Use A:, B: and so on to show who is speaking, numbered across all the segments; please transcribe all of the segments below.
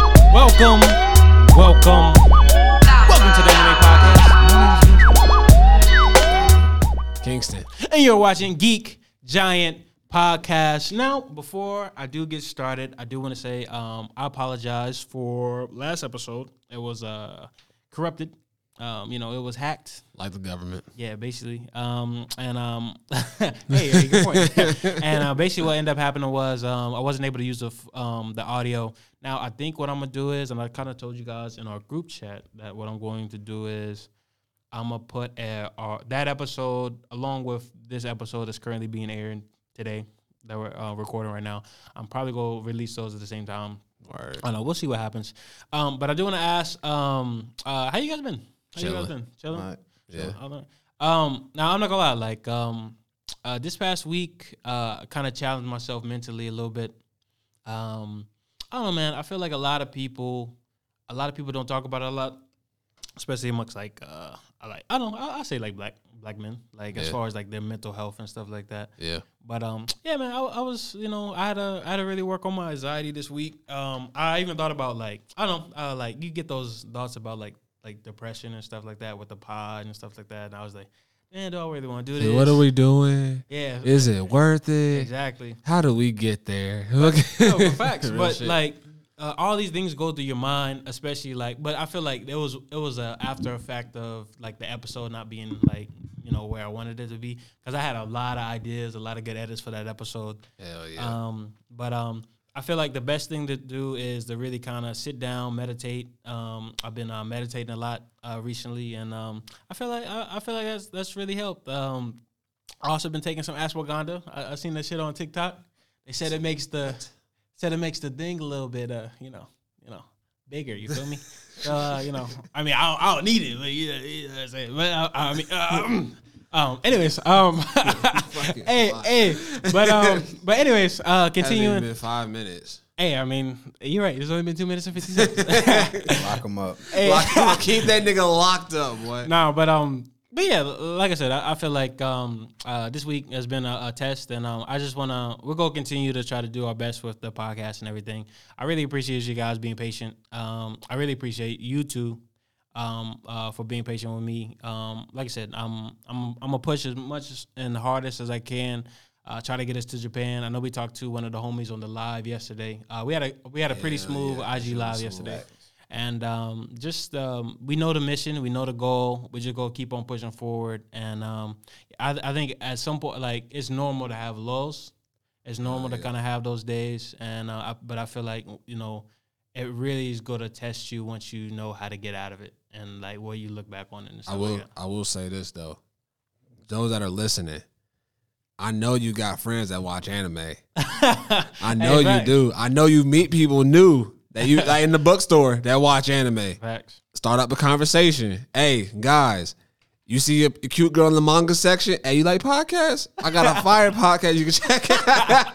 A: Welcome, welcome, welcome to the Anime Podcast. Kingston. And you're watching Geek Giant Podcast. Now, before I do get started, I do want to say um, I apologize for last episode. It was uh, corrupted, um, you know, it was hacked.
B: like the government.
A: Yeah, basically. Um, and um, hey, hey, good point. and uh, basically, what ended up happening was um, I wasn't able to use the f- um, the audio. Now, I think what I'm gonna do is, and I kind of told you guys in our group chat that what I'm going to do is I'm gonna put uh our, that episode along with this episode that's currently being aired today that we're uh, recording right now. I'm probably gonna release those at the same time.
B: Word.
A: I don't know. We'll see what happens. Um, but I do want to ask, um, uh, how you guys been? How you guys
B: Chilling.
A: been? Chilling.
B: Alright. Yeah.
A: So, I don't- Um, now I'm not gonna lie. Like, um, uh, this past week, uh, kind of challenged myself mentally a little bit. Um, I don't know, man. I feel like a lot of people, a lot of people don't talk about it a lot, especially amongst like, uh, I like, I don't, I, I say like black black men, like as
B: Yeah.
A: far as like their mental health and stuff like that.
B: Yeah.
A: But um, yeah, man, I, I was, you know, I had a, I had to really work on my anxiety this week. Um, I even thought about like, I don't, know, uh, like you get those thoughts about like, like depression and stuff like that with the pod and stuff like that. And I was like, man, do I really want to do this?
B: what are we doing?
A: Yeah,
B: Is it worth it?
A: exactly.
B: How do we get there?
A: No, but facts.
B: Real
A: but
B: shit.
A: like uh, all these things go through your mind, especially like. But I feel like it was it was a after effect of like the episode not being like you know where I wanted it to be because I had a lot of ideas, a lot of good edits for that episode.
B: hell yeah,
A: Um, but um, I feel like the best thing to do is to really kind of sit down, meditate. Um, I've been uh, meditating a lot uh, recently, and um, I feel like I, I feel like that's that's really helped. Um, I also been taking some ashwagandha. I, I seen that shit on TikTok. They said it makes the said it makes the thing a little bit uh you know you know bigger. You feel me? So, uh, you know, I mean, I don't, I don't need it, but yeah, yeah that's it. but I, I mean, uh, um, anyways, um, hey,
B: fuck.
A: hey, but um, but anyways, uh, continuing.
B: been five minutes.
A: Hey, I mean, you're right. There's only been two minutes and fifty seconds.
C: Lock them up.
A: Hey.
B: Lock- keep that nigga locked up, boy.
A: no, but um, but yeah, like I said, I, I feel like um, uh, this week has been a, a test, and um, I just wanna we're gonna continue to try to do our best with the podcast and everything. I really appreciate you guys being patient. Um, I really appreciate you two. Um, uh, for being patient with me. Um, like I said, I'm I'm I'm gonna push as much as- and hardest as I can. Uh, try to get us to Japan. I know we talked to one of the homies on the live yesterday. Uh, we had a we had a pretty smooth IG live yesterday. And um, just um, we know the mission, we know the goal. We just go keep on pushing forward. And um, I, I think at some point, like it's normal to have lows.
B: Oh,
A: It's normal to kind of have those days. And uh, I, but I feel like you know, it really is going to test you once you know how to get out of it and like what you look back on it. And stuff
B: I will.
A: Like that.
B: I will say this though, those that are listening, I know you got friends that watch anime. I know you
A: facts.
B: do. I know you meet people new that you like in the bookstore that watch anime.
A: Facts.
B: start up a conversation. Hey, guys, you see a, a cute girl in the manga section? Hey, you like podcasts? I got a fire podcast you can check out.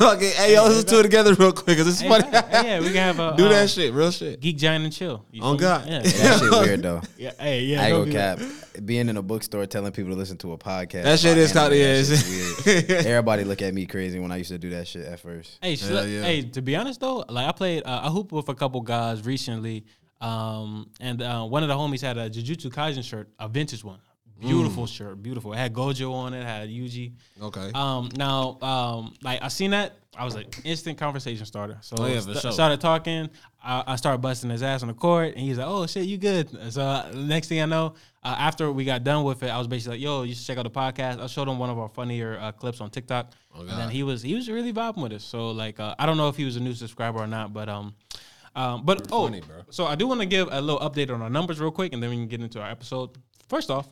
B: okay, hey, yo, listen to it together real quick because it's
A: Hey,
B: funny.
A: man, hey, yeah, we can have a
B: Do
A: um,
B: that shit, real shit.
A: Geek giant and chill. You
B: On
A: feel me?
B: God.
A: Yeah.
C: That shit weird though.
A: yeah. Hey. Yeah.
C: I
A: don't
C: go
A: be-
C: cap. Being in a bookstore telling people to listen to a podcast.
B: That shit is
C: about anime,
B: kinda- yeah,
C: that shit's
B: it's-
C: weird. Everybody look at me crazy when I used to do that shit at first.
A: Hey, should
B: Hell
A: I-
B: yeah.
A: hey. To be honest though, like I played, uh, I hooped with a couple guys recently, um, and uh, one of the homies had a Jujutsu Kaisen shirt, a vintage one, beautiful shirt, beautiful. It had Gojo on it, had Yuji.
B: Mm. Okay.
A: Um, now, um, like I seen that, I was like instant conversation starter. So
B: Oh, yeah,
A: I
B: for
A: st-
B: sure.
A: started talking. I, I started busting his ass on the court, and he's like, "Oh shit, you good?" And So uh, next thing I know, uh, after we got done with it, I was basically like, "Yo, you should check out the podcast." I showed him one of our funnier uh, clips on TikTok, and then
B: Oh, God.
A: he was he was really vibing with us. So like, uh, I don't know if he was a new subscriber or not, but um. Um, but oh,
B: funny, bro.
A: so I do want to give a little update on our numbers real quick, and then we can get into our episode. First off,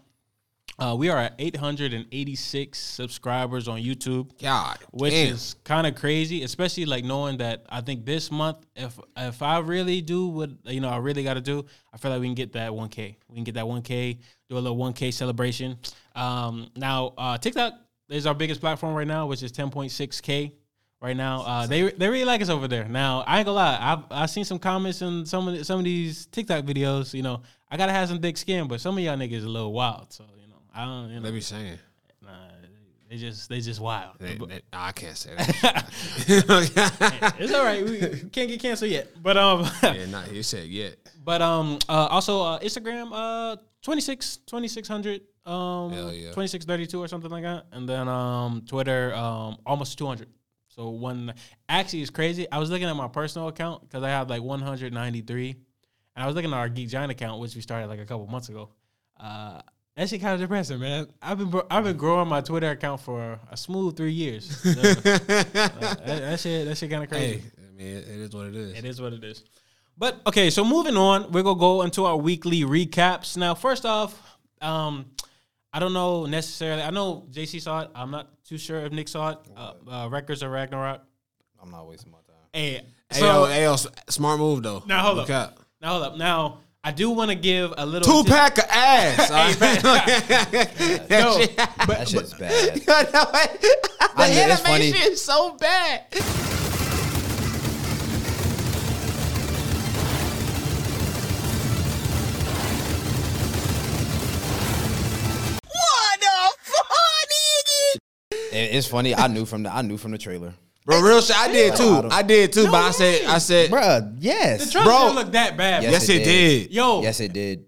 A: uh, we are at 886 subscribers on YouTube,
B: God,
A: which
B: damn.
A: is kind of crazy, especially like knowing that I think this month, if if I really do what you know I really got to do, I feel like we can get that 1K. We can get that 1K, do a little 1K celebration. Um, now uh, TikTok is our biggest platform right now, which is 10.6K. Right now, uh, they they really like us over there. Now I ain't gonna lie, I've I've seen some comments in some of the- some of these TikTok videos. You know, I gotta have some thick skin, but some of y'all niggas a little wild. So you know, I don't. You know,
B: They be saying.
A: Nah, They just they just wild.
B: They-
A: But-
B: they- I can't say that.
A: it's all right. We can't get canceled yet. But um,
B: yeah, not he said yet.
A: but um, uh, also uh, Instagram uh 26 2600 um
B: Hell yeah.
A: 2632 or something like that, and then um Twitter um almost 200. So one actually it's crazy. I was looking at my personal account because I have like 193, and I was looking at our Geek Giant account which we started like a couple months ago. Uh. That shit kind of depressing, man. I've been I've been growing my Twitter account for a smooth three years. So, uh, that, that shit that shit kind of crazy.
B: Hey, I mean, it it is what it is.
A: It is what it is. But okay, so moving on, we're gonna go into our weekly recaps. Now, first off, um, I don't know necessarily. I know JC saw it. I'm not too sure if Nick saw it. Uh, uh, Records of Ragnarok.
C: I'm not wasting my time.
A: Hey,
B: Hey,
A: so-
B: yo, hey, yo, s- smart move though.
A: Now, hold
B: Look
A: up.
B: out.
A: now hold up. Now I do want to give a little
B: Two
A: ti-
B: pack of ass. all right? That
A: No,
B: shit-
C: That shit's bad.
B: the
C: I mean, it's funny.
B: is so bad.
C: It- It's funny. I knew from the I knew from the trailer,
B: Bro, real shit. I did
C: I
B: too.
C: don't-
B: I did too. but I said, I said,
C: Bruh, Yes,
A: The trailer
B: Bro.
A: didn't look that bad.
C: Yes,
A: bro.
B: yes, it
C: it did.
B: did.
A: Yo,
C: yes, it did.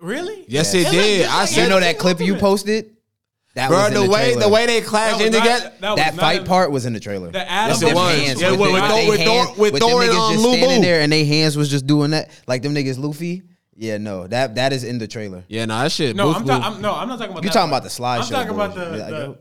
A: really?
B: Yes,
A: It
B: it
A: looked
B: did.
A: just
B: I
A: like
B: said,
C: You know that clip you
A: Ultimate.
C: posted? That
B: bro,
C: was in
B: the,
C: the,
B: way
C: trailer.
B: the way they
A: That
B: clashed
A: was
B: in
A: not-
B: together.
A: was
C: that
A: not
C: fight
A: a-
C: part was in the trailer.
A: The Adam
C: With them
B: was.
C: hands,
B: Yeah,
C: with,
B: with-
C: them-
B: with
C: they
B: Thor- with
C: hands-
B: Thor- with
C: them
B: Thor and,
C: niggas
B: um,
C: just
B: Lu
C: standing
B: Bu.
C: there and they hands was just doing that, like them niggas Luffy. Yeah, no, that that is in the trailer.
B: Yeah, no, that shit.
A: No,
B: boof,
A: I'm,
B: boof.
A: ta- I'm no, I'm not talking about.
C: You
A: that
C: talking
A: part.
C: about the slideshow?
A: I'm talking about
C: bullshit.
A: the-
C: Yeah, I
A: the-
C: know.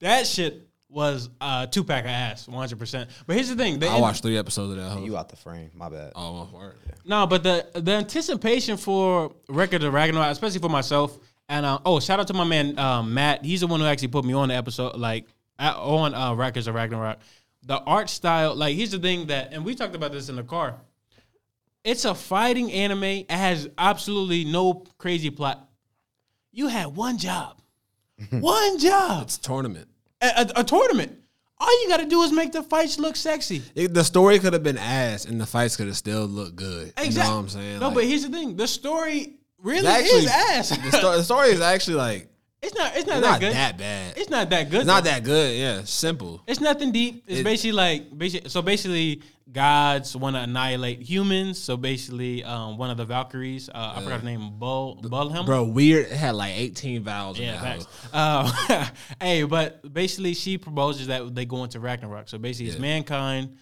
A: That shit was uh, two pack of ass, one hundred percent. But here's the thing: the
B: I
A: end-
B: watched three episodes of that. Whole.
C: You out the frame? My bad.
B: Oh, my word.
A: no, but the the anticipation for Record of Ragnarok, especially for myself, and uh, oh, shout out to my man um, Matt. He's the one who actually put me on the episode, like at, on uh, Records of Ragnarok. The art style, like here's the thing that, and we talked about this in the car. It's a fighting anime. It has absolutely no crazy plot. You had one job, one job.
B: It's a tournament.
A: a, a, a tournament. All you got to do is make the fights look sexy.
B: It- the story could have been ass, and the fights could have still looked good. You know
A: Exactly.
B: what I'm saying?
A: No,
B: Like,
A: but here's the thing: the story really
B: it's actually
A: is ass.
B: The, sto- the story is actually like
A: it's not. It's not,
B: not
A: that good.
B: that bad.
A: It's not that good.
B: It's not that good. Yeah, simple.
A: It's nothing deep. It's
B: It-
A: basically like basic. So basically, gods want to annihilate humans. So basically, um, one of the Valkyries, uh, I forgot her name, Bull Bulham.
B: Bro, weird. It had like 18 vowels. in
A: Yeah,
B: that
A: facts.
B: hoe.
A: Uh, hey, but basically, she proposes that they go into Ragnarok. So basically, it's
B: Yeah.
A: mankind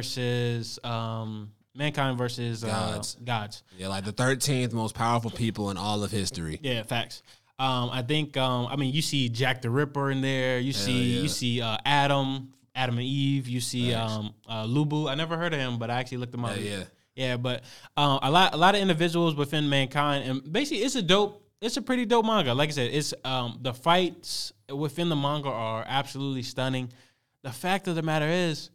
A: versus um, mankind versus uh,
B: Gods.
A: gods.
B: Yeah, like the 13th most powerful people in all of history.
A: Yeah, facts. Um, I think um, I mean you see Jack the Ripper in there. You see
B: yeah.
A: you see uh, Adam, Adam and Eve. You see um, uh, Lubu. I never heard of him, but I actually looked him up.
B: Hell yeah.
A: yeah. But um, a lot a lot of individuals within mankind, and basically it's a dope. It's a pretty dope manga. Like I said, it's um, the fights within the manga are absolutely stunning. The fact of the matter is,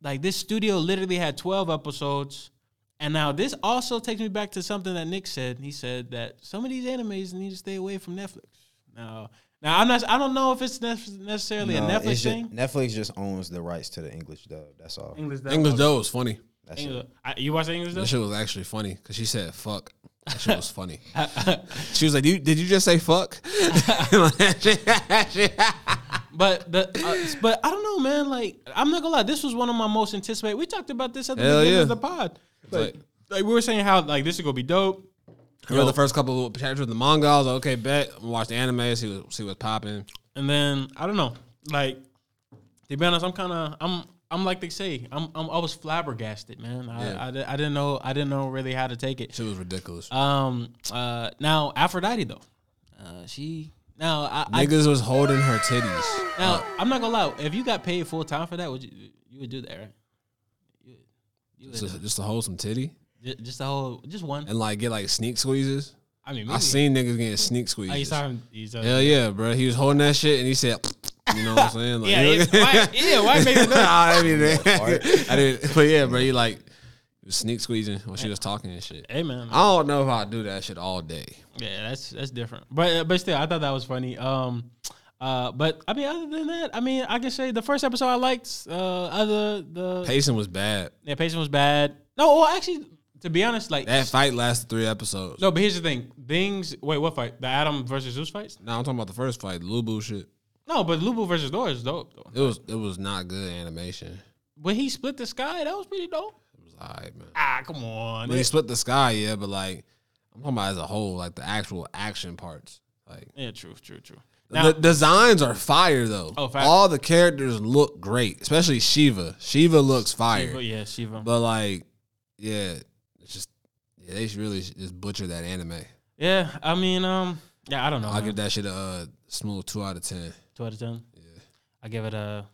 A: like this studio literally had 12 episodes and now this also takes me back to something that nick said he said that some of these animes need to stay away from netflix now now i'm not i don't know if it's nef- necessarily a
C: No,
A: netflix
C: it's just-
A: thing
C: Netflix just owns the rights to the English dub. That's all.
A: english dub.
B: English Doe was funny.
C: That's it.
A: English- I- you watch the english
B: That
A: dub?
B: shit was actually funny because she said fuck. That shit was funny. she was like, you, "Did you just say fuck?"
A: but the uh, but i don't know man like i'm not gonna lie this was one of my most anticipated we talked about this at the
B: Hell
A: beginning
B: yeah.
A: of the pod like,
B: Like-
A: like we were saying how like this is gonna be dope
B: I read the first couple of chapters of the manga. I was like, "Okay, bet." I'm gonna watch the anime. See what, see what's popping.
A: And then I don't know, like to be honest, I'm kind of I'm I'm like they say I'm, I'm I was flabbergasted, man. I,
B: Yeah.
A: I, di- I didn't know I didn't know really how to take it.
B: Shit was ridiculous.
A: Um, uh, now Aphrodite though, uh, she now I, I
B: Niggas was holding her titties.
A: now I'm not gonna lie. If you got paid full time for that, would you you would do that right? You, you would,
B: Just, just to hold some titty
A: ju- just the whole just one.
B: and like get like sneak squeezes.
A: I mean,
B: I
A: maybe.
B: seen niggas getting sneak
A: Are Oh, you
B: squeezes.
A: talking? You talking
B: Hell yeah, bro. He was holding that shit and he said, "You know what I'm saying?" Like,
A: yeah,
B: you-
A: it's- why, yeah. Why make it?
B: I didn't. I didn't. But yeah, bro, you like sneak squeezing when she was talking and shit.
A: Hey man,
B: I don't know if I do that shit all day.
A: Yeah, that's that's different. But but still, I thought that was funny. Um, uh, but I mean, other than that, I mean, I can say the first episode I liked. Uh, other the
B: Pacing was bad.
A: yeah, patient was bad. No, well, actually, to to be honest, like
B: That fight lasted three episodes.
A: no. But here's the thing: things. Wait, what fight? The Adam versus Zeus fights?
B: No, I'm talking about the first fight, Lubu shit.
A: No, but Lubu versus Thor is dope though.
B: It was it was not good animation.
A: When he split the sky, that was pretty dope.
B: It was alright, man.
A: Ah, come on.
B: When he split the sky, yeah, but like I'm talking about as a whole, like the actual action parts. Like
A: yeah, true, true, true.
B: the designs are fire though.
A: Oh, fact.
B: All the characters look great, especially Shiva. Shiva looks fire.
A: Shiva, yeah, Shiva.
B: But like, yeah, it's just yeah, they should really should just butcher that anime.
A: yeah, I mean, um, yeah, I don't know.
B: I'll
A: man.
B: give that shit a uh, smooth two out of ten.
A: two out of ten. I give it a,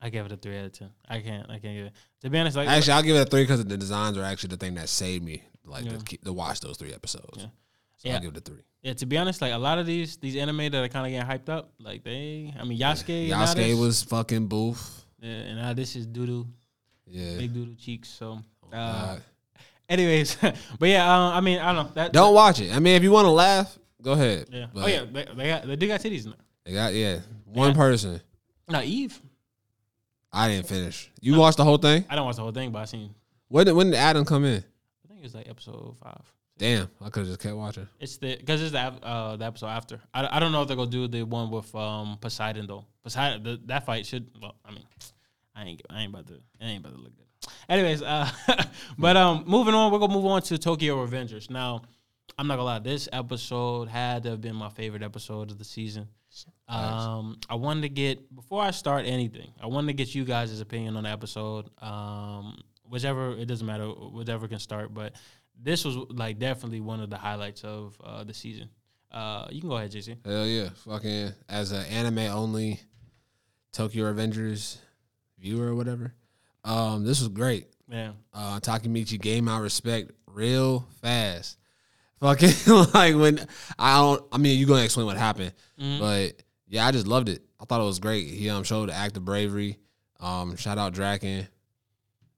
A: I give it a three out of ten. I can't, I can't give it. To be honest, like
B: Actually, I'll give it a three because the designs are actually the thing that saved me, like
A: Yeah.
B: to, keep, to watch those three episodes.
A: Yeah.
B: So
A: Yeah.
B: I'll give it a three.
A: yeah, to be honest, like a lot of these these anime that are kind of getting hyped up, like they, I mean, Yasuke, and all
B: Yasuke
A: this-
B: was fucking boof.
A: yeah, and now this is doodoo,
B: Yeah.
A: big doodoo cheeks. So, uh,
B: Uh,
A: anyways, but yeah, um, I mean, I don't know. That
B: don't watch it. I mean, if you want to laugh, go ahead.
A: yeah.
B: But
A: oh yeah, they, they got they do got titties in there.
B: They got yeah. One person.
A: Now Eve,
B: I didn't finish. You watched the whole thing.
A: I don't watch the whole thing, but I seen.
B: When did, when did Adam come in?
A: I think it's like episode five.
B: Damn, I could have just kept watching.
A: It's the because it's the ep- uh the episode after. I, I don't know if they're gonna do the one with um Poseidon though. Poseidon the, that fight should well I mean I ain't I ain't about to I ain't about to look good. Anyways, uh, but um moving on we're gonna move on to Tokyo Revengers. Now I'm not gonna lie, this episode had to have been my favorite episode of the season. Um, I wanted to get before I start anything, I wanted to get you guys' opinion on the episode. Um, whichever it doesn't matter, whatever can start. But this was like definitely one of the highlights of uh, the season. Uh, you can go ahead, JC.
B: Hell yeah, fucking as an anime only Tokyo Avengers viewer or whatever. Um, this was great.
A: Yeah,
B: Uh, Takemichi gave my respect real fast. Fucking like when I don't. I mean, you gonna explain what happened,
A: Mm-hmm.
B: but yeah, I just loved it. I thought it was great. He um showed the act of bravery. Um, shout out Draken.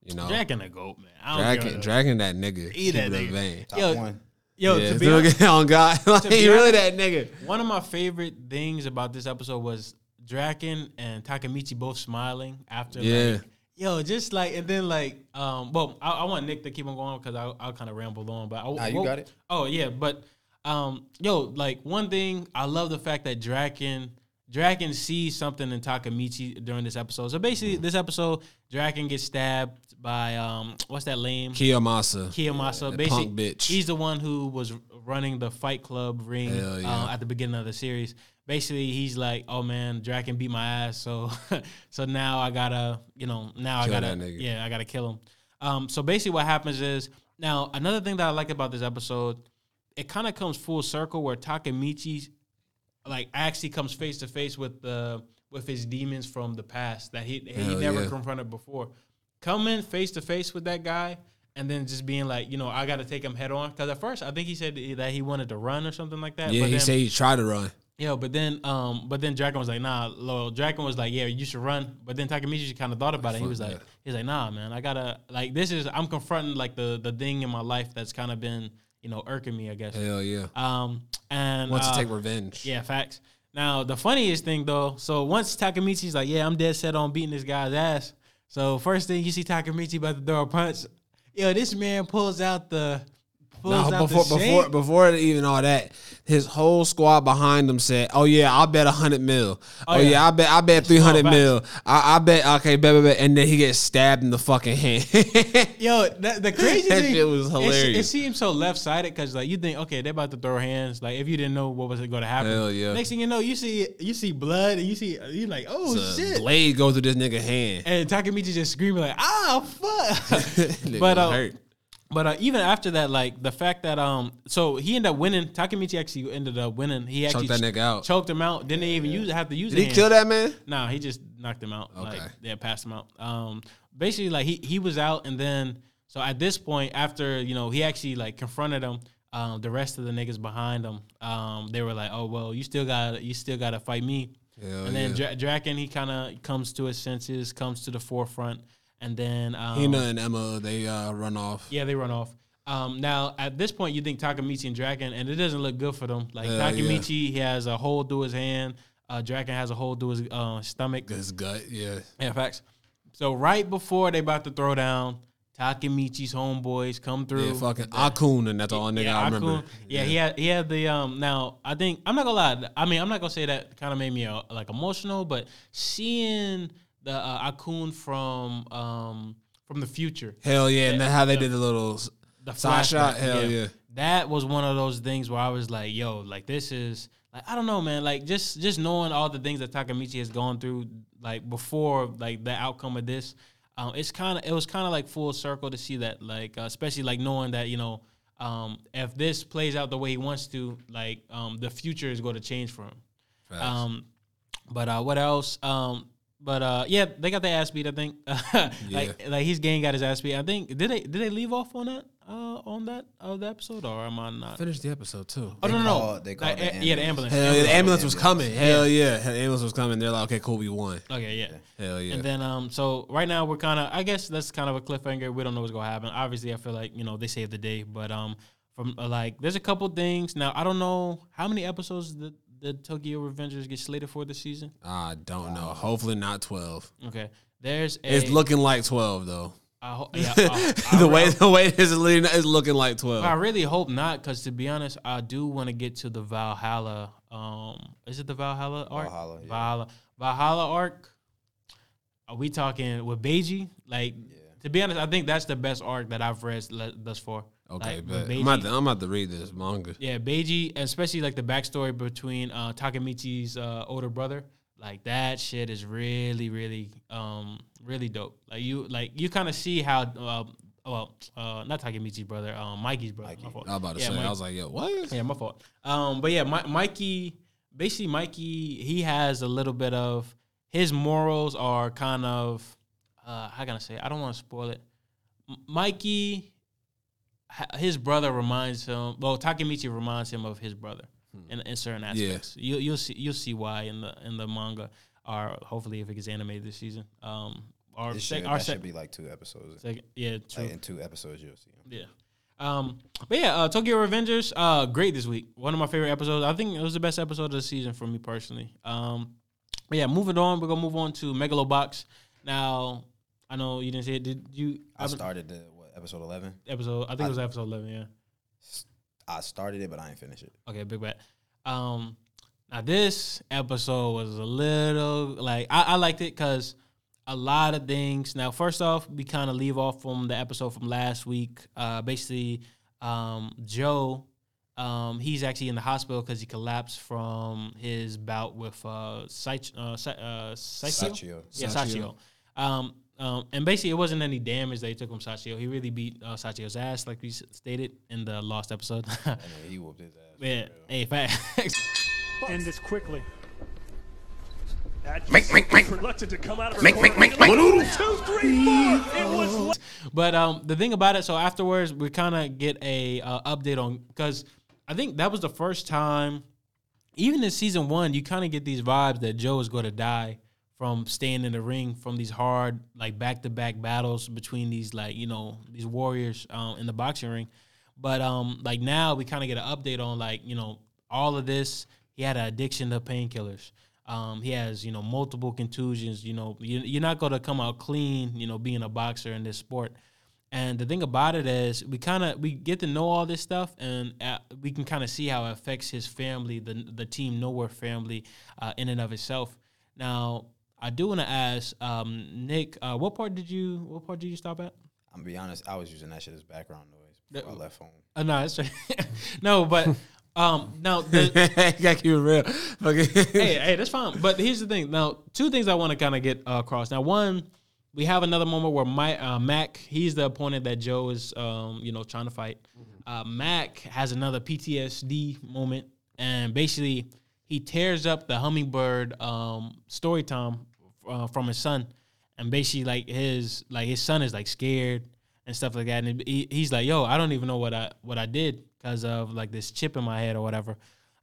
B: You know,
A: Jack and the Goat, man. I don't
B: Draken,
A: care.
B: Draken, that nigga.
A: He
B: Keep
A: that
B: it a
A: nigga.
B: vein.
C: Top
A: Yo,
C: one.
A: yo,
B: yeah,
A: to be honest,
B: on God, like,
A: be
B: he really
A: honest-
B: that nigga.
A: one of my favorite things about this episode was Draken and Takamichi both smiling after.
B: Yeah.
A: Like, yo, just like and then like um. Well, I, I want Nick to keep on going because I I'll kind of ramble on, but I,
C: Nah, you
A: well,
C: got it.
A: Oh yeah, but um, yo, like one thing I love the fact that Draken. Draken sees something in Takamichi during this episode. So basically, this episode, Draken gets stabbed by um, what's that lame?
B: Kiyomasa.
A: Kiyomasa.
B: that
A: basically,
B: punk bitch.
A: he's the one who was running the Fight Club ring
B: Hell yeah.
A: uh, at the beginning of the series. Basically, he's like, "Oh man, Draken beat my ass, so so now I gotta, you know, now
B: Kill
A: I gotta,
B: that nigga.
A: yeah, I gotta kill him." Um, so basically, what happens is now another thing that I like about this episode, it kind of comes full circle where Takemichi, like, actually comes face to face with the with his demons from the past that he he
B: Hell
A: never
B: yeah.
A: confronted before coming face to face with that guy and then just being like, you know, I got to take him head on. Because at first, I think he said that he wanted to run or something like that.
B: Yeah,
A: but
B: he
A: then,
B: said he tried to run.
A: yeah, but then, um, but then Draken was like, nah, Lowell. Draken was like, yeah, you should run. But then Takamichi kind of thought about it. He
B: Fuck
A: was like,
B: that.
A: he's like, nah, man, I gotta like this is I'm confronting like the the thing in my life that's kind of been you know irking me, I guess.
B: Hell yeah.
A: Um, and
B: Wants
A: uh,
B: to take revenge.
A: yeah, facts. Now the funniest thing though, so once Takamichi's like, yeah, I'm dead set on beating this guy's ass. So first thing you see Takamichi about to throw a punch, yo, this man pulls out the pulls
B: No,
A: out
B: before
A: the
B: before
A: shank.
B: before even all that, his whole squad behind him said, "Oh yeah, I bet a hundred mil. Oh, yeah.
A: yeah.
B: I bet I bet three hundred
A: back.
B: mil. I, I bet okay, bet, bet, bet." And then he gets stabbed in the fucking hand.
A: Oh, Yo, that, the crazy
B: That
A: thing
B: shit was
A: it- It,
B: hilarious.
A: seems so left sided because like you think, okay, they're about to throw hands. Like if you didn't know what was going to happen,
B: Hell yeah.
A: Next thing you know, you see you see blood and you see you like, oh
B: The
A: shit.
B: blade goes through this nigga hand.
A: And Takamichi just screaming like, ah, fuck.
B: Nigga
A: but
B: was
A: uh,
B: hurt.
A: But uh, even after that, like the fact that um, so he ended up winning. Takamichi actually ended up winning. He actually
B: Choked that nigga out.
A: choked him out. Didn't they even use have to use.
B: Did he kill that man?
A: Nah, he just knocked him out.
B: Okay.
A: Like yeah, passed him out. Um, basically like he he was out, and then so at this point, after you know he actually like confronted him. Um, the rest of the niggas behind him, um, they were like, "Oh well, you still got you still got to fight me."
B: Hell
A: and then Dra- Draken, he kind of comes to his senses, comes to the forefront, and then um,
B: Hina and Emma, they uh, run off.
A: yeah, they run off. Um, now at this point, you think Takamichi and Draken, and it doesn't look good for them. Like
B: Hell yeah.
A: Takamichi, he has a hole through his hand. Uh, Draken has a hole through his uh, stomach.
B: His gut, yeah.
A: Yeah, facts. So right before they about to throw down, Takemichi's homeboys come through.
B: Yeah, fucking Akun, and that's the only nigga I remember.
A: Akun. Yeah, he had he had the um. Now I think I'm not gonna lie. I mean, I'm not gonna say that kind of made me uh, like emotional, but seeing the uh, Akun from um from the future,
B: Hell yeah, and then how they did the little s-
A: the
B: side shot.
A: flashback,
B: Hell yeah.
A: that was one of those things where I was like, yo, like this is like I don't know, man. Like just just knowing all the things that Takamichi has gone through, like before, like the outcome of this, um, it's kind of it was kind of like full circle to see that, like uh, especially like knowing that you know, um, if this plays out the way he wants to, like um, the future is going to change for him.
B: Facts.
A: Um, but uh, what else? Um, but uh, yeah, they got their ass beat. I think. Like like his gang got his ass beat. I think did they did they leave off on that uh, on that uh, the episode or am I not?
B: Finish the episode too.
A: Oh no no, no.
C: called- they called
A: Like,
C: the
A: a- yeah the
C: ambulance.
A: ambulance.
B: Hell yeah, the ambulance was
C: Ambulance.
B: coming. Hell yeah, the ambulance was coming. They're like, okay, cool, we won.
A: Okay yeah.
B: Hell yeah.
A: And then um so right now we're kind of I guess that's kind of a cliffhanger. We don't know what's gonna happen. Obviously I feel like you know they saved the day, but um from uh, like there's a couple things now. I don't know how many episodes the the Tokyo Revengers get slated for this season.
B: I don't know. Hopefully not twelve.
A: Okay, there's a
B: It's looking like twelve though.
A: I ho- yeah, oh, I- I
B: the
A: re-
B: way the way it's leading is looking like twelve.
A: But I really hope not, because to be honest, I do want to get to the Valhalla. Um, is it the Valhalla arc?
C: Valhalla, yeah.
A: Valhalla. Valhalla arc. Are we talking with Beiji? Like, to be honest, I think that's the best arc that I've read le- thus far.
B: Okay,
A: Like,
B: but
A: with
B: I'm
A: Beiji-
B: about, to, I'm about to read this manga.
A: yeah, Beiji, especially like the backstory between uh, Takamichi's uh, older brother. Like that shit is really, really, um, really dope. Like you, like you kind of see how, uh, well, uh, not Takamichi's brother, um, Mikey's brother. my fault.
B: I was about to
A: Yeah,
B: say,
A: Mike-
B: I was like, yo, what?
A: yeah, my fault. Um, but yeah, Mi- Mikey, basically, Mikey, he has a little bit of his morals are kind of, uh, how can I say? it? I don't want to spoil it. M- Mikey, h- his brother reminds him. Well, Takemichi reminds him of his brother
C: Hmm.
A: in, in certain aspects. You, you'll see, you'll see why in the in the manga, or hopefully if it gets animated this season. Um, or
C: This
A: sec-
C: should,
A: or
C: that
A: sec-
C: should be like two episodes.
A: sec- yeah, true.
C: Like in two episodes, you'll see. 'em.
A: Yeah. Um, but yeah, uh, Tokyo Revengers, uh, great this week. One of my favorite episodes. I think it was the best episode of the season for me personally. Um, but yeah, moving on, we're gonna move on to Megalobox. Now, I know you didn't see it. Did you?
C: I started the what, episode eleven.
A: episode. I think it was episode eleven. Yeah.
C: I started it, but I ain't finished it.
A: Okay, big bet. Um, now this episode was a little like I, I liked it because a lot of things. Now, first off, we kind of leave off from the episode from last week. Uh, basically, um, Joe, um, he's actually in the hospital because he collapsed from his bout with uh, Sach- uh, Sa- uh, Sachio?
C: Sachio.
A: Yeah, Sachio.
B: Sachio.
A: Um, um, and basically, it wasn't any damage that he took from Sachio. He really beat uh, Sachio's ass, like we s- stated in the last episode.
C: And then he whooped his ass.
A: Yeah. Hey, facts.
D: end this quickly.
E: That just
F: mink, mink.
E: reluctant to come out of her
F: Mink,
E: corner.
F: mink, mink, mink.
E: One, two, three, four. It was late.
A: but um, the thing about it, so afterwards we kind of get a uh, update on because I think that was the first time, even in season one, you kind of get these vibes that Joe is going to die from staying in the ring from these hard like back to back battles between these like you know these warriors um, in the boxing ring. But um, like now we kind of get an update on like you know all of this. He had an addiction to painkillers. Um, he has you know multiple contusions. You know you, you're not going to come out clean. You know being a boxer in this sport. And the thing about it is, we kind of we get to know all this stuff, and uh, we can kind of see how it affects his family, the the team nowhere family, uh, in and of itself. Now, I do want to ask um, Nick, uh, what part did you what part did you stop at?
C: I'm gonna be honest. I was using that shit as background noise before I left home.
A: Uh, no, that's right. no, but um, now the,
B: gotta keep it real. Fucking-
A: hey, hey, that's fine. But here's the thing. Now, two things I want to kind of get uh, across. Now, one, we have another moment where my uh, Mac, he's the opponent that Joe is, um, you know, trying to fight.
B: Mm-hmm.
A: Uh, Mac has another PTSD moment, and basically, he tears up the hummingbird um, story time uh, from his son, and basically, like his like his son is like scared and stuff like that, and he, he's like, "Yo, I don't even know what I what I did because of like this chip in my head or whatever."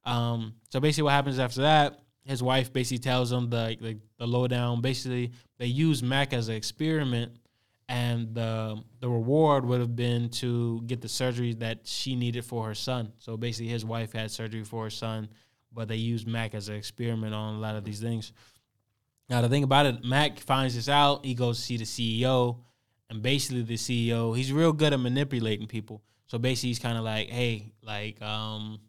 A: Um, so basically, what happens after that? His wife basically tells him the the, the lowdown. Basically, they use Mac as an experiment, and the the reward would have been to get the surgery that she needed for her son. So basically, his wife had surgery for her son, but they used Mac as an experiment on a lot of these things. Now the thing about it, Mac finds this out. He goes to see the CEO, E and basically the CEO, he's real good at manipulating people. So basically, he's kind of like, hey, like, um,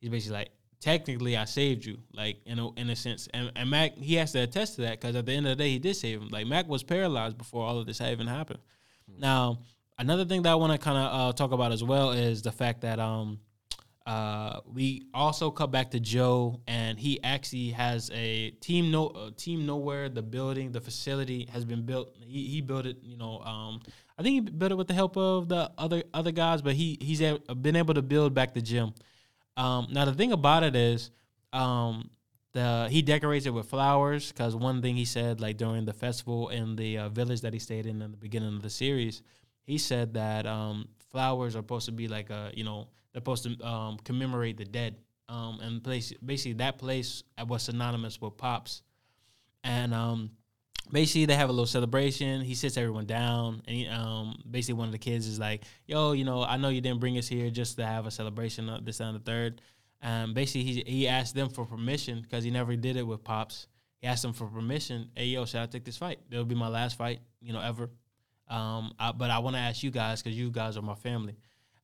A: he's basically like, technically, I saved you, like in a in a sense. And, and Mac, he has to attest to that because at the end of the day, he did save him. Like Mac was paralyzed before all of this had even happened. Now, another thing that I want to kind of uh, talk about as well is the fact that um, uh, we also cut back to Joe, and he actually has a team. No, uh, team nowhere. The building, the facility has been built. He, he built it. You know, um, I think he built it with the help of the other other guys, but he he's a, been able to build back the gym. Um, now the thing about it is, um, the he decorates it with flowers because one thing he said like during the festival in the uh, village that he stayed in in the beginning of the series, he said that um, flowers are supposed to be like a you know they're supposed to um, commemorate the dead. Um, and place basically that place was synonymous with pops, and um, basically they have a little celebration. He sits everyone down, and he, um, basically one of the kids is like, "Yo, you know, I know you didn't bring us here just to have a celebration of this that, and the third. Um, basically, he he asked them for permission because he never did it with pops. He asked them for permission. Hey, yo, should I take this fight? It'll be my last fight, you know, ever. Um, I, but I want to ask you guys because you guys are my family.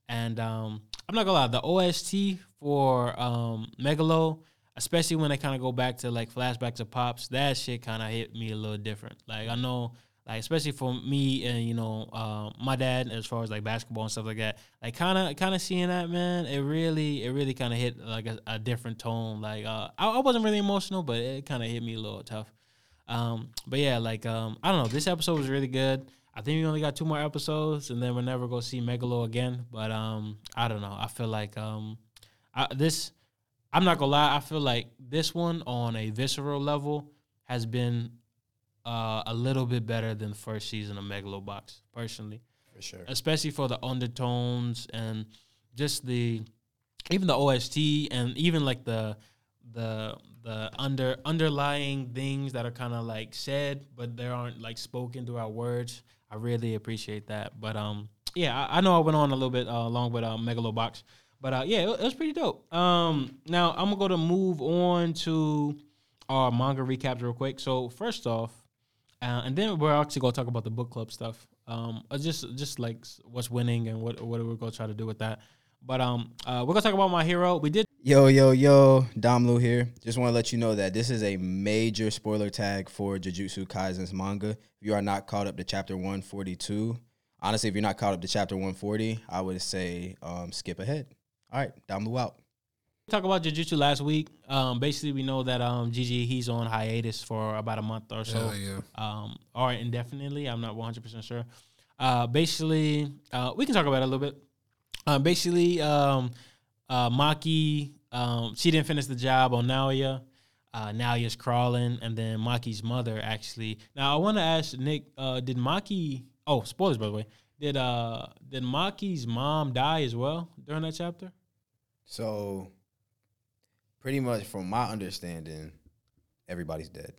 A: And um, I'm not gonna lie, the OST for um, Megalo, especially when they kind of go back to like flashbacks of pops, that shit kind of hit me a little different. Like I know, like especially for me and you know uh, my dad, as far as like basketball and stuff like that, like kind of kind of seeing that man, it really it really kind of hit like a, a different tone. Like uh, I, I wasn't really emotional, but it kind of hit me a little tough. Um, but yeah, like um, I don't know. This episode was really good. I think we only got two more episodes, and then we're never gonna see Megalo again. But um, I don't know. I feel like um, I, this. I'm not gonna lie. I feel like this one on a visceral level has been uh, a little bit better than the first season of Megalobox, personally
D: for sure.
A: especially for the undertones and just the even the OST and even like the the the under underlying things that are kind of like said but they aren't like spoken through our words. I really appreciate that. But um yeah, I, I know I went on a little bit uh, long with uh, Megalobox, but uh, yeah, it, it was pretty dope. Um now I'm going to go to move on to our manga recaps real quick. So first off, uh, and then we're actually gonna talk about the book club stuff. Um, uh, just just like s- what's winning and what what we're gonna try to do with that. But um, uh, we're gonna talk about my hero. We did
C: Yo, yo, yo, Dom Lu here. Just want to let you know that this is a major spoiler tag for Jujutsu Kaisen's manga. If you are not caught up to chapter 142, honestly, if you're not caught up to chapter 140, I would say um, skip ahead. All right, Dom Lu out.
A: talk about Jujutsu last week. Um, basically, we know that um, GG he's on hiatus for about a month or so,
B: Hell yeah.
A: um, or indefinitely. I'm not 100 percent sure. Uh, basically, uh, we can talk about it a little bit. Uh, basically, um, uh, Maki um, she didn't finish the job on Naoya. Uh, Naoya's crawling, and then Maki's mother actually. Now, I want to ask Nick: uh, Did Maki? Oh, spoilers by the way. Did uh did Maki's mom die as well during that chapter?
D: So
C: Pretty much from my understanding, everybody's dead.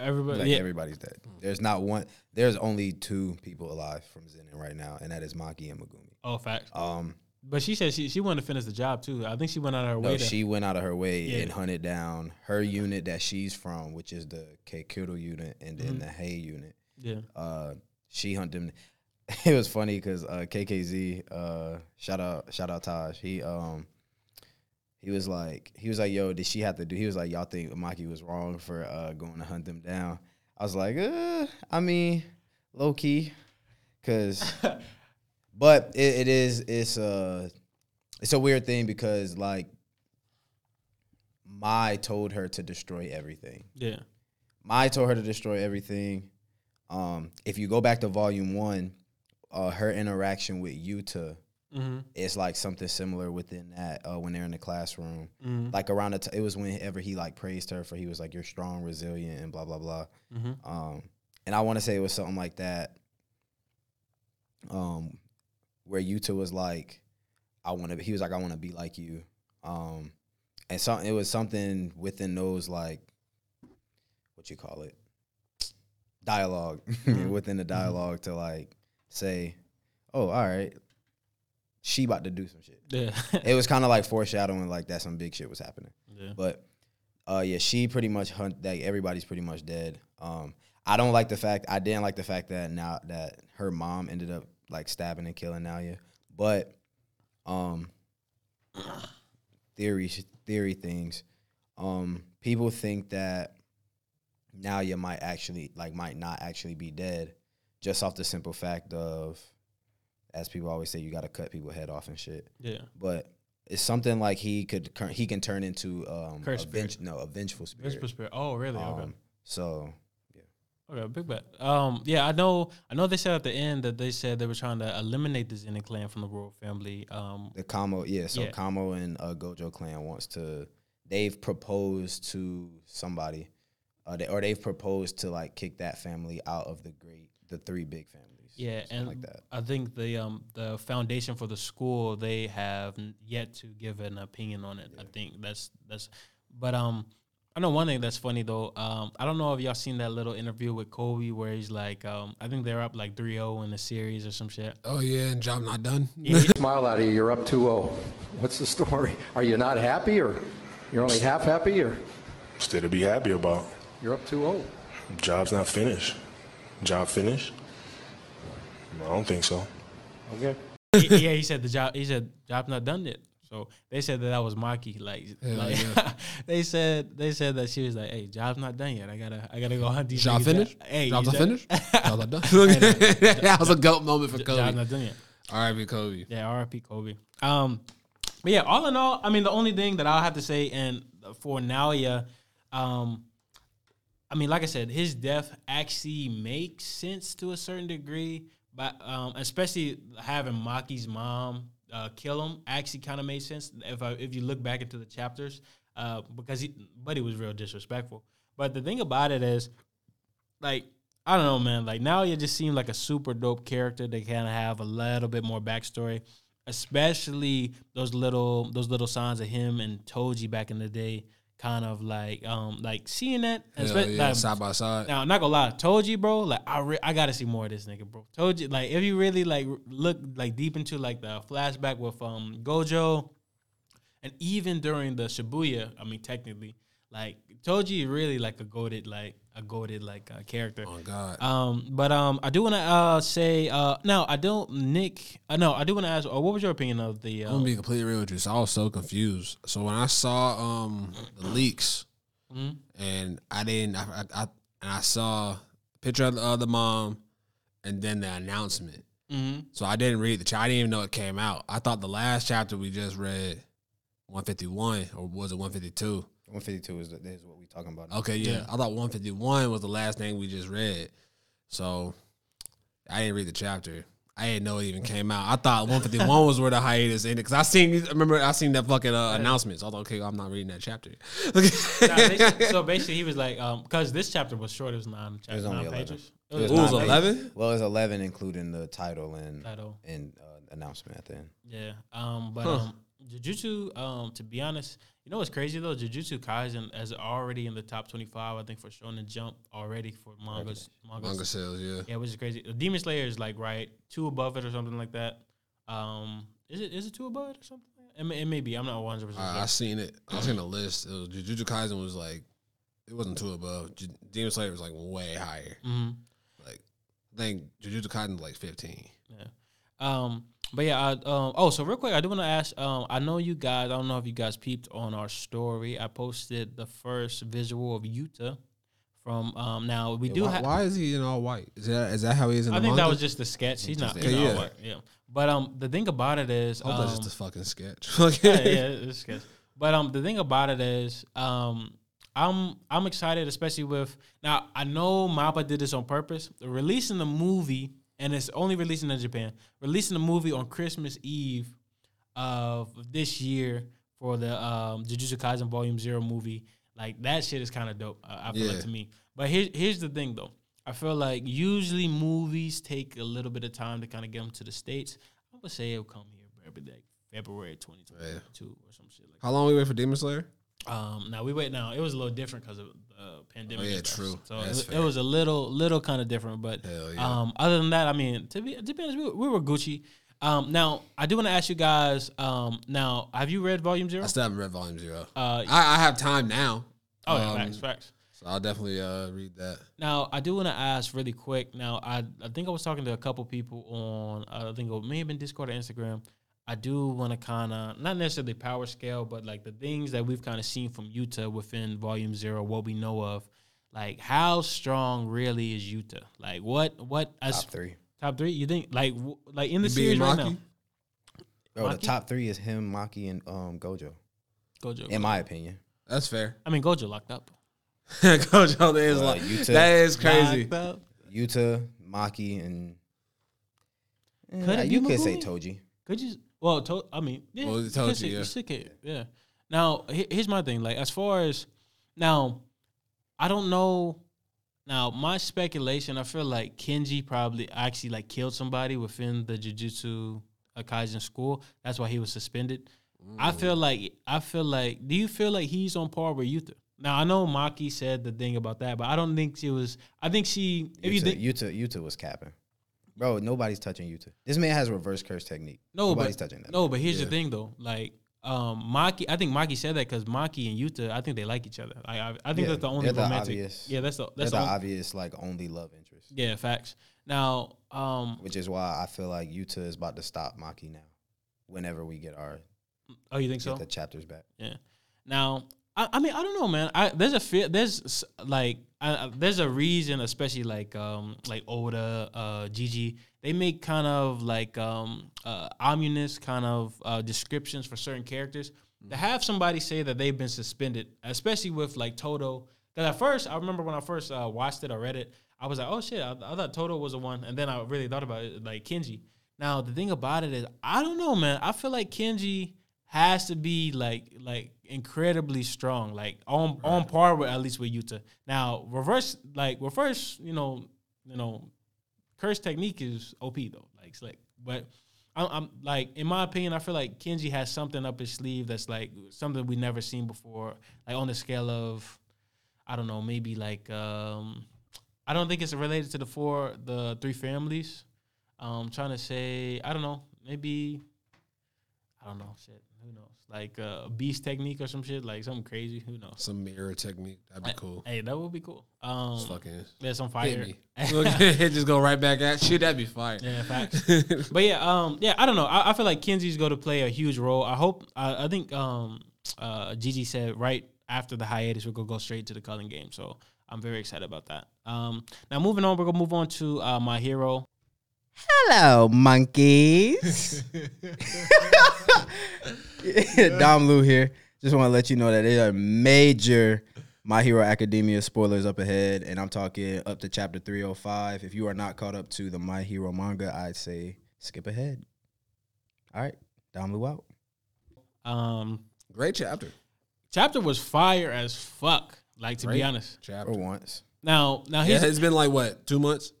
A: Everybody,
C: Like
A: yeah.
C: everybody's dead. There's not one, there's only two people alive from Zenin right now, and that is Maki and Megumi.
A: oh, facts.
C: Um,
A: But she said she, she wanted to finish the job too. I think she went out of her
C: No,
A: way. to-
C: she went out of her way
A: Yeah.
C: and hunted down her unit that she's from, which is the Keikiro unit and
A: Mm-hmm.
C: then the Hay unit.
A: yeah.
C: Uh, she hunted them. It was funny because uh, KKZ, uh, shout out, shout out Taj. He um, he was like, he was like, yo, did she have to do? He was like, y'all think Maki was wrong for uh, going to hunt them down? I was like, uh, I mean, low key, cause, but it, it is, it's uh, it's a weird thing because like, Mai told her to destroy everything.
A: Yeah.
C: Mai told her to destroy everything. Um, if you go back to volume one, uh, her interaction with Yuta
A: Mm-hmm.
C: is like something similar within that uh, when they're in the classroom.
A: Mhm.
C: Like around the t- it was whenever he like praised her for he was like you're strong, resilient, and blah blah blah.
A: Mm-hmm.
C: Um, and I want to say it was something like that. Um, where Yuta was like, I want to. He was like, I want to be like you. Um, and so it was something within those like, what you call it, dialog within the dialog to like say, oh, all right, she about to do some shit.
A: Yeah.
C: It was kind of like foreshadowing like that some big shit was happening.
A: yeah.
C: But uh, yeah, she pretty much hunt like everybody's pretty much dead. Um, I don't like the fact I didn't like the fact that now that her mom ended up like stabbing and killing Nalia. But um theory theory things. Um people think that Nalia might actually like might not actually be dead just off the simple fact of as people always say you got to cut people head off and shit
A: Yeah.
C: but it's something like he could cur- he can turn into um
A: Cursed
C: a venge- no a vengeful spirit.
A: Vengeful spirit. Oh, really? okay.
C: Um, so
A: Okay, big bet. Um, yeah, I know. I know they said at the end that they said they were trying to eliminate the Zenin clan from the royal family. Um,
C: the Kamo, yeah, so
A: Yeah.
C: Kamo and uh, Gojo Clan wants to they've proposed to somebody, uh, they, or they've proposed to like kick that family out of the great the three big families.
A: yeah,
C: something
A: and
C: like that.
A: I think the um the foundation for the school they have n- yet to give an opinion on it. I think that's that's. But um, I know one thing that's funny though. Um, I don't know if y'all seen that little interview with Kobe where he's like, um, I think they're up like 3-0 in the series or some shit.
B: Oh yeah, and job not done.
D: smile out of you. You're up 2 0. What's the story? Are you not happy, or you're only half happy, or
F: Still to be happy about.
D: you're up oh? 2 0?
F: Job's not finished. Job finished? I don't think so.
D: Okay.
A: He- yeah, he said the job. He said job's not done yet. So they said that that was Maki. Like, like, they said they said that she was like, "Hey, job's not done yet. I gotta I gotta go hunt these."
B: Job
A: niggas down."
B: finished.
A: Hey,
B: Job
A: you
B: not
A: done-
B: finished. Job not done. that was a goat moment for
A: Job's
B: Kobe.
A: not done yet.
B: All right, be Kobe.
A: Yeah, R.I.P. Kobe. Um, but yeah, all in all, I mean, the only thing that I'll have to say, and for Nalia, um, I mean, like I said, his death actually makes sense to a certain degree, but um, especially having Maki's mom uh, kill him actually kind of made sense if I, if you look back into the chapters, uh, because he, Buddy was real disrespectful. But the thing about it is, like I don't know, man. Like now, you just seem like a super dope character. They kind of have a little bit more backstory, especially those little those little signs of him and Toji back in the day. Kind of like um like seeing that. and
B: Hell
A: spe-
B: yeah,
A: like,
B: side by side.
A: now, I'm not gonna lie, Toji, bro. Like, I re- I gotta see more of this nigga, bro. Toji, like, if you really like r- look like deep into like the flashback with um Gojo, and even during the Shibuya, I mean, technically, like Toji is really like a goaded, like a goaded like uh, character.
B: Oh God.
A: Um, but um, I do want to uh say uh no, I don't Nick. Uh, no, I do want to ask. Uh, what was your opinion of the?
B: I'm
A: Uh,
B: gonna be completely real with you. So I was so confused. So when I saw um the leaks,
A: Mm-hmm.
B: and I didn't, I, I, I and I saw a picture of the, of the mom, and then the announcement.
A: Mm-hmm.
B: So I didn't read the. cha- I didn't even know it came out. I thought the last chapter we just read, 151 or was it 152?
C: One fifty two is is what we talking about. now.
B: Okay, yeah. I thought 151 was the last thing we just read. So I didn't read the chapter. I didn't know it even came out. I thought 151 was where the hiatus ended because I seen. Remember, I seen that fucking uh, announcement. So I thought, okay, I'm not reading that chapter.
A: nah, basically- so basically, he was like, um, because this chapter was short. It was nine, chapters,
C: only
A: nine
C: 11.
A: pages. It
C: It
A: was
B: Ooh, it was
C: nine pages.
B: 11?
C: Well, it's eleven, including the title and
A: Title.
C: and uh, announcement at the end.
A: Yeah. Um, but um, Jujutsu, um, to be honest, you know what's crazy though? Jujutsu Kaisen is already in the top twenty-five, I think, for Shonen Jump already for mangas. Mangas.
B: Manga sales, yeah.
A: Yeah, which is crazy. Demon Slayer is like right two above it or something like that. Um, is it is it two above it or something? It may, it may be. I'm not one hundred
B: All right, Uh, I
A: percent.
B: seen it. I seen the list. It was Jujutsu Kaisen was like, it wasn't two above. Ju- Demon Slayer was like way higher.
A: Mm-hmm.
B: Like, I think Jujutsu Kaisen was like 15.
A: Um, but yeah. I, um, oh, so real quick, I do want to ask. Um, I know you guys. I don't know if you guys peeped on our story. I posted the first visual of Utah from. Um, now we do
B: why,
A: have.
B: why is he in all white? Is that is that how he is in
A: I
B: the
A: think
B: manga?
A: that was just the sketch. He's not. He's
B: Interesting.
A: not
B: Yeah.
A: white, yeah. But um, the thing about it is,
B: I hope that's
A: um,
B: just a fucking sketch.
A: yeah, yeah, it's sketch. But um, the thing about it is, um, I'm I'm excited, especially with now. I know Mappa did this on purpose, releasing the movie, and it's only releasing in Japan. Releasing the movie on Christmas Eve of this year for the um, Jujutsu Kaisen Volume Zero movie. Like that shit is kind of dope. Uh, I feel like
B: Yeah.
A: to me. But here's here's the thing though. I feel like usually movies take a little bit of time to kind of get them to the states. I would say it'll come here February, like February 2022 or some shit like.
B: How long we wait for Demon Slayer?
A: That. Um, now we wait. Now it was a little different because of uh, pandemic.
B: Oh, yeah,
A: and stuff.
B: true.
A: So
B: That's
A: it, it
B: fair.
A: was a little little kind of different, but
B: Hell yeah.
A: um, other than that, I mean, to be to be honest, we, we were Gucci. Um, now I do want to ask you guys. Um, now have you read Volume Zero?
B: I still haven't read Volume Zero.
A: Uh,
B: I, I have time now.
A: oh, yeah,
B: Um,
A: facts, facts.
B: So I'll definitely uh, read that.
A: Now, I do want to ask really quick. Now, I, I think I was talking to a couple people on, uh, I think it may have been Discord or Instagram. I do want to kind of, not necessarily power scale, but like the things that we've kind of seen from Utah within Volume Zero, what we know of. Like, how strong really is Utah? Like, what, what, as,
C: Top three.
A: top three? You think, like, w- like in the
B: Being
A: series right
B: Maki?
A: now?
C: Bro,
A: Maki?
C: Oh, the top three is him, Maki, and um, Gojo.
A: Gojo.
C: In my opinion,
B: That's fair.
A: I mean, Gojo locked up.
B: Coach, that is
C: Uh,
B: like
C: you too.
B: that is crazy.
A: Locked up.
C: Utah, Maki, and Eh,
A: Could it
C: you
A: be
C: could say
A: Magumi?
C: Toji.
A: Could you? Well, to, I mean, yeah,
B: Well,
A: you
B: it tells
A: could
B: you,
A: say-
B: yeah.
A: stick it, yeah. Now, he- here's my thing. Like, as far as now, I don't know. Now, my speculation, I feel like Kenji probably actually like killed somebody within the Jujutsu uh, Kaisen school. That's why he was suspended. I
B: Mm.
A: feel like I feel like. Do you feel like he's on par with Yuta? Now, I know Maki said the thing about that, but I don't think she was. I think she. If you
C: Utah,
A: think
C: Utah, Utah was capping. Bro, nobody's touching Utah. This man has reverse curse technique.
A: No,
C: nobody's
A: but,
C: touching that.
A: No, but here's the thing though. Like um Maki, I think Maki said that because Maki and Yuta, I think they like each other. I I, I think
C: Yeah,
A: that's the only
C: they're the
A: romantic.
C: obvious-
A: yeah, that's the that's
C: That's
A: the,
C: the
A: only,
C: obvious, like only love interest,
A: yeah facts. Now um
C: which is why I feel like Utah is about to stop Maki now. Whenever we get our
A: oh you think
C: get
A: so
C: the chapters back,
A: yeah. Now I, I mean I don't know man. I there's a fear there's s- like I, I- there's a reason especially like um like Oda uh Gigi they make kind of like um uh ominous kind of uh descriptions for certain characters. To have somebody say that they've been suspended, especially with like Toto, because at first I remember when I first uh, watched it or read it, I was like, oh shit, I, I thought Toto was the one, and then I really thought about it, like Kenji. Now the thing about it is, I don't know, man. I feel like Kenji has to be like like incredibly strong, like on on par with at least with Utah. Now reverse like reverse, you know, you know, curse technique is OP though, like slick. But I'm, I'm like, in my opinion, I feel like Kenji has something up his sleeve that's like something we never seen before, like on the scale of, I don't know, maybe like, um, I don't think it's related to the four, the three families. Um, trying to say, I don't know, maybe, I don't know, shit, who knows, like uh, a beast technique or some shit, like something crazy, who knows.
B: Some mirror technique. That'd be cool.
A: Hey, that would be cool. Um,
B: Just fucking
A: that's on
B: hit
A: fire.
B: me. It just go right back at you. That'd be fire.
A: Yeah, facts. but yeah, um, yeah, I don't know. I, I feel like Kenzie's going to play a huge role. I hope. I, I think um, uh, Gigi said right after the hiatus, we're gonna go straight to the Cullen game. So I'm very excited about that. Um, now moving on, we're gonna move on to uh, my hero.
C: Hello, monkeys. Dom Lou here. Just want to let you know that there are major My Hero Academia spoilers up ahead, and I'm talking up to chapter 305. If you are not caught up to the My Hero manga, I'd say skip ahead. All right, Dom Lou out.
A: Um,
B: Great chapter.
A: chapter was fire as fuck. Like to be
B: Right.
A: honest.
B: Chapter.
C: For once.
A: Now, now here's
B: Yeah, it's been like what two months?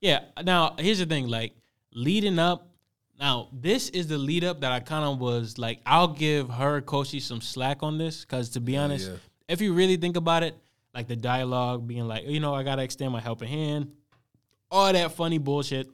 A: Yeah. Now here's the thing, like leading up. Now this is the lead up that I kind of was like, I'll give her Koshi some slack on this because to be honest,
B: yeah.
A: if you really think about it, like the dialogue being like, you know, I gotta extend my helping hand, all that funny bullshit.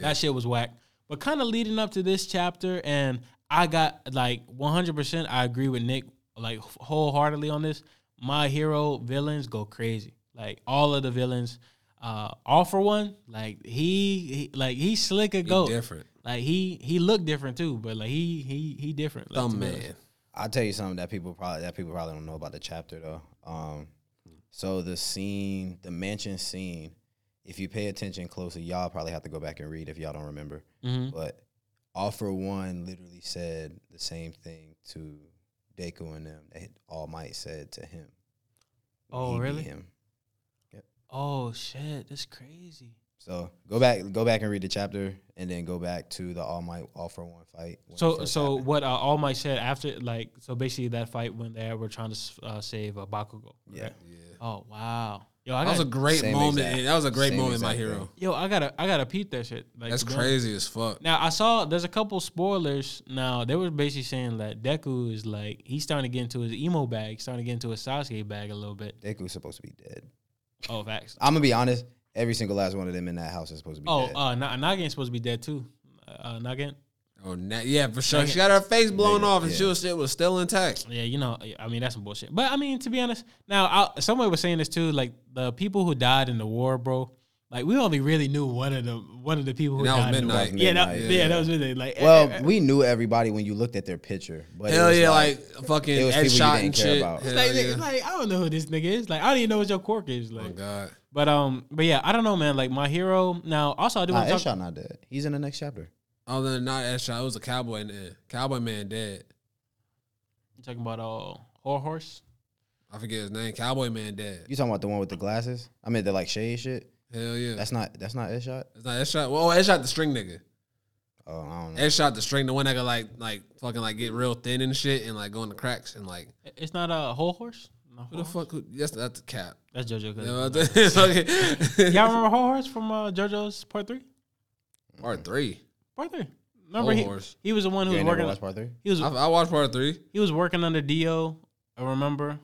A: That shit was whack. But kind of leading up to this chapter, and I got like 100%. I agree with Nick like wholeheartedly on this. My hero villains go crazy. Like all of the villains, uh, all for one. Like he, he like he slick a goat.
B: different.
A: Like he he looked different too, but like he he he different. Like,
B: Dumb
A: to be
B: man.
A: honest.
C: I'll tell you something that people probably that people probably don't know about the chapter though. Um, so the scene, the mansion scene, if you pay attention closely, y'all probably have to go back and read if y'all don't remember.
A: Mm-hmm.
C: But all for one literally said the same thing to Deku and them that All Might said to him. when
A: Oh,
C: he beat
A: really?
C: Him.
A: Oh shit, that's crazy.
C: So go back, go back and read the chapter, and then go back to the All Might All for One fight. when it
A: So
C: first
A: so
C: happened.
A: what uh, All Might said after like so basically that fight when they were trying to s- uh, save uh, Bakugo.
C: Yeah.
A: correct? Oh wow. Yo, I
B: That was
A: got
B: a great
C: Same
B: moment.
C: exact-
B: that was a great
C: same
B: moment, my
C: exact
B: hero.
C: thing.
A: yo, I gotta I gotta peep that shit. Like,
B: That's
A: to be honest.
B: crazy as fuck.
A: Now I saw there's a couple spoilers. Now they were basically saying that Deku is like he's starting to get into his emo bag, he's starting to get into his Sasuke bag a little bit.
C: Deku's supposed to be dead.
A: Oh facts.
C: I'm gonna be honest. Every single last one of them in that house is supposed to be
A: Oh,
C: dead.
A: uh, Na- Nagain's supposed to be dead too. Uh, Nagain.
B: Oh Oh, na- yeah, for sure. She got her face blown off, and she was shit was still intact.
A: Yeah, you know, I mean, that's some bullshit. But I mean, to be honest, now I, somebody was saying this too. Like the people who died in the war, bro. Like we only really knew one of the one of the people who
B: And that was
A: died. in the war.
B: midnight.
A: Yeah, that,
B: Midnight,
A: yeah,
B: yeah.
A: that was midnight. Like,
C: Well,
A: eh, eh,
C: we knew everybody when you looked at their picture. But it
B: Hell
C: was
B: yeah, like, fucking
C: it was
B: Ed
C: people you
B: shot
C: didn't
B: and
C: care
B: shit.
C: about.
B: Hell
A: like,
B: yeah.
A: nigga, like, I don't know who this nigga is. Like I don't even know what your quirk is. Like,
B: oh god.
A: but um, but yeah, I don't know, man. Like my hero. Now, also, I do
C: nah,
A: want to
C: Ed
A: talk.
C: Shot not dead. He's in the next chapter.
B: Other than not Ed shot, it was a cowboy in the end. Cowboy man dead.
A: you talking about uh, whore horse.
B: I forget his name. Cowboy man dead.
C: You talking about the one with the glasses? I mean, the like shade shit.
B: Hell yeah.
C: That's not that's not Ed Shot.
B: It's not Ed shot. Well, Ed shot the string nigga.
C: Oh, I don't know.
B: Ed shot the string, the one that could like like fucking like get real thin and shit and like go in the cracks and like
A: It's not a whole horse. No,
B: who the
A: Whore Horse?
B: fuck who, yes that's the cap.
A: That's JoJo.
B: You
A: Cook.
B: know what I'm saying? Fucking-
A: Y'all remember whole horse from uh, JoJo's part three?
B: Part three.
A: Part three. Remember
B: Whole
A: he,
B: Horse.
A: he was the one who
C: You
A: was
C: ain't never
A: working.
C: watched part three.
A: He was
B: I, I watched part three.
A: he was working under Dio. I remember.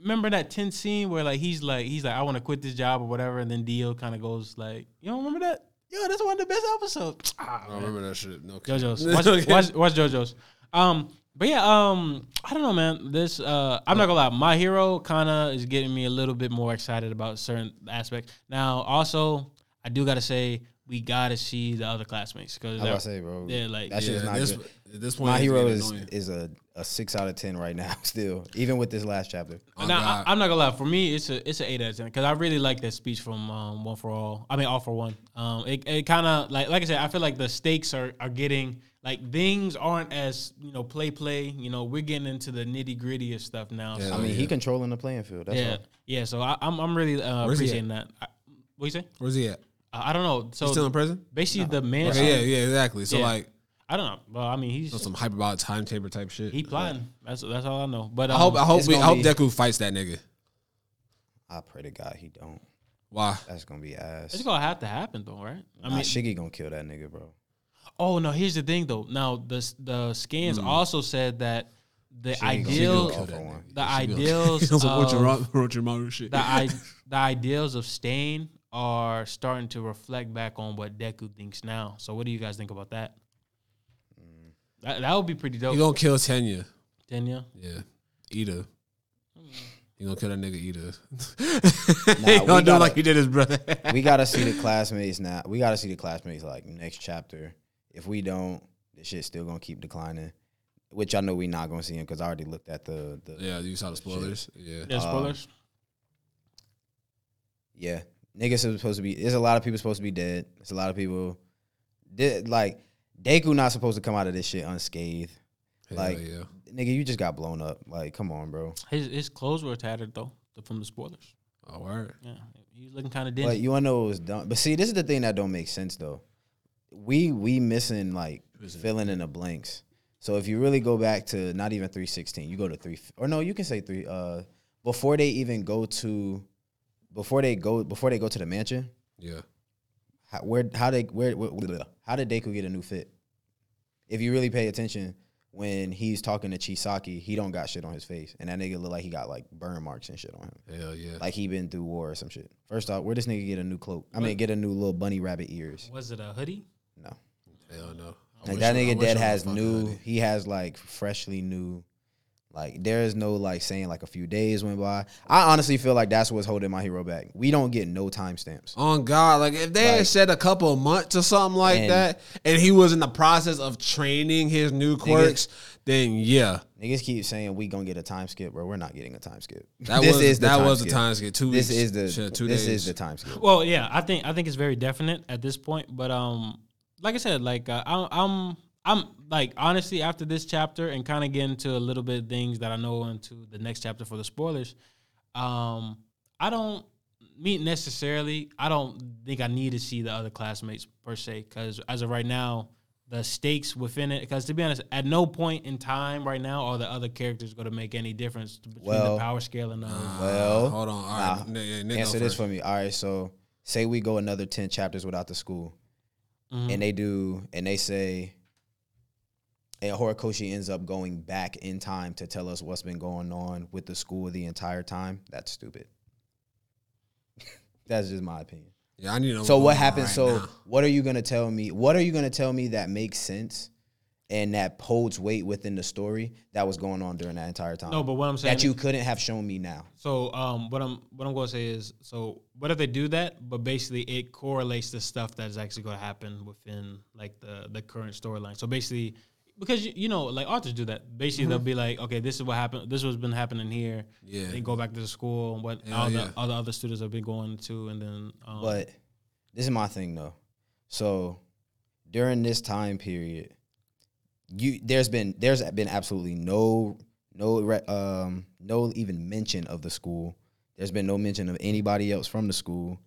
A: Remember that tense scene where like he's like he's like I want to quit this job or whatever, and then Dio kind of goes like, "You don't remember that? Yo, that's one of the best episodes." Ah,
B: I don't remember that shit. No cap.
A: JoJo's. Watch,
B: Okay.
A: watch, watch JoJo's. Um, but yeah, um, I don't know, man. This uh, I'm not gonna lie. My hero kind of is getting me a little bit more excited about certain aspects. Now, also, I do gotta say we gotta see the other classmates because
C: I was about to say, bro.
A: Yeah, like
C: that shit's
B: Yeah,
C: not
B: this-
C: good.
B: At this point,
C: My
B: it's
C: hero
B: getting
C: is
B: annoying.
C: is a, a six out of ten right now. Still, even with this last chapter.
B: Oh,
A: now,
B: God.
A: I, I'm not gonna lie. For me, it's a it's an eight out of ten because I really like that speech from um, One for All. I mean, All for One. Um, it it kind of like like I said, I feel like the stakes are are getting like things aren't as you know play play. You know, we're getting into the nitty gritty of stuff now.
B: Yeah.
A: So,
C: I mean, he controlling the playing field. That's
A: Oh, yeah,
C: all.
A: yeah. So I, I'm I'm really uh,
B: Where's he
A: appreciating that. I, what you say?
B: Where's he at?
A: I, I don't know. So
B: He's still in prison?
A: basically, the man.
B: Okay, yeah, yeah, exactly. So
A: Yeah.
B: like
A: I don't know. Well, I mean,
B: so
A: he's
B: some hype about timetable type shit.
A: he plotting. That's that's all I know. But um,
B: I hope I hope
C: It's
B: we, I hope
C: gonna
B: Deku fights that nigga.
C: I pray to God he don't.
B: Why?
C: That's gonna be ass.
A: it's gonna have to happen though, right? I
C: nah,
A: mean,
C: Shiggy gonna kill that nigga, bro.
A: Oh no! Here's the thing, though. Now the the scans
B: Mm.
A: also said that the
C: gonna
A: ideal,
C: go
B: Kill
C: off
B: that
C: on
B: nigga.
C: one.
A: the
B: She gonna-
A: ideals
B: on some
A: of-
B: Orochimaru- Orochimaru shit.
A: the I, the ideals of Stain are starting to reflect back on what Deku thinks now. So, what do you guys think about that?
B: Mm.
A: That, that would be pretty dope.
B: He gonna kill Tenya.
A: Tenya.
B: Yeah, Ida.
A: Hmm.
B: You gonna kill that nigga Ida?
C: we
B: he gonna do
C: gotta-
B: like he did his brother.
C: We gotta see the classmates now. We gotta see the classmates like next chapter. If we don't, this shit's still gonna keep declining. Which I know we not gonna see him because I already looked at the the
B: yeah, you saw the spoilers. Yeah,
A: Yeah, spoilers.
C: Yeah, niggas are supposed to be. There's a lot of people supposed to be dead. There's a lot of people. Did like Deku not supposed to come out of this shit unscathed.
B: Hell
C: like-
B: yeah.
C: Nigga, you just got blown up. Like, come on, bro.
A: his his clothes were tattered though from the spoilers.
B: Oh word.
A: Yeah, he was looking kind of
C: But
A: dingy.
C: you wanna know what was done? But see, this is the thing that don't make sense though. We we missing like filling in the blanks. So if you really go back to not even three sixteen, you go to three or no, you can say three. Uh, before they even go to, before they go before they go to the mansion,
B: Yeah.
C: how, where how did where, where blah, blah, blah. how did Deku get a new fit? If you really pay attention, when he's talking to Chisaki, he don't got shit on his face, and that nigga look like he got like burn marks and shit on him,
B: Hell yeah.
C: like he been through war or some shit. First off, where this nigga get a new cloak? I mean, get a new little bunny rabbit ears?
A: was it a hoodie?
C: No,
B: Hell no. I
C: like
B: wish
C: that
B: I- I
C: nigga
B: wish
C: dead
B: I
C: has
B: fucking
C: new.
B: had it.
C: He has like freshly new. Like there is no like saying like a few days went by. I honestly feel like that's what's holding my hero back. We don't get no timestamps.
B: On God, like if they had
C: Like-
B: said a couple of months or something like
C: And-
B: that, and he was in the process of training his new quirks, then yeah,
C: Niggas keep saying we gonna get a time skip, bro. We're not getting a time skip.
B: that was that was the time skip. Two
C: This
B: weeks,
C: is the
B: shit, two
C: this
B: days.
C: is the time skip.
A: Well, yeah, I think I think it's very definite at this point. But um, like I said, like uh, I'm I'm I'm like honestly after this chapter and kind of get into a little bit of things that I know into the next chapter for the spoilers. Um, I don't mean necessarily. I don't think I need to see the other classmates per se because as of right now. The stakes within it, because to be honest, at no point in time right now are the other characters going to make any difference between
C: Well,
A: the power scale and the.
C: Well,
B: Hold on, all right,
C: nah,
B: Nick- yeah, Nick go
C: answer this
B: first.
C: for me. All right, so say we go another ten chapters without the school,
A: Mm-hmm.
C: and they do, and they say, and Horikoshi ends up going back in time to tell us what's been going on with the school the entire time. That's stupid. That's just my opinion.
B: yeah, I need to know
C: So
B: what's
C: what
B: going on
C: happens?
B: right
C: so
B: now.
C: what are you gonna tell me? What are you gonna tell me that makes sense and that holds weight within the story that was going on during that entire time.
A: No, but what I'm saying
C: that you couldn't have shown me now.
A: So um, what I'm what I'm gonna say is so what if they do that, but basically it correlates to stuff that's actually gonna happen within like the the current storyline. So basically, because you, you know like authors do that. Basically,
C: Mm-hmm.
A: they'll be like, okay, this is what happened. This was been happening here.
B: Yeah.
A: Then go back to the school and what all,
B: yeah.
A: the, all the other students have been going to, and then um,
C: But this is my thing though. So during this time period, you there's been there's been absolutely no no re- um no even mention of the school. There's been no mention of anybody else from the school.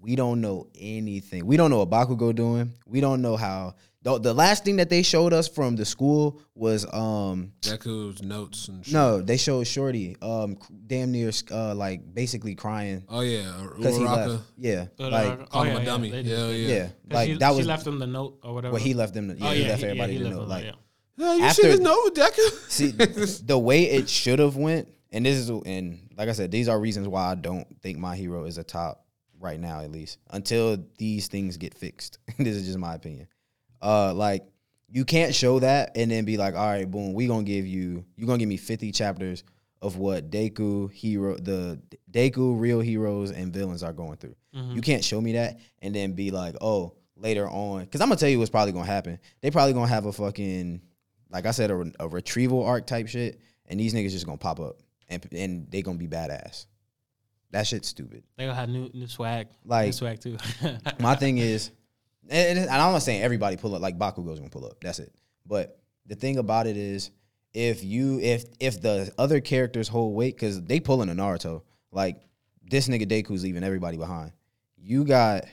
C: We don't know anything. We don't know what Bakugo doing. We don't know how. The, the last thing that they showed us from the school was um
B: Deku's notes and shit.
C: no they showed Shorty um damn near uh like basically crying
B: Oh yeah, or
C: because he
B: Uraraka.
C: left yeah
A: Oh,
C: like
A: Uraraka.
B: Call
A: Oh,
B: him
A: yeah,
B: a
A: yeah,
B: dummy.
A: they
B: Yeah,
A: did.
B: yeah.
C: yeah
A: she,
C: like that
A: she
C: was
A: left them the note or whatever.
C: Well, he left them. To, yeah,
A: Oh,
C: he
A: yeah,
C: left
A: he- yeah,
C: everybody
A: he
C: to
A: left
C: know.
A: them,
C: Like,
A: yeah.
B: Yeah, you
C: After-
B: see his note, Deku.
C: see, the way it should have went, and this is, and like I said, these are reasons why I don't think my hero is a top right now, at least until these things get fixed. this is just my opinion. Uh, like you can't show that and then be like, all right, boom, we gonna give you, you gonna give me fifty chapters of what Deku hero, the Deku real heroes and villains are going through. You can't show me that and then be like, oh, later on, because I'm gonna tell you what's probably gonna happen. They probably gonna have a fucking, like I said, a, a retrieval arc type shit, and these niggas just gonna pop up and and they gonna be badass. That shit's stupid.
A: they gonna have new new swag, new
C: Like-
A: swag too.
C: My thing is, and, and I'm not saying everybody pull up like Bakugo's gonna pull up. That's it. But the thing about it is, if you if if the other characters hold weight, because they pulling a Naruto, like this nigga Deku's leaving everybody behind. You got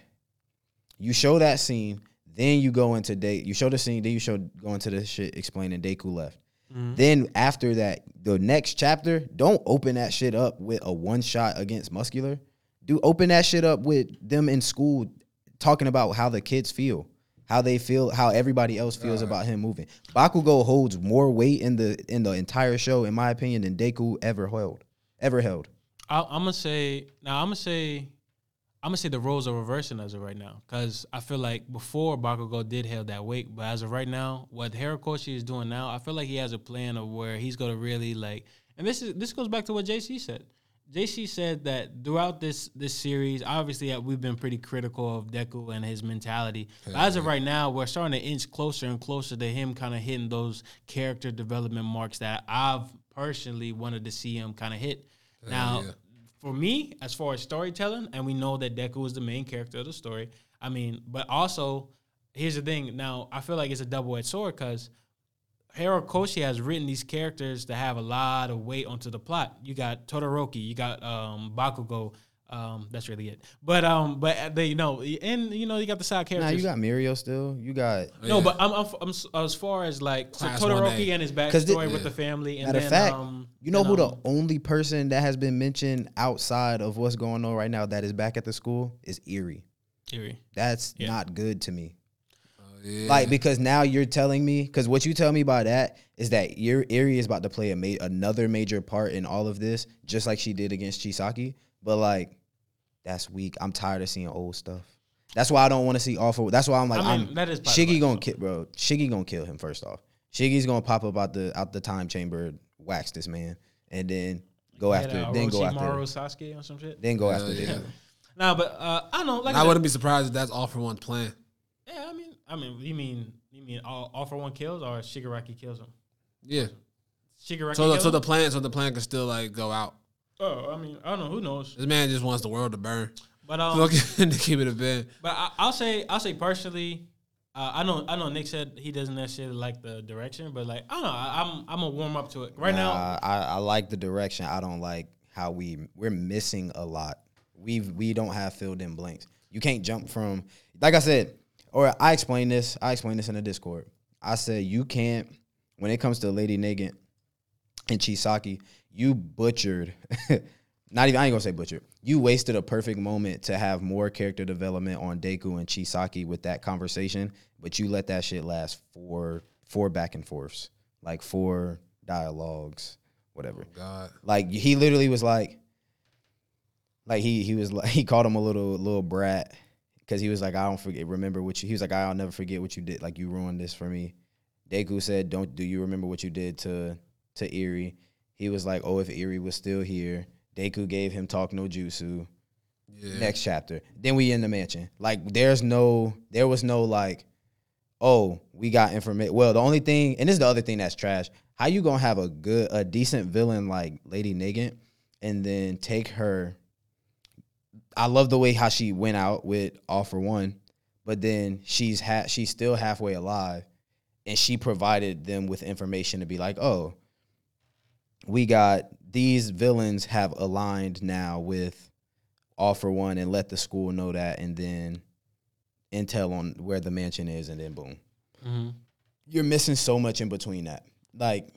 C: you show that scene, then you go into day. You show the scene, then you show go into the shit explaining Deku left. Then after that, the next chapter, don't open that shit up with a one shot against Muscular. Do open that shit up with them in school talking about how the kids feel, how they feel, how everybody else feels about him moving. Bakugo holds more weight in the in the entire show, in my opinion, than Deku ever held, ever held.
A: I, I'm gonna say now. I'm gonna say, I'm gonna say the roles are reversing as of right now because I feel like before Bakugo did have that weight, but as of right now, what Horikoshi is doing now, I feel like he has a plan of where he's gonna really like. And this is this goes back to what JC said. JC said that throughout this this series, obviously uh, we've been pretty critical of Deku and his mentality. But as of right now, we're starting to inch closer and closer to him kind of hitting those character development marks that I've personally wanted to see him kind of hit. Now, for me, as far as storytelling, and we know that Deku is the main character of the story. I mean, but also, here's the thing. Now, I feel like it's a double edged sword because Horikoshi has written these characters to have a lot of weight onto the plot. You got Todoroki, you got um, Bakugo. Um, that's really it. But um, but they you know, and you know, you got the side
C: Now
A: characters.
C: you got Mirio still. You got
A: no, but I'm, I'm, I'm s- as far as like so
B: Class
A: Todoroki
B: 1A.
A: and his
C: 'Cause
A: backstory
C: thi-
A: with the family, and
C: Matter
A: then
C: of fact,
A: um,
C: you know
A: and,
C: who
A: um,
C: the only person that has been mentioned outside of what's going on right now that is back at the school is Erie.
A: Kiri.
C: That's
A: Yeah.
C: not good to me.
B: Yeah.
C: Like because now you're telling me because what you tell me by that is that your Erie is about to play a ma- another major part in all of this, just like she did against Chisaki. But like, that's weak. I'm tired of seeing old stuff. That's why I don't want to see awful. That's why I'm like,
A: I mean,
C: am
A: that is part of
C: Shiggy
A: life,
C: gonna
A: though.
C: kill, bro. Shiggy gonna kill him first off. Shiggy's gonna pop up out the out the time chamber, wax this man, and then go
A: Had,
C: after,
A: uh,
C: then go
A: Orochimaru,
C: after,
A: Sasuke or some shit.
C: then go after.
B: yeah.
C: Yeah.
A: Nah, but uh, I don't know. Like I
B: I
A: said-
B: wouldn't be surprised if that's all for one plan.
A: Yeah, I mean, I mean, you mean you mean all, all for one kills or Shigaraki kills him?
B: Yeah.
A: Shigaraki.
B: So the,
A: kills
B: so the
A: him?
B: plan so the plan could still like go out.
A: oh, I mean, I don't know who knows,
B: This man just wants the world to burn.
A: but um,
B: Look to keep it a bit.
A: but I, I'll say I'll say personally, uh, I know I know Nick said he doesn't necessarily like the direction, but like I don't know, I, I'm I'm gonna warm up to it right now.
C: Uh, I, I like the direction. I don't like how we we're missing a lot. We we don't have filled in blanks. You can't jump from like I said, or I explained this. I explained this in the Discord. I said you can't when it comes to Lady Nagant and Chisaki, you butchered. Not even I ain't gonna say butchered. You wasted a perfect moment to have more character development on Deku and Chisaki with that conversation, but you let that shit last for four back and forths, like four dialogues, whatever.
B: God.
C: Like he literally was like, like he he was like he called him a little little brat because he was like I don't forget remember what you he was like I'll never forget what you did like you ruined this for me Deku said, "Don't do you remember what you did to to Erie?" He was like, "Oh, if Erie was still here." Deku gave him talk no jutsu. Next chapter. Then we in the mansion. Like there's no there was no like oh, we got information. Well, the only thing, and this is the other thing that's trash. How you gonna have a good, a decent villain like Lady Nigant, and then take her? I love the way how she went out with All for One, but then she's ha- she's still halfway alive, and she provided them with information to be like, oh, we got these villains have aligned now with All for One, and let the school know that, and then intel on where the mansion is, and then boom. You're missing so much in between that. Like,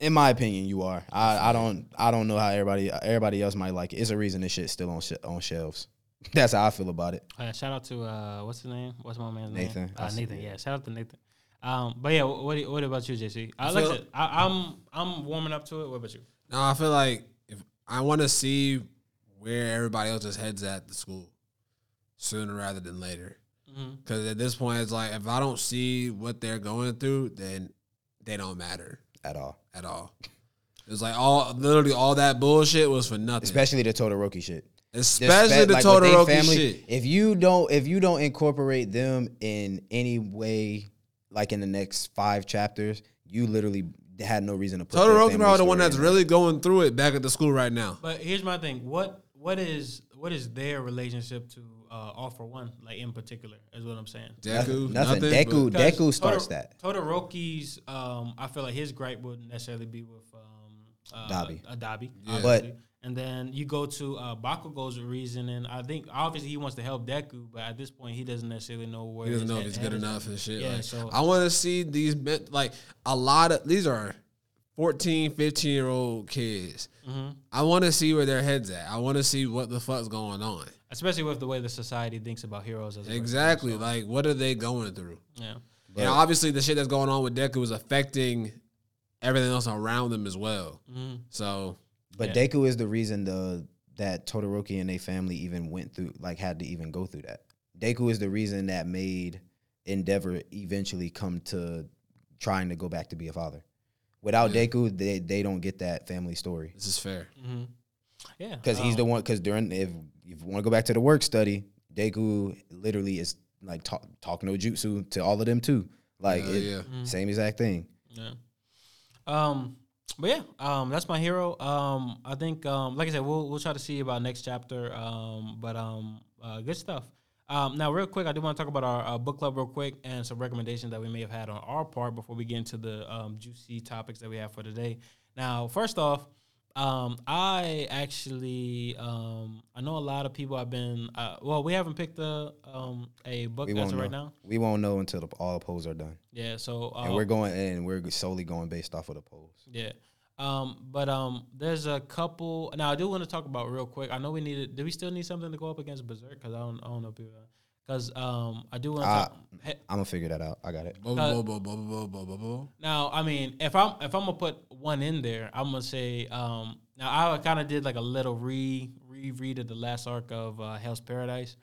C: in my opinion, you are. I, I don't I don't know how everybody everybody else might like it. It's a reason this shit's still on sh- on shelves. That's how I feel about it.
A: Uh, shout out to uh, what's his name? What's my man's name?
C: Nathan. I
A: Uh,
C: see
A: Nathan. Yeah. Shout out to Nathan. Um, but yeah, what do you- what about you, JC? I,
B: I
A: like I
B: feel-
A: said, I, I'm I'm warming up to it. What about you?
B: No, I feel like if I want to see where everybody else's heads at the school sooner rather than later. Because at this point, it's like if I don't see what they're going through, then they don't matter
C: At all.
B: at all. It's like all literally all that bullshit was for nothing. Especially,
C: Especially the Todoroki shit.
B: the
C: like, with they
B: Todoroki
C: family,
B: shit.
C: If you don't if you don't incorporate them in any way, like in the next five chapters, you literally had no reason to put their
B: Todoroki
C: family
B: probably the
C: story
B: one that's
C: in there.
B: really going through it back at the school right now.
A: But here's my thing. What what is what is their relationship to uh, All for One like in particular? Is what I'm saying.
B: Deku,
C: nothing.
B: nothing.
C: Deku-
B: but-
A: Because
C: Deku starts
A: Todor-
C: that.
A: Todoroki's, um, I feel like his gripe wouldn't necessarily be with um, uh,
C: Dabi.
A: uh, Dabi,
C: But-
A: obviously. and then you go to uh, Bakugo's reasoning. I think obviously he wants to help Deku, but at this point he doesn't necessarily know where
B: He doesn't
A: his
B: know if
A: head-
B: he's
A: head
B: good
A: is
B: enough
A: at.
B: and shit.
A: Yeah,
B: like,
A: so-
B: I want to see these men, like a lot of these are 14, 15 year old kids.
A: Mm-hmm.
B: I want to see where their heads at. I want to see what the fuck's going on.
A: Especially with the way the society thinks about heroes as a person.
B: Exactly. Like, what are they going through?
A: Yeah.
B: and obviously, the shit that's going on with Deku is affecting everything else around them as well.
A: Mm-hmm.
B: So,
C: But Deku is the reason the that Todoroki and they family even went through, like, had to even go through that. Deku is the reason that made Endeavor eventually come to trying to go back to be a father. Without Deku, they they don't get that family story
B: this is fair.
A: Mm-hmm. Yeah.
C: because he's the one. Because during if if you want to go back to the work study, Deku literally is like talk talk no jutsu to all of them too. Like
B: Hell
C: it-
B: yeah.
C: same exact thing.
A: Um, but yeah, um, that's my hero. Um, I think, um, like I said, we'll we'll try to see about next chapter. Um, but um, uh, good stuff. Um, now, real quick, I do want to talk about our uh, book club real quick and some recommendations that we may have had on our part before we get into the um, juicy topics that we have for today. Now, first off, um, I actually um, I know a lot of people have been uh, well, we haven't picked a um, a book
C: We
A: as
C: won't
A: of
C: know.
A: right now.
C: We won't know until the, all polls are done,
A: Yeah, so uh,
C: and we're going and we're solely going based off of the polls.
A: Yeah. Um, but um, there's a couple. Now I do want to talk about real quick. I know we needed. Do we still need something to go up against Berserk? Because I don't, I don't know people. Because um, I do want to
C: Uh,
A: talk. he-
C: I'm gonna figure that out. I got it.
B: Bo-
A: Uh,
B: bo- bo- bo- bo- bo- bo- bo.
A: Now, I mean, if I'm if I'm gonna put one in there, I'm gonna say. Um, now I kind of did like a little re reread of the last arc of uh, Hell's Paradise.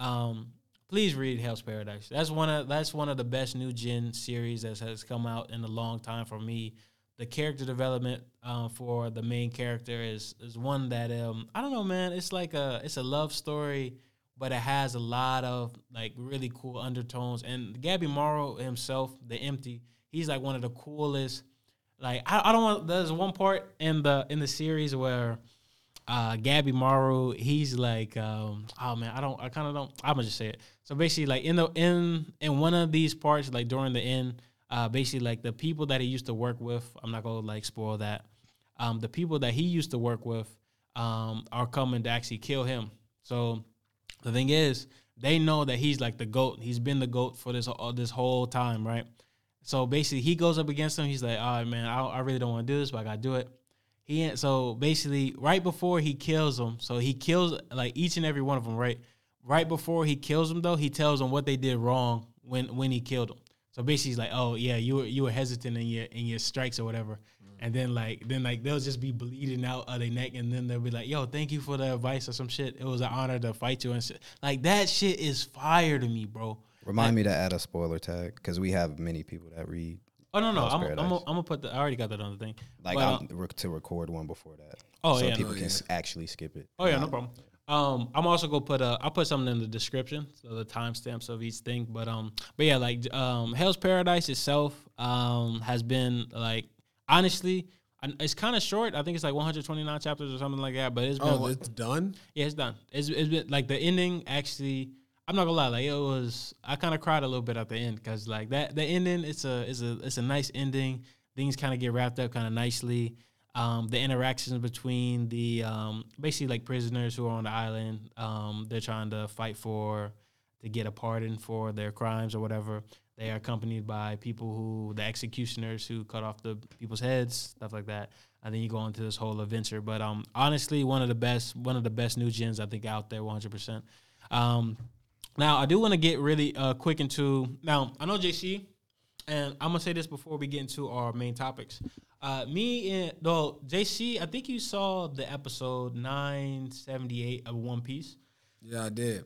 A: Um, please read Hell's Paradise. That's one of that's one of the best new gen series that has come out in a long time for me. The character development um, for the main character is is one that um, I don't know, man. It's like a it's a love story, but it has a lot of like really cool undertones. And Gabby Morrow himself, the Empty, he's like one of the coolest. Like I, I don't want. There's one part in the in the series where uh Gabby Morrow, he's like, um, oh man, I don't I kinda don't I'm gonna just say it. So basically like in the in in one of these parts, like during the end, uh basically like the people that he used to work with, I'm not gonna like spoil that. Um the people that he used to work with um are coming to actually kill him. So the thing is, they know that he's like the goat. He's been the goat for this all this whole time, right? So basically, he goes up against him. He's like, "All right, man, I, I really don't want to do this, but I gotta do it." He ain't- so basically, right before he kills them, so he kills like each and every one of them, right? Right before he kills them, though, he tells them what they did wrong when when he killed them. So basically, he's like, "Oh yeah, you were you were hesitant in your in your strikes or whatever,"
C: Mm.
A: and then like then like they'll just be bleeding out of their neck, and then they'll be like, "Yo, thank you for the advice or some shit. It was an honor to fight you and shit." Like that shit is fire to me, bro.
C: Remind me to add a spoiler tag because we have many people that read.
A: Oh no no,
C: was
A: I'm I'm
C: Paradise.
A: gonna I'm gonna put the. I already got that on the thing.
C: Like
A: But, uh,
C: I'm re- to record one before that.
A: Oh,
C: so
A: yeah, no,
C: people can s actually skip it.
A: Oh yeah, no
C: Not-
A: problem. Um, I'm also gonna put uh, I'll put something in the description, so the timestamps of each thing. But um, but yeah, like um, Hell's Paradise itself um has been like honestly, I- it's kind of short. I think it's like 129 chapters or something like that. But it's been
B: Oh,
A: one-
B: it's done.
A: yeah, it's done. It's, it's been like the ending actually. I'm not gonna lie, like it was. I kind of cried a little bit at the end because like that the ending. It's a it's a it's a nice ending. Things kind of get wrapped up kind of nicely. Um, the interactions between the um, basically like prisoners who are on the island. Um, they're trying to fight for to get a pardon for their crimes or whatever. They are accompanied by people who the executioners who cut off the people's heads, stuff like that. And then you go into this whole adventure. But um, honestly, one of the best, one of the best new gens I think out there, one hundred percent. Um, now I do want to get really uh quick into now. I know JC, and I'm gonna say this before we get into our main topics. Uh, me and though JC, I think you saw the episode nine seventy eight of One Piece.
B: Yeah, I did.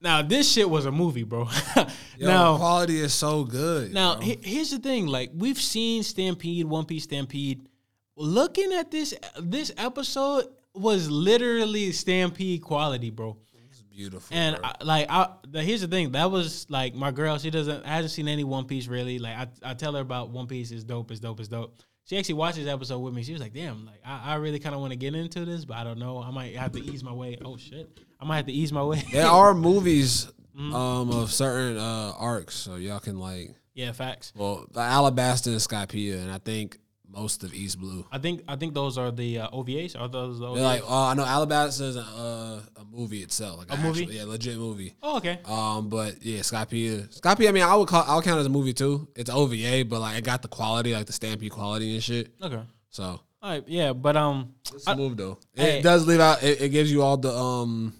A: Now this shit was a movie, bro.
B: Yo,
A: now,
B: quality is so good.
A: now
B: bro.
A: he- here's the thing: like we've seen Stampede, One Piece Stampede. Looking at this, this episode was literally Stampede quality, bro.
B: it's beautiful.
A: And
B: bro.
A: I, like, I the, here's the thing: that was like my girl. She doesn't hasn't seen any One Piece really. Like, I, I tell her about One Piece is dope, is dope, is dope. She actually watched this episode with me. She was like, "Damn, like I, I really kind of want to get into this, but I don't know. I might have to ease my way. Oh shit, I might have to ease my way."
B: there are movies
A: Mm-hmm.
B: um, of certain uh, arcs, so y'all can like.
A: yeah, facts.
B: Well, the Alabasta and Skypea, and I think most of East Blue.
A: I think I think those are the uh, OVAs. Are those the OVAs?
B: They're like, oh, I know Alabasta is a, uh, a movie itself, like a
A: movie?
B: yeah, legit movie.
A: oh, okay.
B: Um, but yeah, Skypea, Skypea. I mean, I would call, I'll count it as a movie too. It's OVA, but like it got the quality, like the Stampede quality and shit.
A: Okay.
B: So
A: All right. Yeah, but um,
B: it's a move though. It
A: Hey.
B: does leave out. It, it gives you all the um,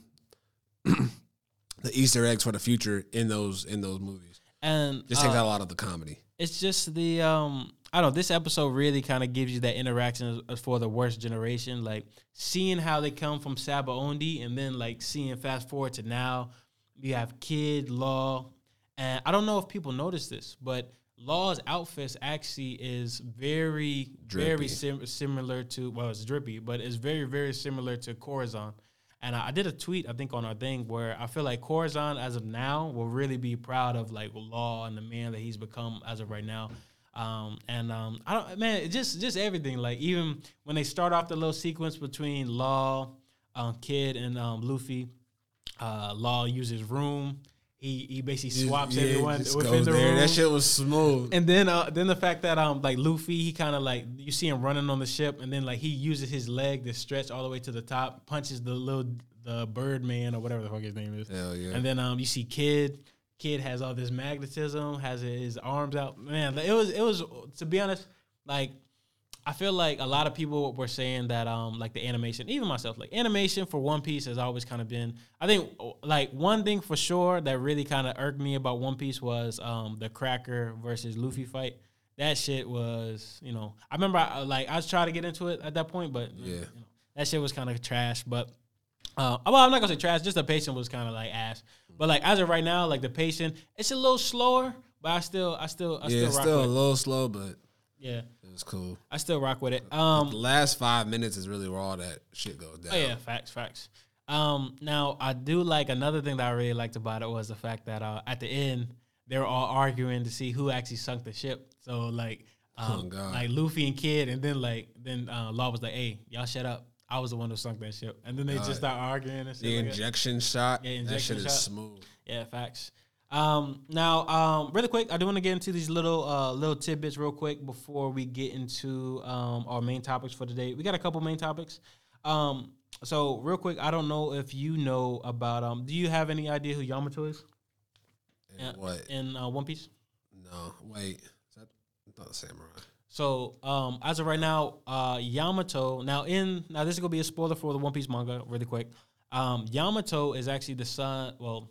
B: the Easter eggs for the future in those in those movies.
A: and
B: Just
A: uh,
B: takes out a lot of the comedy.
A: it's just the um I don't know, this episode really kind of gives you that interaction as- as for the worst generation. Like seeing how they come from Saba Ondi and then like seeing fast forward to now, you have Kid, Law, and I don't know if people notice this, but Law's outfits actually is very, very
B: Drippy.
A: sim- similar to, well, it's drippy, but it's very, very similar to Corazon. And I, I did a tweet, I think, on our thing where I feel like Corazon, as of now, will really be proud of like Law and the man that he's become as of right now. Um, and um, I don't, man, it just just everything. Like even when they start off the little sequence between Law, um, Kid, and um, Luffy, uh, Law uses room. He he basically swaps
B: Yeah, it
A: everyone
B: just
A: within
B: goes
A: the
B: there.
A: room.
B: That shit was smooth.
A: And then uh, then the fact that um like Luffy, he kind of like you see him running on the ship, and then like he uses his leg to stretch all the way to the top, punches the little the bird man or whatever the fuck his name is.
B: Hell yeah.
A: And then um you see Kid. Kid has all this magnetism, has his arms out. Man, like, it was it was to be honest, like I feel like a lot of people were saying that um like the animation, even myself, like animation for One Piece has always kind of been. I think oh, like one thing for sure that really kind of irked me about One Piece was um the Cracker versus Luffy fight. That shit was, you know, I remember I, uh, like I was trying to get into it at that point, but yeah, you know, that shit was kind of trash. But uh, well, I'm not gonna say trash. Just the patient was kind of like ass. But like as of right now, like the patient, it's a little slower. But I still, I still, I
B: yeah,
A: still rock
B: still a
A: with it.
B: little slow, but
A: Yeah,
B: it was cool.
A: I still rock with it. Um,
B: The last five minutes is really where all that shit goes down.
A: Oh yeah, facts, facts. Um, now I do like another thing that I really liked about it was the fact that uh, at the end they were all arguing to see who actually sunk the ship. So like, um,
B: God.
A: like Luffy and Kid, and then like then uh, Law was like, "Hey, y'all shut up! I was the one who sunk that ship." And then they just start arguing and shit.
B: The
A: like that.
B: injection shot.
A: Yeah,
B: that
A: injection
B: shit
A: shot.
B: is smooth.
A: Yeah, facts. Um, now, um, really quick, I do want to get into these little uh, little tidbits real quick before we get into um, our main topics for today. We got a couple main topics. Um, so, real quick, I don't know if you know about. Um, do you have any idea who Yamato is
B: And
A: Uh,
B: what?
A: in uh, One Piece?
B: no, wait. Is that, I thought samurai.
A: So um, as of right now, uh, Yamato. Now in now this is gonna be a spoiler for the One Piece manga, really quick. Um, Yamato is actually the son. Well,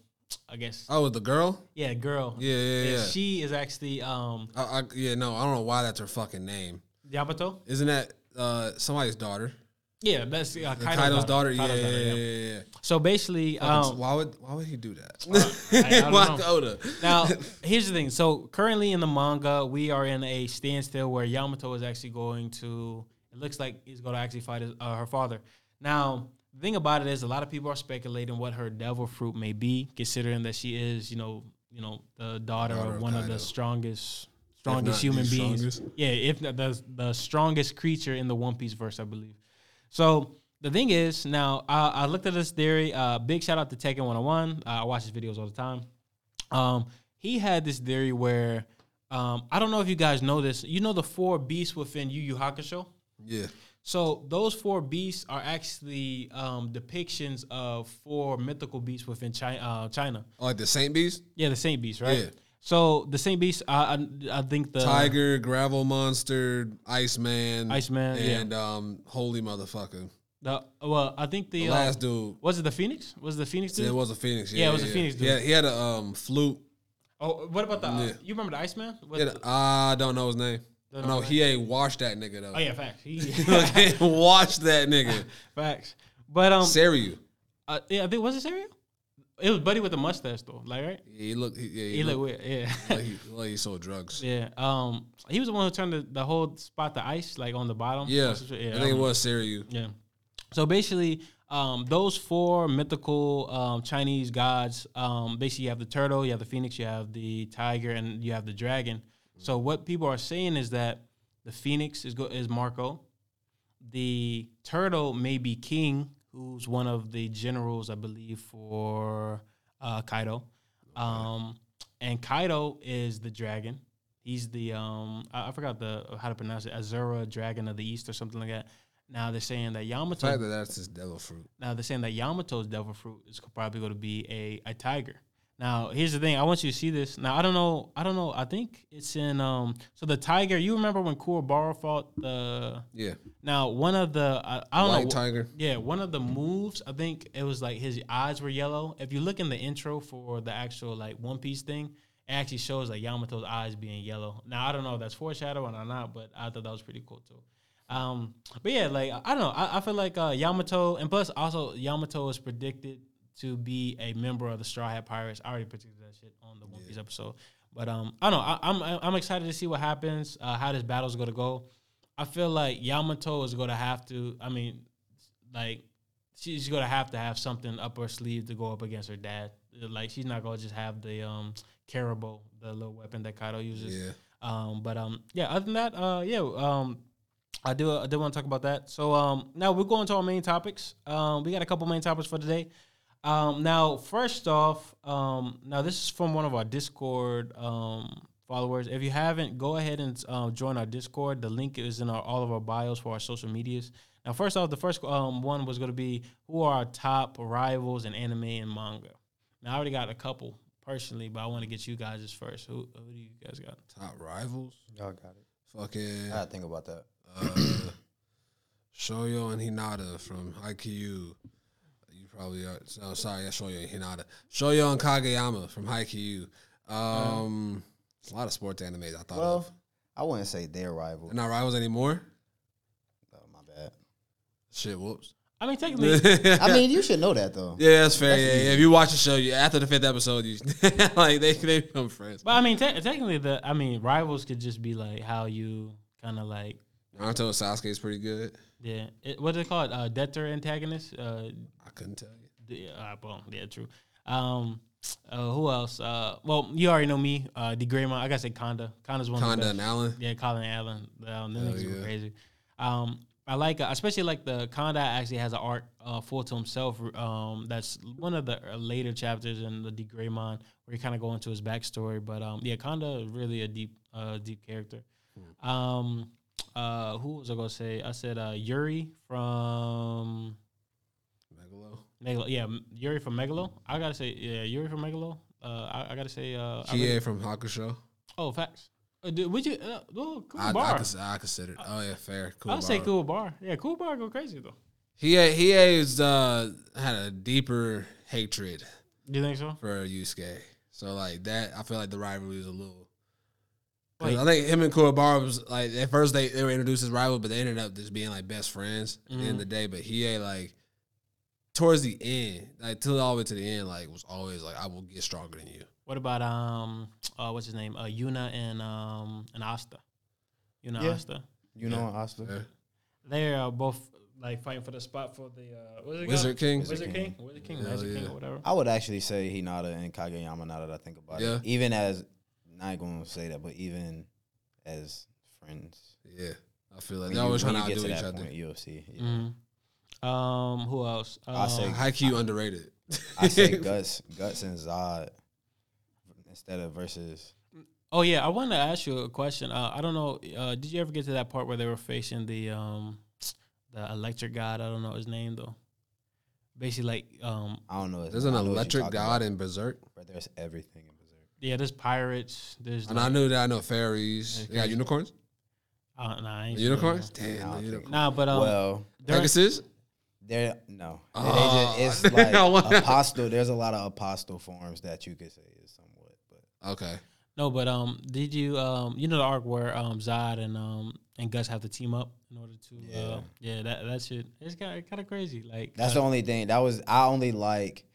A: I guess
B: Oh, with the girl?
A: yeah, girl.
B: Yeah, yeah,
A: And
B: yeah.
A: She is actually um,
B: I, I, yeah, no, I don't know why that's her fucking name.
A: Yamato.
B: Isn't that uh, somebody's daughter?
A: Yeah, that's uh, Kaido's,
B: Kaido's
A: daughter.
B: daughter. Yeah,
A: Kaido's
B: yeah,
A: daughter,
B: yeah, yeah, yeah.
A: So basically, um,
B: why would why would he do that?
A: I don't
B: why
A: know.
B: Oda?
A: now here's the thing. So currently in the manga, we are in a standstill where Yamato is actually going to. It looks like he's going to actually fight his, uh, her father. Now the thing about it is, a lot of people are speculating what her devil fruit may be, considering that she is, you know, you know, the daughter,
B: Daughter
A: of
B: of
A: one of the
B: Kaido.
A: strongest. Strongest
B: not
A: human
B: the
A: beings,
B: strongest.
A: yeah. If not the the strongest creature in the One Piece verse, I believe. So the thing is, now I, I looked at this theory. Uh, big shout out to Tekken 101. Uh, I watch his videos all the time. Um, he had this theory where um, I don't know if you guys know this. You know the four beasts within Yu Yu Hakusho.
B: Yeah,
A: So those four beasts are actually um, depictions of four mythical beasts within China. Uh, China.
B: Oh, like the Saint Beast,
A: Yeah, the Saint Beast, right?
B: Yeah.
A: So the Saint Beast, I, I, I think the
B: Tiger, Gravel Monster, Iceman,
A: Iceman, yeah.
B: and um, holy motherfucker,
A: the well, I think the,
B: the
A: um,
B: last dude.
A: was it the Phoenix? Was it the Phoenix? Dude?
B: Yeah, it was a phoenix.
A: Yeah, it was a phoenix dude.
B: Yeah, he had a um, flute.
A: Oh, what about the? Uh,
B: Yeah.
A: You remember the Iceman? What
B: He had a, ah, I don't know his name. I
A: Don't know
B: know
A: his
B: he ain't washed that nigga though.
A: oh yeah, facts. He,
B: Like, Wash that nigga.
A: facts. But um,
B: Serious.
A: uh, yeah, I think was it cereal? It was Buddy with the mustache though, like right?
B: He looked. He, yeah, he,
A: He looked
B: looked
A: weird. Yeah,
B: like he, like he sold drugs. Yeah,
A: yeah. Um, he was the one who turned the, the whole spot to ice, like on the bottom. Or some shit. yeah.
B: I
A: don't
B: think it
A: know.
B: was Serious.
A: Yeah. So basically, um, those four mythical um, Chinese gods. Um, basically, you have the turtle, you have the phoenix, you have the tiger, and you have the dragon. So what people are saying is that the phoenix is go- is Marco, the turtle may be king, who's one of the generals, I believe, for uh, Kaido, um, and Kaido is the dragon. He's the um, I, I forgot the how to pronounce it, Azura Dragon of the East or something like that. Now they're saying that
B: The
A: Yamato.
B: fact that that's his devil fruit.
A: Now they're saying that Yamato's devil fruit is probably going to be a, a tiger. Now here's the thing. I want you to see this. Now I don't know. I don't know. I think it's in um. So the tiger. You remember when Kuwabara fought the?
B: Yeah,
A: Now one of the I, I don't
B: white
A: know.
B: tiger.
A: Yeah, one of the moves. I think it was like his eyes were yellow. If you look in the intro for the actual like One Piece thing, it actually shows like Yamato's eyes being yellow. Now I don't know if that's foreshadowing or not, but I thought that was pretty cool too. Um, but yeah, like I don't know. I, I feel like uh, Yamato, and plus also Yamato is predicted to be a member of the Straw Hat Pirates. I already predicted that shit on the One Piece episode. But um, I don't know. I, I'm I'm excited to see what happens. Uh, how this battle's going to go. I feel like Yamato is going to have to. I mean, like she's gonna have to have something up her sleeve to go up against her dad. Like she's not gonna just have the um caribou, the little weapon that Kaido uses.
B: Yeah.
A: Um, but um, yeah. Other than that, uh, yeah. Um, I do I do want to talk about that. So um, now we're going to our main topics. Um, we got a couple main topics for today. Um, now first off, um, now this is from one of our Discord um followers. If you haven't, go ahead and um, join our Discord. The link is in our, all of our bios for our social medias. Now, first off, the first um, one was going to be who are our top rivals in anime and manga. Now, I already got a couple personally, but I want to get you guys first. Who, who do you guys got?
B: Top rivals.
C: Y'all got it.
B: Fucking
C: I gotta think about that.
B: uh, Shoyo and Hinata from Haikyuu. You probably are. No, sorry, yeah, Shoyo and Hinata. Shoyo and Kageyama from Haikyuu. Um, it's a lot of sports animes I thought
C: Well,
B: of.
C: I wouldn't say their rival.
B: They're not rivals anymore.
C: Oh, my bad.
B: Shit, whoops.
A: I mean, technically,
B: yeah,
C: I mean, you should know that though.
B: that's fair. yeah, yeah. If you watch the show, you after the fifth episode, you like they they become friends.
A: but I mean, te- technically, the I mean, rivals could just be like how you kind of like,
B: Naruto and Sasuke is pretty good.
A: yeah, it, what do they call it? Uh, Debtor antagonist? Uh,
B: I couldn't tell you.
A: the, uh, well, yeah, true. Um, uh, who else? Uh, well, you already know me, uh, the Greymon. I gotta say, Conda. Conda's one of the
B: Conda
A: best.
B: and Allen.
A: Yeah, Colin Allen. Um, them
B: Hell
A: niggas were
B: yeah.
A: crazy. Um, I like, uh, especially like the Conda actually has an art uh, full to himself. Um, that's one of the uh, later chapters in the D. Greymon where you kind of go into his backstory. But um, yeah, Conda is really a deep, uh, deep character.
B: Hmm.
A: Um, uh, who was I gonna say? I said uh, Yuri from
B: Megalo.
A: Megalo. Yeah, M- Yuri from Megalo. I gotta say, yeah, Yuri from Megalo. Uh, I, I gotta say, uh, I really-
B: Kie from Hakusho.
A: oh, facts. Uh, dude, would you? Uh, oh, cool
B: I, I,
A: bar.
B: cons- I considered. Oh yeah, fair. Cool.
A: I'll say
B: bar.
A: cool bar. Yeah, cool bar go crazy though.
B: He he is uh, had a deeper hatred
A: Do you think so?
B: for Yusuke. So like that, I feel like the rivalry is a little 'Cause I think him and Kuwabara was like at first they, they were introduced as rival, but they ended up just being like best friends at
C: Mm-hmm.
B: the end of the day. But he ain't like towards the end, like till all the way to the end, like was always like I will get stronger than you.
A: What about um uh what's his name? Uh Yuna and um and Asta. Yuna
C: Yeah.
A: Asta.
C: You know, Oscar.
B: Yeah.
A: They are both like fighting for the spot for the uh what's it
B: Wizard
A: called?
B: King.
A: Wizard King. Wizard King,
B: Hell
A: Magic King
B: yeah.
A: or whatever.
C: I would actually say Hinata and Kageyama now that I think about
B: Yeah.
C: it. Even as not gonna say that, but even as friends.
B: Yeah. I feel like they're
C: When you-
B: always
C: when
B: trying to
C: you get
B: outdo each
C: that
B: other. Mm.
C: point, You'll see. Yeah.
A: Mhm. Um who else? Uh,
C: I say-
B: High Q underrated.
C: I say Guts, Guts and Zod instead of versus.
A: Oh yeah, I wanted to ask you a question. Uh, I don't know. Uh, did you ever get to that part where they were facing the um, the electric god? I don't know his name though. Basically, like um,
C: I don't know. his
B: There's
C: name.
B: an
C: I know what you're
B: electric
C: talking
B: god
C: about,
B: in Berserk.
C: but there's everything in Berserk.
A: yeah, there's pirates. There's
B: And I
A: like-
B: knew that I know fairies. Yeah, unicorns?
A: uh, nah, I ain't sure.
B: Unicorns?
C: I
B: Damn,
C: don't
B: the
C: think-
B: unicorn.
A: Nah, but um,
C: well,
A: during-
B: Pegasus?
C: there no. They-
B: Oh,
C: they just,
B: I
C: it's like
B: don't wanna-
C: apostle. There's a lot of apostle forms that you could say is somewhat, but
B: Okay.
A: no, but um, did you um, you know the arc where um Zod and um and Gus have to team up in order to yeah, uh,
C: Yeah.
A: yeah that that shit it's kind of kind of crazy like
C: That's the
A: kinda-
C: only thing. That was I only like.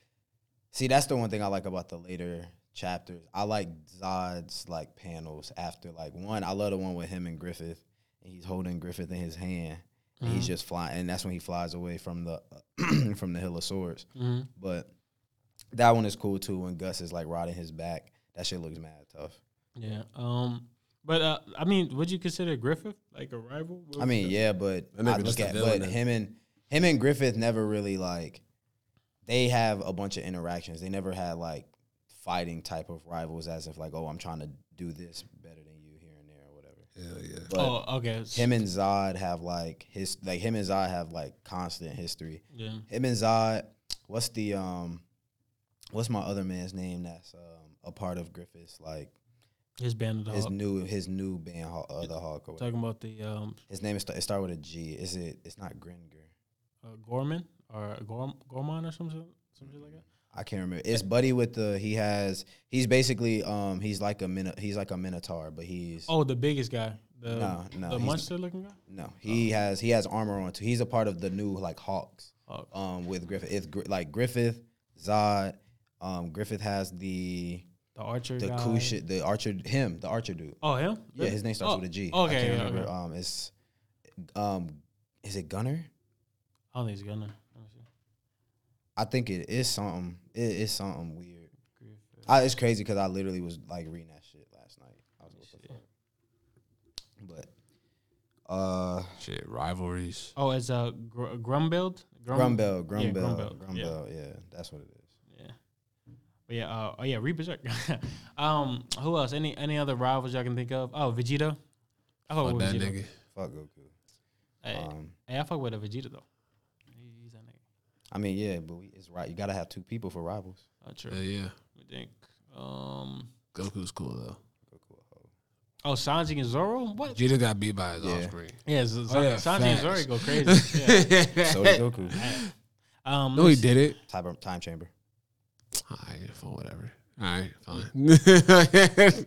C: See, that's the one thing I like about the later chapters. I like Zod's like panels after like one. I love the one with him and Griffith, and he's holding Griffith in his hand. And
A: Mm-hmm.
C: He's just flying, and that's when he flies away from the from the Hill of Swords.
A: Mm-hmm.
C: But that one is cool too. When Gus is like riding his back, that shit looks mad tough.
A: yeah um. But uh, I mean, would you consider Griffith like a rival?
C: I mean, yeah, but
B: That nigga
C: I
B: just
C: look
B: a
C: at
B: villain
C: but
B: then.
C: him and him and Griffith never really like they have a bunch of interactions. They never had like fighting type of rivals as if like, oh, I'm trying to do this better than you here and there or whatever.
B: Hell yeah.
C: But
A: oh, okay.
C: him and Zod have like his like him and Zod have like constant history.
A: yeah.
C: Him and Zod, what's the um what's my other man's name that's um a part of Griffith's like
A: His band of the
C: his
A: Hawk.
C: new his new band Haw- uh, the Hawk or whatever.
A: Talking about the um,
C: His name is it start with a G. Is it it's not Gringer.
A: uh, Gorman or Gorm, Gorman or something, something like that.
C: I can't remember. It's Buddy with the he has he's basically um he's like a min he's like a minotaur, but he's
A: Oh, the biggest guy, the
C: No, no,
A: the
C: he's-
A: monster looking guy.
C: no he has he has armor on too. He's a part of the new like Hawks
A: Hawk.
C: um with Griffith. It's Gr- like Griffith Zod. Um, Griffith has the
A: The archer.
C: the
A: guy.
C: Kush the archer him the archer dude.
A: Oh, him.
C: Yeah, his name starts
A: Oh,
C: with a G. I
A: Okay,
C: can't
A: yeah,
C: remember.
A: okay.
C: Um, it's um is it Gunner?
A: I don't think he's gonna. Let me see.
C: I think it is something. It is something weird.
A: Griffith.
B: uh,
C: I, it's crazy because I literally was like reading that shit last night. I was like, what the fuck? But uh,
B: Shit, rivalries.
A: Oh, it's uh, Gr- Grumbuild. Grum-
C: Grumbell,
A: yeah,
C: Grumbell, Grumbell,
A: Grumbell, yeah.
C: yeah. that's what it is.
A: Yeah. But yeah. Uh, oh yeah, Reed Berserk. um, who else? Any any other rivals y'all can think of? Oh, Vegeta. I fuck
B: Fuck
A: with
B: that
A: Vegeta.
B: nigga.
C: Fuck Goku.
A: Hey,
C: Um,
A: hey, I fuck with a Vegeta though. He- He's that nigga.
C: I mean, yeah, but we, it's right. You gotta have two people for rivals.
A: Oh, true.
B: Hell yeah.
A: I think. Um.
B: Goku's cool though.
C: Goku, a hoe.
A: Oh, Sanji and Zoro. What?
B: Vegeta got beat by his offspring.
A: Yeah, Z- Z-
B: Oh, yeah,
A: Sanji and Zoro
B: facts.
A: go crazy. Yeah.
C: So did Goku.
A: Um,
B: No, he
A: let's-
B: did it.
C: Time, time chamber.
B: All right, fine, whatever. All right, fine.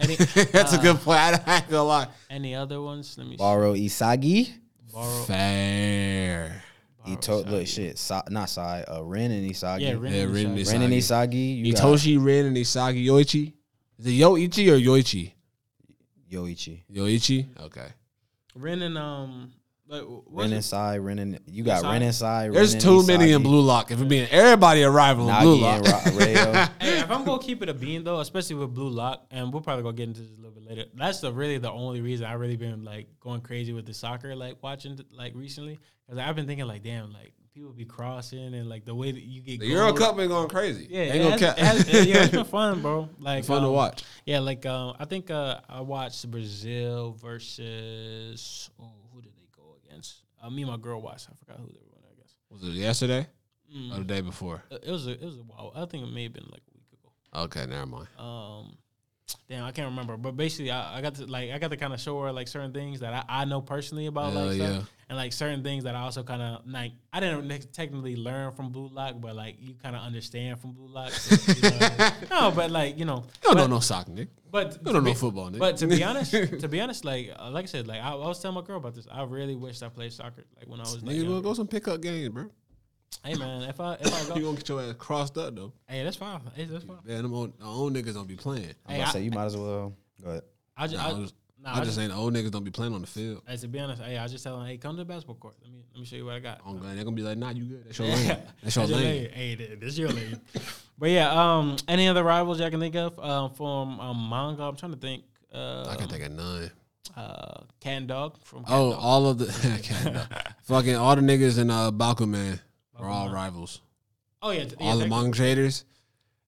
A: Any,
B: That's a good point. I, I ain't gonna lie.
A: any other ones? Let me see.
C: Borrow Isagi.
A: borrow.
B: Fair.
C: Ito, look, shit, Sa- not Sai. Uh, Ren and Isagi.
A: Yeah,
C: Ren,
A: Ren
B: Yeah,
A: and
B: Ren
A: Isagi.
B: is-
C: and Isagi. You got
B: Itoshi, Ren, and Isagi Yoichi. Is it Yoichi or Yoichi?
C: Yoichi.
B: Yoichi. Okay.
A: Ren and um. Like, wh- what's
C: Ren and
A: it?
C: Sai. Ren and you got
A: Sai?
C: Ren and Sai. Ren
B: There's
C: and
B: too many in
C: Isagi.
B: Blue Lock. If we're being everybody a rival in Blue
C: Nagi and
B: Lock.
C: Ra- Rayo.
A: Hey, if I'm gonna keep it a bean though, especially with Blue Lock, and we'll probably gonna get into this a little bit later. That's the really the only reason I really been like going crazy with the soccer, like watching like recently, because I've been thinking like, damn, like people be crossing and like the way that you get
B: The Euro
A: goals.
B: Cup been going crazy.
A: Yeah,
B: Ain't
A: it
B: gonna
A: has,
B: cap.
A: it has- yeah, it's been fun, bro. Like
B: Fun to
A: um,
B: watch.
A: Yeah, like um, I think uh, I watched Brazil versus oh, who did they go against? Uh, me and my girl watched. I forgot who they were. Uh, I guess
B: Was it yesterday or
A: Mm.
B: the day before?
A: it, it was a, it was a while. I think it may have been like a week ago.
B: Okay, never mind.
A: Um, damn, I can't remember. But basically, I, I got to like I got to kind of show her like certain things that I, I know personally about
B: Hell
A: like
B: yeah.
A: stuff, and like certain things that I also kind of like I didn't ne- technically learn from Blue Lock, but like you kind of understand from Blue Lock. so, you know what I mean? no, but like you know,
B: You don't
A: but-
B: know no sock, Nick.
A: but
B: don't
A: to
B: know
A: be-
B: football, nigga.
A: But to be honest, to be honest, like uh, like I said, like I, I was telling my girl about this. I really wished I played soccer like when I was like,
B: Nigga, go,
A: younger.
B: go some pickup games, bro.
A: Hey man, if I if I
B: You
A: go,
B: gonna get your ass crossed up though.
A: hey, that's fine. Hey, that's fine.
B: Man, them old, the old niggas don't be playing.
C: I'm
A: Hey,
C: gonna
A: I-
C: say you might as well go ahead.
A: I just,
B: Nah,
A: I,
B: I was-
A: nah,
B: I just saying the old niggas don't be playing on the field.
A: Hey, to be honest, hey, I was just telling, her, hey, come to the basketball court. Let me let me show you what I got.
B: I'm glad they're gonna be like, nah, you good. That's your lane. That's your
A: That's your
B: lane.
A: lane. Hey, th- this your lane. but yeah, um, any other rivals y'all can think of um, from um, manga? I'm trying to think.
B: I
A: Uh,
B: can think of none.
A: uh, Can Dog from Cat
B: Oh,
A: Dog.
B: all of the okay, no. fucking all the niggas in uh Bakuman are all rivals.
A: oh yeah, t- yeah
B: all the
A: they-
B: manga traders.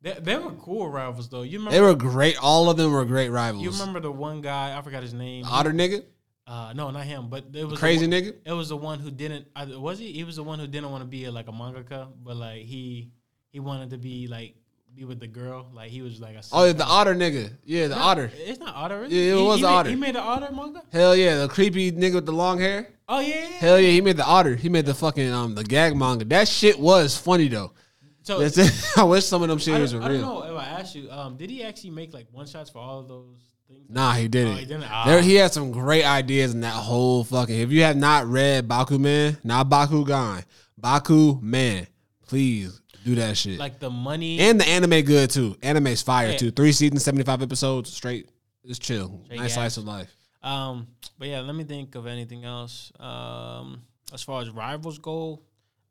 A: they, they were cool rivals though. You remember?
B: They were great. All of them were great
A: you
B: rivals.
A: remember the one guy? I forgot his name.
B: Otter nigga,
A: Uh, no, not him. But it was the
B: crazy
A: one-
B: nigga.
A: It was the one who didn't. I- Was he? He was the one who didn't want to be a, like a mangaka, but like he he wanted to be like be with the girl. Like he was like a.
B: Oh, yeah, the otter nigga. Yeah, the otter.
A: It's not otter. Is
B: Yeah, it
A: He-
B: was
A: he made-
B: Otter.
A: He made the otter manga.
B: Hell yeah, the creepy nigga with the long hair.
A: Oh yeah. yeah.
B: Hell yeah, he made the otter. He made the fucking um the gag manga. That shit was funny though.
A: So
B: That's it. I wish some of them
A: I,
B: series
A: don't,
B: were
A: I don't
B: real.
A: know if I asked you. Um, did he actually make like one shots for all of those things?
B: Nah, he didn't.
A: Oh, he didn't? Ah.
B: There, he had some great ideas in that whole fucking. If you have not read Bakuman, not Bakugan, Bakuman, please do that shit.
A: Like the money.
B: and the anime good too. Anime's fire
A: Yeah.
B: too. Three seasons, seventy five episodes, straight. It's chill.
A: Straight
B: nice
A: gas.
B: slice of life.
A: um, but yeah, let me think of anything else. Um, as far as rivals go,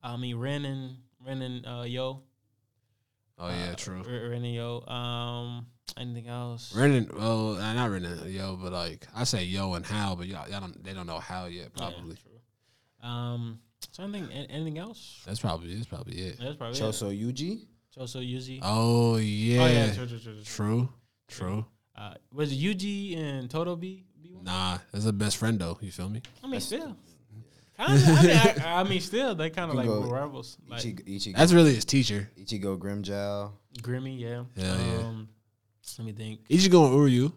A: I mean Ren and Ren and uh, Yo.
B: Oh yeah, true.
A: R- Ren and Yo. Um, anything else?
B: Renan, well, uh, not Renan, yo, but like I say, yo and how, but y'all, y'all don't, they don't know how yet. Probably
A: Um, so anything, a- anything else?
B: that's probably that's probably it.
A: That's probably it.
C: Choso Yuji.
A: Choso Yuji.
B: Oh yeah,
A: Oh yeah, true, true, true, true.
B: true, true.
A: Uh, was it Yuji and Toto B? B one?
B: Nah, that's a best friend though. You feel me?
A: I mean, still. Kinda, I, mean, I, I mean, still, they kind of like
C: go-
A: were rivals. Like
C: Ichigo, Ichigo,
B: That's really his teacher.
C: Ichigo Grimjow.
A: Grimmy, yeah.
B: Yeah, yeah.
A: um, Let me think.
B: Ichigo and Uryu,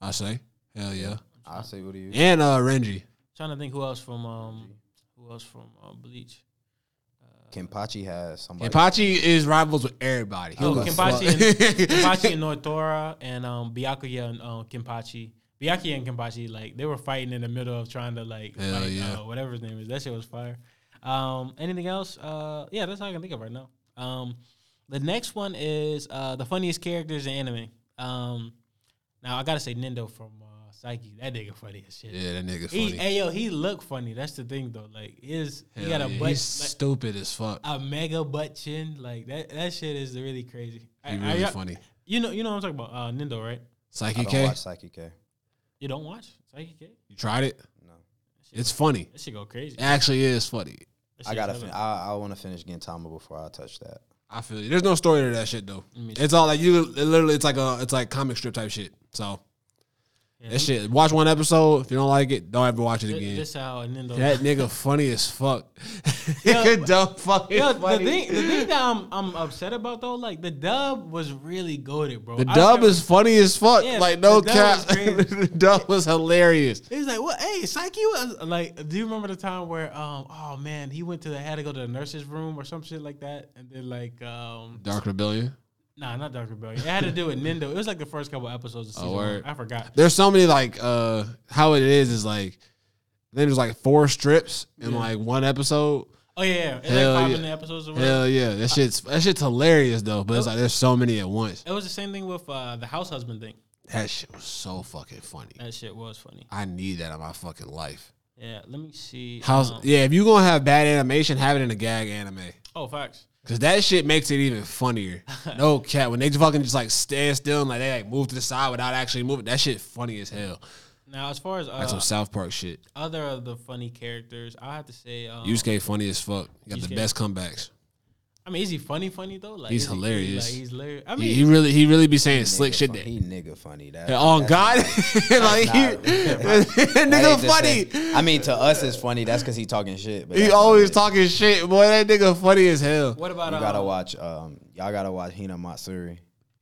B: I say. Hell yeah,
C: I say what do you?
B: and uh Renji.
A: trying to think who else from um, who else from uh, Bleach?
C: Kenpachi has somebody.
B: Kenpachi is rivals with everybody. He
A: Oh,
B: don't give a
A: Kenpachi
B: fuck.
A: and, Kenpachi and Northora and um, Byakuya and um, Kenpachi. Byakuya and Kenpachi, like they were fighting in the middle of trying to like,
B: Hell
A: fight,
B: yeah.
A: uh, whatever his name is. That shit was fire. Um, anything else? Uh, yeah, that's all I can think of right now. Um, the next one is uh, the funniest characters in anime. Um, now I gotta say Nindo from uh, Psyche. That nigga funny as shit.
B: yeah, that nigga
A: He,
B: funny.
A: hey yo, he look funny. That's the thing though. Like his, he
B: Hell
A: got a
B: yeah,
A: butt.
B: He's
A: like-
B: stupid as fuck.
A: a mega butt chin. Like that that shit is really crazy.
B: He
A: I- I-
B: really
A: I-
B: funny.
A: You know you know what I'm talking about. Uh Nindo, right?
B: Psyche
C: I don't
B: K,
C: watch Psyche K.
A: You don't watch Psyche K?
B: you tried it.
C: No.
B: It's funny.
A: That shit go crazy.
B: It actually is funny.
A: That
C: I
A: shit
C: gotta.
A: hella-
C: Fin- I, I want to finish Gintama before I touch that.
B: I feel you. There's no story to that shit though.
A: Me
B: It's all like you. It literally, it's like a, it's like comic strip type shit. So
A: Yeah,
B: that shit. Watch one episode. If you don't like it, don't ever watch it
A: This,
B: again.
A: this how Nindo.
B: that nigga funny as fuck.
A: Yeah,
B: dumb fucking
A: Yo, the
B: funny.
A: thing, the thing that I'm I'm upset about though, like the dub was really goaded, bro.
B: The
A: I
B: dub
A: remember-
B: is funny as fuck.
A: Yeah,
B: like no
A: the
B: cap.
A: dub was crazy.
B: the dub was hilarious.
A: It was like, well, hey, Psyche was like, do you remember the time where, um, oh man, he went to the had to go to the nurse's room or some shit like that, and then like, um,
B: Dark Rebellion.
A: nah, not Doctor Rebellion. It had to do with Nindo. It was like the first couple episodes of season one.
B: Oh, word.
A: I forgot.
B: There's so many like uh how it is is like. Then there's like four strips in like one episode.
A: Oh yeah, yeah. It's
B: Hell
A: like five
B: yeah.
A: minute episodes or whatever.
B: Hell yeah, that shit's that shit's hilarious though. But it's like there's so many at once.
A: It was the same thing with uh, the house husband thing.
B: That shit was so fucking funny.
A: That shit was funny.
B: I need that in my fucking life.
A: Yeah, let me see.
B: How's
A: um,
B: yeah? If you gonna have bad animation, have it in a gag anime,
A: oh, facts.
B: cause that shit makes it even funnier. no cat when they fucking just like stand still and like they like move to the side without actually moving. That shit funny as hell.
A: Now, as far as
B: Like
A: uh,
B: some South Park shit.
A: other of the funny characters, I have to say, um,
B: Yusuke funny as fuck. He got
A: Yusuke.
B: the best comebacks.
A: I mean, is he funny? Funny though, like
B: He's
A: is he-
B: hilarious.
A: like, he's hilarious. I mean,
B: He, he really he really be saying
C: Nigga
B: slick shit. oh,
C: fun-
B: That,
C: He nigga funny. That
B: on God, like he,
C: not- that ain't
B: nigga
C: the
B: funny.
C: same. I mean, to us it's funny. That's because he talking shit. But
B: He
C: that's not
B: always
C: it.
B: talking shit, boy. That nigga funny as hell.
A: what about
C: You gotta
A: um,
C: watch. Um, y'all gotta watch Hina Matsuri.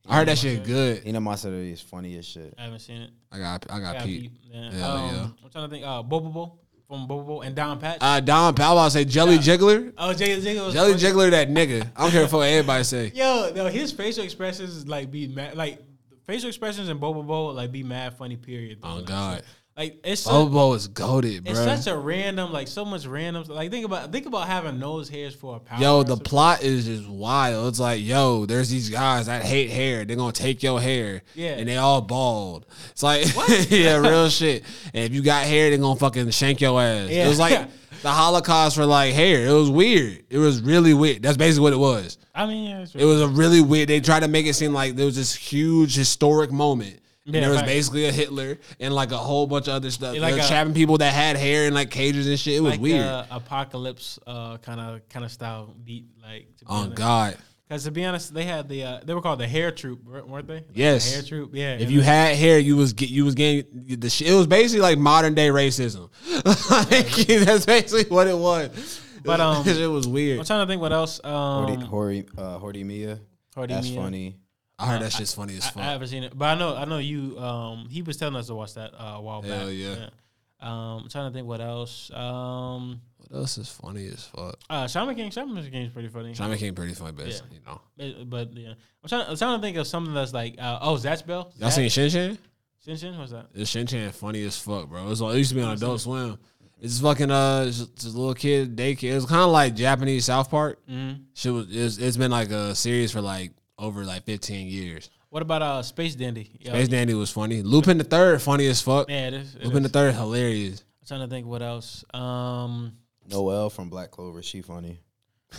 B: I heard that shit good.
C: Inamasa is funny as shit.
A: I haven't seen it.
B: I got I got
A: Yeah,
B: Pete.
A: Pete. Yeah.
B: Hell
A: um,
B: yeah.
A: I'm trying to think. Uh, Bobo Bo from Bobo Bo and Don Patch.
B: Uh, Don Powell, I say Jelly Jiggler.
A: oh, Jay Ziggler. was-
B: Jelly Jiggler, that nigga. I don't care for what anybody say.
A: Yo, no, his facial expressions like be mad. Like facial expressions in Bobo Bo like be mad funny. Period. though.
B: Oh
A: Like,
B: God,
A: Like it's so,
B: Bobo is goaded,
A: it's
B: bro.
A: such a random like so much random. Like think about think about having nose hairs for a power.
B: Yo,
A: or
B: the
A: something.
B: plot is just wild. It's like, yo, there's these guys that hate hair. They're gonna take your hair,
A: Yeah.
B: and they all bald. It's like, yeah, real shit. And if you got hair, they're gonna fucking shank your ass. It
A: Yeah.
B: was like the Holocaust for like hair. It was weird. It was really weird. That's basically what it was.
A: I mean, yeah, it's
B: It was a really weird. They tried to make it seem like there was this huge historic moment. And
A: Yeah,
B: there was
A: right.
B: basically a Hitler and like a whole bunch of other stuff.
A: Yeah, like
B: they were
A: a-
B: trapping people that had hair in like cages and shit. It was
A: like
B: weird.
A: the apocalypse uh, kind of kind of style beat. Like to be
B: oh
A: honest.
B: God.
A: Because to be honest, they had the uh, they were called the hair troop, wer- weren't they? Like the
B: Yes.
A: hair troop. Yeah.
B: If
A: and
B: you
A: then-
B: had hair, you was get you was getting the shit. It was basically like modern day racism. Like, that's basically what it was.
A: But, um,
B: it was
A: I'm
B: weird.
A: trying to think what else. Um,
C: Hordy, Hori, uh, Hordy Mia.
A: Hordy
C: That's
A: Mia.
C: funny.
B: I heard that shit's funny as
A: I,
B: fuck.
A: I haven't seen it, but I know I know you. Um, he was telling us to watch that uh, a while
B: Hell
A: back.
B: yeah.
A: Um, I'm trying to think what else. Um,
B: what else is funny as fuck?
A: uh, Shaman King, Shaman King is pretty funny.
B: John McCain pretty funny, but it's, you know.
A: But, but, yeah, I'm trying, I'm trying to think of something that's like uh, oh Zatch Bell.
B: Y'all seen Shin Shin?
A: Shin Shin? What's that?
B: It's Shin Chan funny as fuck, bro. It's all, it used to be on Adult Swim. It's fucking uh, it's just a little kid daycare. It was kind of like Japanese South Park. Mm-hmm. Shit was. It's, it's been like a series for like over like fifteen years.
A: What about uh Space Dandy? Yo,
B: Space Dandy was funny. Lupin the Third funny as fuck.
A: Yeah, it is. it
B: Lupin
A: is.
B: the Third hilarious.
A: I'm trying to think what else. Um,
C: Noelle from Black Clover. She funny.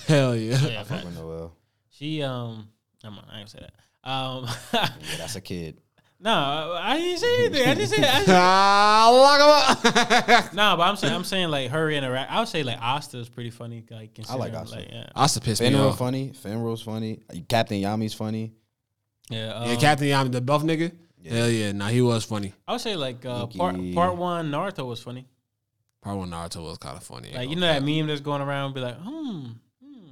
B: Hell yeah.
A: yeah,
C: I fuck with Noelle.
A: she um, never mind, I ain't gonna say that. Um,
C: Yeah, that's a kid.
A: no, I didn't say anything. I didn't say. I didn't-
B: Ah, lock 'em up.
A: No, but I'm saying I'm saying like her interact. I would say like Asta is pretty funny. Like
C: I like
A: considering,
C: Asta.
A: Like, yeah,
B: I used to piss me
C: Fenrir
B: off.
C: funny. Fenrir's funny. Captain Yami's funny.
A: yeah.
B: Yeah,
A: um,
B: Captain Yami, the buff nigga. Hell yeah, nah, he was funny.
A: I would say like uh,
C: Yuki.
A: part part one Naruto was funny.
B: Part one Naruto was kind of funny.
A: Like you know that meme that's going around, be like, hmm, hmm,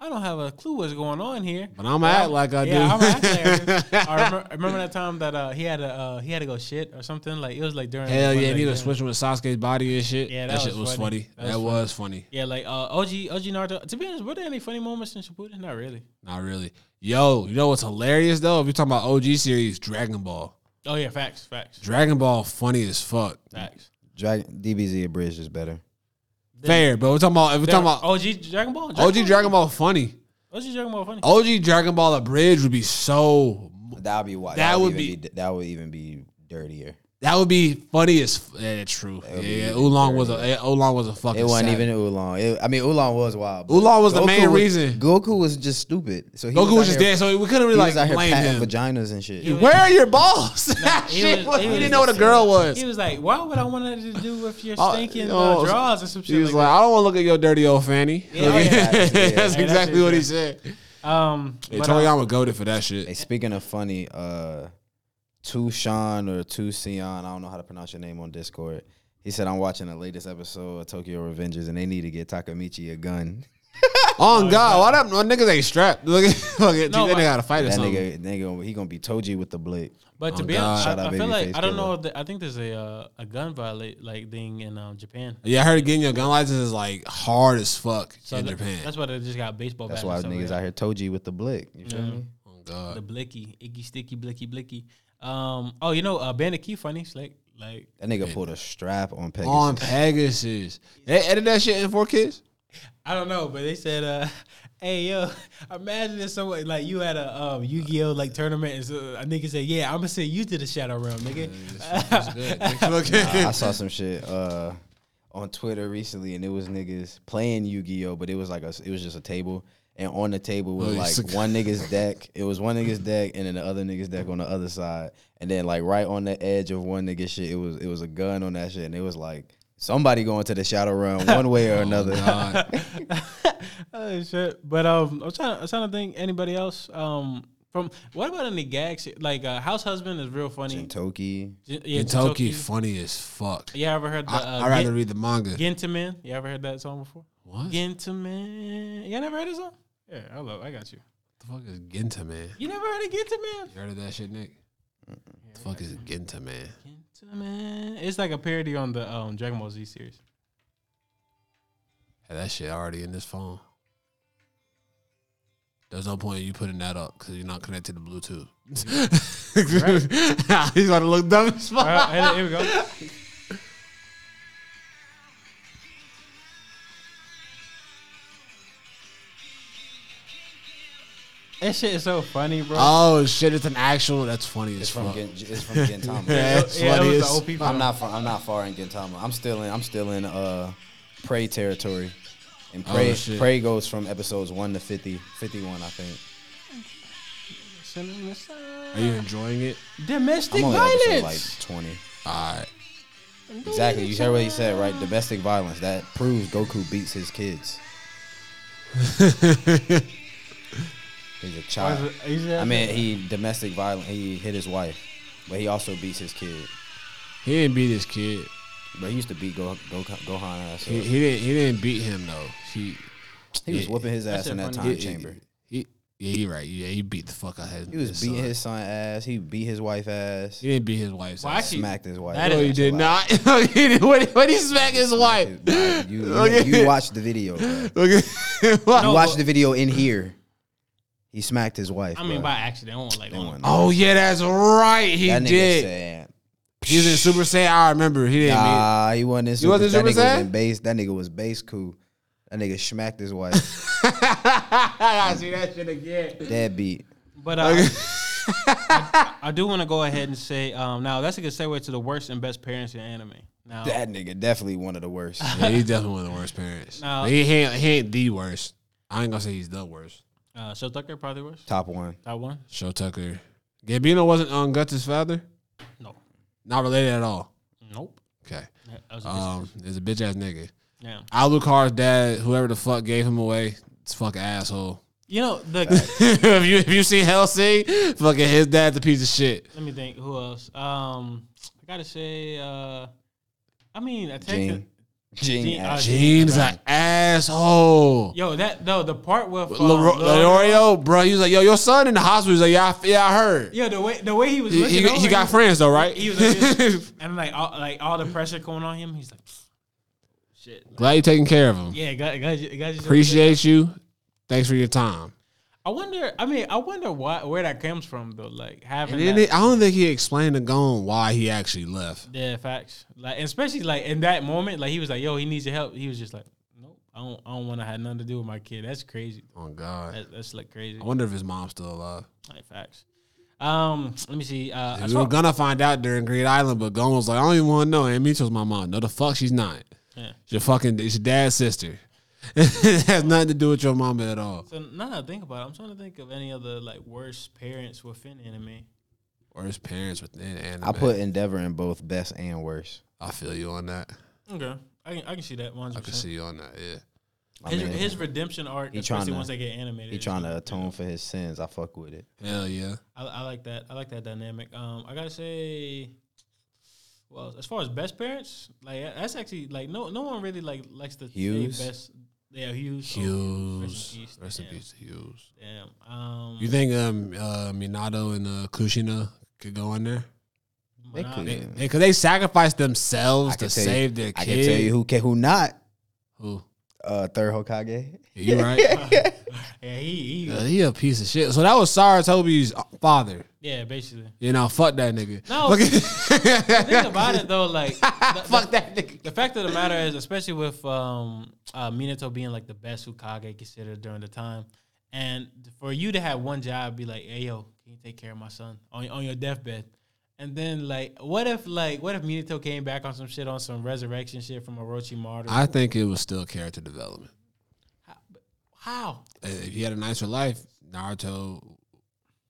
A: I don't have a clue what's going on here.
B: but I'm act like I
A: yeah, I'm
B: do.
A: act like I do. I remember, I remember that time that uh, he had a uh, he had to go shit or something. Like it was like during
B: Hell
A: one of
B: yeah,
A: the
B: he was
A: games.
B: switching with Sasuke's body and shit.
A: Yeah,
B: that,
A: that
B: shit
A: was
B: was funny.
A: funny.
B: That,
A: That was
B: was funny.
A: Yeah, like uh, OG OG Naruto. To be honest, were there any funny moments in Shippuden? Not really.
B: Not really. Yo, you know what's hilarious though? If you're talking about OG series, Dragon Ball.
A: Oh yeah, facts, facts,
B: Dragon Ball funny as fuck.
A: facts.
C: Dragon DBZ abridged is better.
B: Fair, but we're talking about if we're talking about
A: OG Dragon Ball.
B: OG Dragon Oh, Ball funny.
A: OG Dragon Ball funny.
B: OG Dragon Ball Abridged would be so
C: That would be wild.
B: That would
C: even that would even be dirtier.
B: that would be funny as f- yeah, that's true. Yeah, yeah, Oolong was a yeah, Oolong was a fucking.
C: It wasn't
B: savage.
C: even Oolong. It- I mean, Oolong was wild. but
B: Oolong was the main
C: was-
B: reason.
C: Goku was just stupid. So he
B: Goku
C: out
B: was just
C: here-
B: dead, so we couldn't really
C: he
B: like
C: was out here
B: blame
C: patting
B: him.
C: vaginas and shit.
B: Where are your balls? that
A: he
B: shit
A: was-
B: was,
A: he
B: we
A: was
B: didn't know what a
A: just
B: girl was.
A: He was like, "Why would I want to do with your
B: Oh,
A: stinking
B: oh,
A: uh, drawers and some shit?"
B: He was like, I don't want to look at your dirty old fanny.
A: Yeah, oh, yeah.
B: That's
A: Yeah,
B: exactly
A: that
B: what he
A: shit,
B: said. Hey,
A: that. "Um, but, uh,
B: Toriyama goaded for that
C: Hey,
B: shit.
C: speaking of funny, uh, Tu Sean or Tu Sion, I don't know how to pronounce your name on Discord. He said I'm watching the latest episode of Tokyo Revengers and they need to get Takamichi a gun.
B: Oh God, why that my niggas ain't strapped? Look at, look at,
A: No,
B: they
A: but-
B: got to fight or
C: That
B: something.
C: nigga, nigga, he gonna be Toji with the blick.
A: but to
B: Oh,
A: be
B: God.
A: honest,
C: Shout
A: I,
C: out
A: I feel like
C: Babyface
A: I don't know.
C: Killer.
A: If the, I think there's a uh, a gun violate like thing in um, Japan.
B: Yeah, I heard getting your gun license is like hard as fuck
A: So
B: in
A: that-
B: Japan.
A: that's why they just got baseball.
C: That's
A: bats
C: why
A: and stuff like
C: niggas out here Toji with the blick. You feel me?
B: oh
A: that.
B: God,
A: the blicky, icky, sticky, blicky, blicky. Um, oh, you know, uh, Bandit Key funny, slick, like
C: That nigga pulled a strap on Pegasus.
B: on Pegasus. They edit that shit in four kids.
A: I don't know, but they said, uh, "Hey yo, imagine if someone like you had a um, Yu-Gi-Oh like tournament, and so a nigga said, yeah, I'm gonna send you to the Shadow Realm, nigga.'
C: I saw some shit uh, on Twitter recently, and it was niggas playing Yu Gi Oh, but it was like a, it was just a table, and on the table was
B: Oh, you
C: like
B: sick.
C: one nigga's deck. It was one nigga's deck, and then the other nigga's deck on the other side, and then like right on the edge of one nigga's shit, it was it was a gun on that shit, and it was like somebody going to the shadow realm one way
B: Oh,
C: or another.
B: God.
A: Oh shit! But um, I'm trying. I'm trying to think. Anybody else? Um, from what about any gags? Like uh, House Husband is real funny.
C: Toki,
A: Jin- yeah,
B: Kentucky
A: Jintoki.
B: funny as fuck.
A: You ever heard the
B: I,
A: uh,
B: I'd rather
A: Gen-
B: read the manga.
A: Gentleman? You ever heard that song before?
B: What?
A: Gentleman. You never heard this song? Yeah, I love. I got you.
B: the fuck is Genta man?
A: You never heard of Genta Man?
B: You heard of that shit, Nick? The fuck is Genta man?
A: Genta Man. It's like a parody on the um, Dragon Ball Z series.
B: Hey, that shit already in this phone. There's no point in you putting that up because you're not connected to Bluetooth. He's about to look dumb as
A: All
B: fuck.
A: right, here- here we go. That shit is so funny, bro.
B: Oh shit! It's an actual. That's funny as
C: It's from
B: fuck.
C: Gen, it's from Gentama.
B: Yeah,
A: It-
B: it's
A: yeah,
B: funny
A: it
B: as-
A: was the OP
C: I'm
A: phone.
C: not far, I'm not far in Gintama. I'm still in I'm still in uh prey territory. And prey
B: Oh, shit.
C: prey goes from episodes 1 to 50 51 I think.
B: Are you enjoying it?
A: Domestic
C: I'm only on episode
A: violence.
C: like 20.
B: All right.
C: Exactly. You heard what he said, right? Domestic violence that proves Goku beats his kids. He's a child.
A: Why is it- is it-
C: I mean, he domestic violence. He hit his wife, but he also beats his kid.
B: He didn't beat his kid.
C: But he used to beat Go, Go, Gohan ass.
B: He,
C: He,
B: he didn't. He didn't beat him though. He.
C: was whooping his ass
A: shit
C: in that
A: funny.
C: time
B: he- he-
C: chamber.
B: He, yeah, you right. Yeah, he beat the fuck out of his.
C: He was
B: his
C: beating
B: son.
C: his son ass. He beat his wife ass.
B: He didn't beat his wife's.
A: Well,
B: ass.
A: actually,
C: Smacked his wife.
A: That
B: No,
A: is
B: he did not. he did. What? What? He smacked his wife.
C: Nah, You, you,
B: Okay.
C: you watched the video. Bro. You
B: Look at.
A: No,
C: watched
A: but-
C: the video in here. He smacked his wife.
A: I mean, by
C: bro.
A: accident, I won't like
C: They
A: that.
C: won.
B: Oh yeah, that's right. He
C: that nigga
B: did.
C: said,
B: He was in Super Saiyan. I remember. He didn't. mean
C: Nah, he wasn't in
B: You wasn't
C: That
B: Super
C: nigga was
B: Saiyan?
C: in base. That nigga was base cool. That nigga smacked his wife.
B: I see that shit again.
C: Dead beat.
A: But uh, I, I do want to go ahead and say um, now that's a good segue to the worst and best parents in anime. Now,
C: That nigga definitely one of the worst.
B: Yeah, he's definitely one of the worst parents.
A: No.
B: But he, he ain't, he ain't the worst. I ain't gonna say he's the worst.
A: uh, Show Tucker probably worst.
C: Top one.
A: That one?
B: Show Tucker. Gambino wasn't on Guts' father.
A: No.
B: Not related at all.
A: Nope.
B: Okay.
A: That was a
B: Um, there's a bitch ass nigga.
A: yeah.
B: Alucard's dad, whoever the fuck gave him away, it's fucking asshole.
A: You know the.
B: if you if you see Helsing, fucking his dad's a piece of shit.
A: let me think. Who else? Um, I gotta say. Uh, I mean, I
C: Gene. Gene.
A: Gene, uh,
C: Ash.
B: Gene's an asshole.
A: yo, that though the part with um,
B: Loro- Lorio, bro, he was like, yo, your son in the hospital. He's like, yeah, I, f- yeah, I heard.
A: yeah, the way the way he was
B: He,
A: looking,
B: he,
A: over,
B: he got friends though, right?
A: He was like this, and like all, like all the pressure going on him. He's like, shit.
B: Glad you taking care of him.
A: Yeah, guys, guys, guys
B: Appreciate you. Thanks for your time.
A: I wonder. I mean, I wonder why where that comes from though. Like having
B: And then
A: that-
B: it- I don't think he explained to Gone why he actually left.
A: yeah, facts. Like and especially like in that moment, like he was like, "Yo, he needs your help." He was just like, "Nope, I don't. I don't want to have nothing to do with my kid." That's crazy.
B: Oh God,
A: That, that's like crazy.
B: I wonder if his mom's still alive.
A: Like facts. Um, let me see. Uh, I
B: we were
A: saw,
B: gonna find out during Great Island, but Gone was like, I don't even want to know. And me chose my mom. No, the fuck, she's not.
A: Yeah.
B: She's your fucking, it's your dad's sister. it has nothing to do with your mama at all.
A: so now that I think about it, I'm trying to think of any other like worst parents within anime.
B: Or his parents within anime.
C: I put Endeavor in both best and worst.
B: I feel you on that.
A: Okay, I can I can see that one.
B: I can see you on that. Yeah.
C: I
A: His,
C: mean,
A: his redemption arc,
C: he
A: especially
C: tryna-
A: once they get animated,
C: he
A: is
C: trying to
A: good.
C: atone for his sins. I fuck with it.
B: Hell yeah.
A: I, I like that. I like that dynamic. Um, I gotta say, well, as far as best parents, like that- that's actually like no no one really like likes to
C: Hughes?
A: say best. Yeah, Hughes. Oh,
B: Hughes.
A: rest in peace.
B: Rest in
A: damn,
B: peace, Hughes.
A: Damn. Um,
B: You think um uh, Minato and uh, Kushina could go in there?
C: They
A: Mono-
C: could.
B: Because they, 'cause they sacrificed themselves
C: Mm. I
B: to
C: can tell you-
B: save their
C: I
B: kid.
C: can tell you who can, who not.
B: Who?
C: Uh, third Hokage.
B: You right?
A: Yeah, he, he
B: Uh, he a piece of shit. So that was Saratobi's father.
A: yeah, basically.
B: You know, fuck that nigga.
A: No.
B: Look at-
A: Think about it though, like the,
B: fuck that nigga.
A: the fact of the matter is, especially with um, uh, Minato being like the best Hokage considered during the time, and for you to have one job, be like, "Hey yo, can you take care of my son on on your deathbed?" And then like, what if like, what if Minato came back on some shit on some resurrection shit from Orochimaru?
B: I think it was still character development.
A: How?
B: Uh, If he had a nicer life, Naruto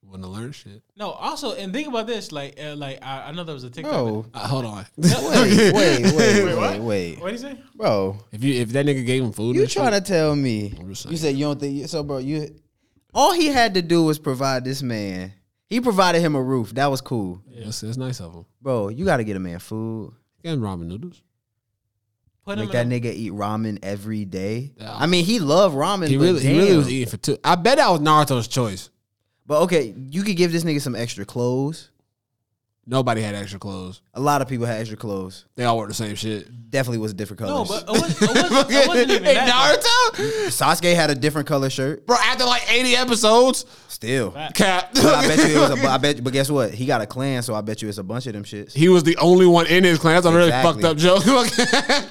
B: wouldn't have learned shit.
A: No. Also, and think about this, like, uh, like I, I know there was a TikTok.
C: Bro,
B: Uh, hold on.
C: wait, wait, wait,
A: what?
C: wait, wait,
A: What do you say?
C: bro.
B: if you if that nigga gave him food,
C: You
B: and shit,
C: trying to tell me?
B: just saying.
C: You said you don't think so, bro. You all he had to do was provide this man. He provided him a roof. That was cool,
B: That's, that's nice of him.
C: bro. You got to get a man food.
B: Getting ramen noodles.
A: Put him
C: Make
A: in
C: that
A: a-
C: nigga eat ramen every day. I mean, he loved ramen.
B: He
C: but
B: really,
C: damn.
B: he really was eating for two. I bet that was Naruto's choice.
C: But okay, you could give this nigga some extra clothes.
B: Nobody had extra clothes.
C: A lot of people had extra clothes.
B: They all wore the same shit.
C: Definitely was different
A: No,
C: colors.
A: but uh, it, was, it, wasn't, it wasn't even
B: Hey,
A: that.
B: Naruto,
C: Sasuke had a different color shirt.
B: bro. After like eighty episodes,
C: Still,
B: cap.
C: but I bet you it was. A, bu- I bet, but guess what? He got a clan, so I bet you it's a bunch of them shits.
B: he was the only one in his clan. That's a really
C: Exactly.
B: fucked up joke.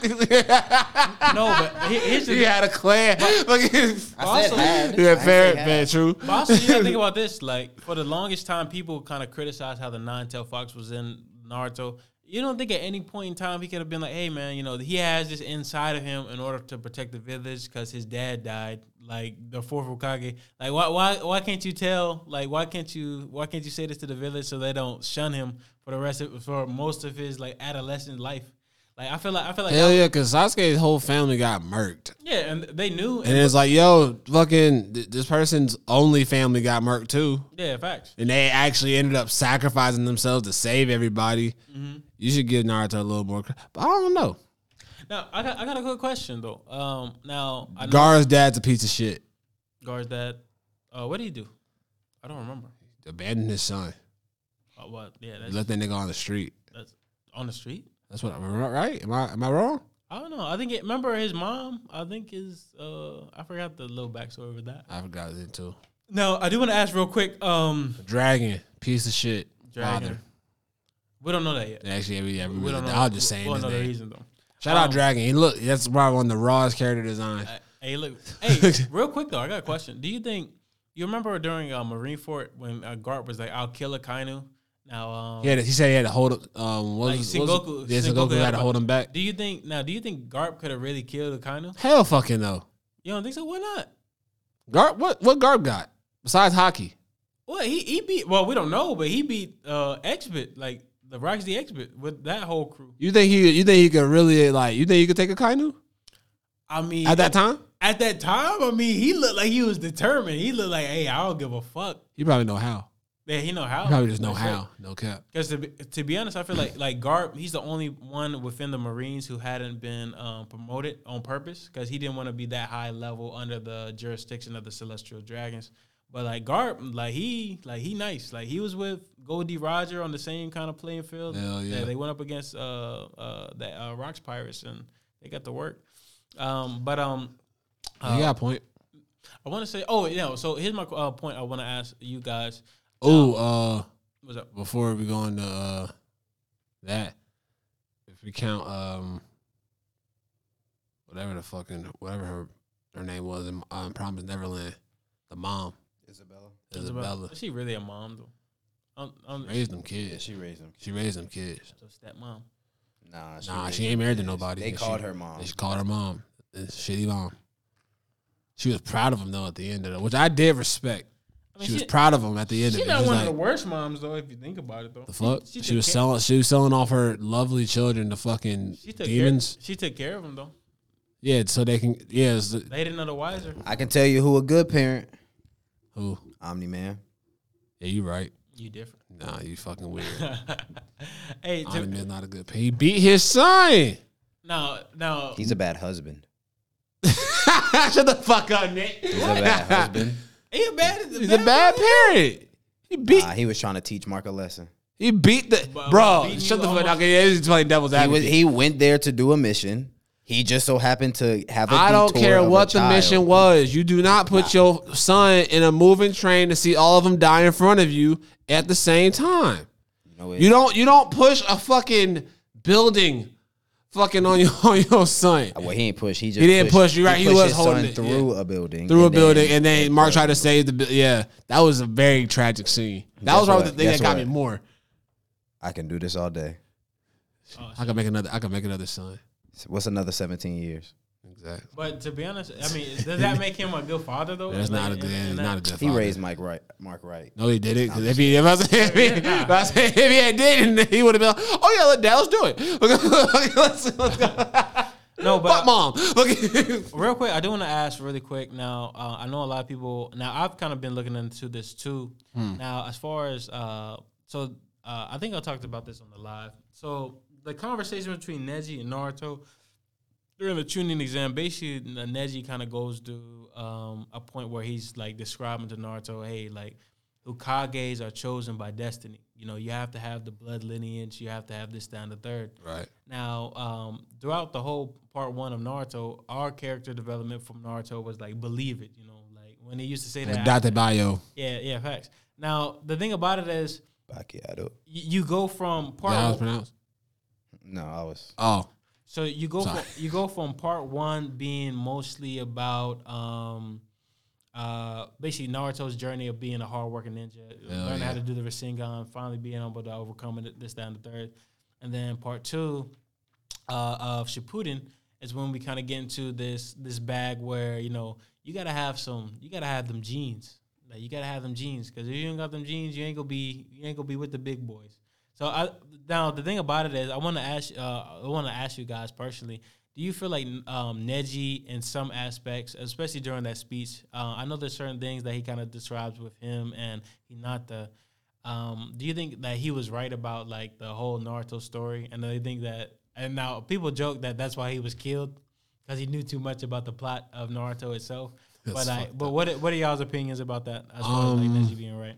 A: No, but he- here's the
B: he
A: thing.
B: had a clan. yeah,
A: Also,
B: fair, fair, true.
A: but also, you gotta think about this. Like for the longest time, people kind of criticized how the nine-tailed fox was in Naruto. You don't think at any point in time he could have been like, "Hey, man, you know he has this inside of him in order to protect the village because his dad died, like the fourth Hokage. Like why, why, why can't you tell? Like why can't you, why can't you say this to the village so they don't shun him for the rest of for most of his like adolescent life? Like I feel like I feel like
B: Hell
A: that-
B: yeah, because Sasuke's whole family got murked.
A: yeah, and they knew
B: And it's like, yo, fucking, th- this person's only family got murked too.
A: yeah facts.
B: And they actually ended up sacrificing themselves to save everybody.
A: Mm-hmm.
B: You should give Naruto a little more. cre- But I don't know.
A: Now I got I got a good question though. Um, now I know
B: Gaara's dad's a piece of shit.
A: guards that. Uh, what do you do? I don't remember.
B: Abandoned his son.
A: Uh, what? Yeah, that's,
B: Left that nigga on the street.
A: that's on the street.
B: That's what I'm right. Am I am I wrong?
A: I don't know. I think it. Remember his mom? I think is. Uh, I forgot the little backstory of that.
B: I forgot it too.
A: No, I do want to ask real quick. Um,
B: Dragon, piece of shit.
A: Dragon.
B: Father.
A: We don't know that yet.
B: Actually, every every
A: We don't know.
B: I'm just saying
A: We
B: his
A: don't know the
B: name.
A: reason though.
B: Shout out Dragon. He look, that's probably one of the rawest character designs.
A: Uh, Hey, look. Hey, real quick though, I got a question. Do you think you remember during uh, Marine Fort when uh, Garp was like, "I'll kill Akainu"? Now, um,
B: He, had, he said he had to hold him. Um, what
A: Like
B: was, what
A: Sengoku,
B: was- yeah, Sengoku had to hold him back.
A: Do you think now? Do you think Garp could have really killed Akainu?
B: Hell fucking no.
A: You don't think so? Why not?
B: Garb, what what Garb got besides hockey?
A: Well, he he beat. Well, we don't know, but he beat uh Xbit like the Roxy Xbit with that whole crew.
B: You think he you think he could really like you think he could take a Kainu
A: I mean,
B: at that time?
A: at that time, I mean, he looked like he was determined. He looked like, hey, I don't give a fuck.
B: You probably know how.
A: Yeah, he know how.
B: You probably just know how. No cap.
A: Because to, be- to be honest, I feel like like Garp, he's the only one within the Marines who hadn't been um, promoted on purpose because he didn't want to be that high level under the jurisdiction of the Celestial Dragons. But like Garp, like he like he nice. Like he was with Goldie Roger on the same kind of playing field.
B: Hell yeah.
A: They, they went up against uh uh that uh, Rocks Pirates and they got the work. Um, but um,
B: you got a point.
A: I want to say, oh yeah. So here's my uh, point. I want to ask you guys.
B: Oh, uh,
A: What's up?
B: before we go into uh, that, if we count um, whatever the fucking whatever her her name was in um, Promise Neverland, the mom
C: Isabella.
B: Isabella
A: Is she really a mom though? I'm, I'm,
B: raised them kids.
C: she raised him.
B: She raised them kids.
A: So stepmom.
C: Nah, she
B: Nah,
C: raised
B: she
C: him.
B: ain't married to nobody.
C: They
B: And
C: called
B: she,
C: her mom.
B: and She called her mom. It's shitty mom. She was proud of him though at the end of it, which I did respect.
A: mean,
B: she, was
A: she-
B: proud of him at the end
A: She's
B: of it.
A: not
B: She was
A: one
B: like,
A: of the worst moms though, if you think about it though.
B: the fuck? She,
A: took
B: was
A: care-
B: selling. She was selling off her lovely children to fucking
A: She took
B: demons.
A: Care, she took care of them though.
B: Yeah, so they can. Yeah, it's the,
A: They didn't know the wiser.
C: I can tell you who a good parent.
B: who?
C: Omni man.
B: Yeah, you right.
A: You different.
B: Nah, you fucking weird.
A: Hey, to,
B: Omni-Man's not a good. He beat his son.
A: now now
C: He's a bad husband.
B: Shut the fuck up, Nick.
C: He's a bad husband.
A: he a bad.
B: He's a bad parent. He beat.
C: Nah, he was trying to teach Mark a lesson.
B: He beat the
A: But- but
B: bro.
A: beating
B: Shut
A: you
B: the fuck up.
A: almost-
B: Okay, yeah, he's playing devil's
C: He
B: advocate.
C: was he went there to do a mission. He just so happened to have I
B: I don't care what the mission was. You do not put your son in a moving train to see all of them die in front of you at the same time. You don't. You don't push a fucking building, fucking on your on your son
C: Well, he ain't push. He just
B: He didn't
C: pushed-
B: push, you're right, he
C: pushed
B: was
C: his
B: holding
C: son
B: it,
C: through a building.
B: through a
C: and then-
B: building, and then Mark tried to save the. bu- Yeah, that was a very tragic scene. That was probably
C: what?
B: the thing
C: Guess
B: that got
C: what?
B: me more.
C: I can do this all day.
B: I could make another. I could make another son.
C: What's another seventeen years?
B: Exactly.
A: But to be honest, I mean, does that make him a good father though?
B: That's not a good.
A: in- in
B: It's
A: that-
B: not a good.
C: He
B: father.
C: raised Mike right. Mark right.
B: No, he didn't. Because if he, if I say, if he, if I say, if he had did, then he would have been. Like, oh yeah, let Dad, let's do it. let's, let's go.
A: No, but
B: Fuck mom. Look.
A: real quick, I do want to ask really quick. Now, uh, I know a lot of people. Now, I've kind of been looking into this too. Now, as far as uh, so, uh, I think I talked about this on the live. So, the conversation between Neji and Naruto during the tuning exam, basically N- Neji kind of goes to um, a point where he's like describing to Naruto, hey, like Ukages are chosen by destiny. You know, you have to have the blood lineage, you have to have this, that, and the third.
B: Right.
A: Now, um, throughout the whole part one of Naruto, our character development from Naruto was like believe it. You know, like when he used to say that.
B: Dr. Bio.
A: yeah, yeah, facts. Now the thing about it is,
C: Bakiado.
A: y- you go from
B: Is that how
A: part
B: it's pronounced?
C: No, I was.
B: Oh.
A: So you go
B: Sorry.
A: from, you go from part one being mostly about um, uh, basically Naruto's journey of being a hardworking ninja, learning how
B: yeah.
A: to do the Rasengan, finally being able to overcome it, this, that, and the third, and then part two uh, of Shippuden is when we kind of get into this this bag where you know you gotta have some, you gotta have them jeans, like you gotta have them jeans because if you ain't got them jeans, you ain't gonna be you ain't gonna be with the big boys. So I now the thing about it is I want to ask uh, I want to ask you guys personally. Do you feel like um, Neji in some aspects, especially during that speech? Uh, I know there's certain things that he kind of describes with him and Hinata. Um, do you think that he was right about like the whole Naruto story? And they think that and now people joke that that's why he was killed because he knew too much about the plot of Naruto itself. but I, but what what are y'all's opinions about that as far as
B: Um,
A: like Neji being right?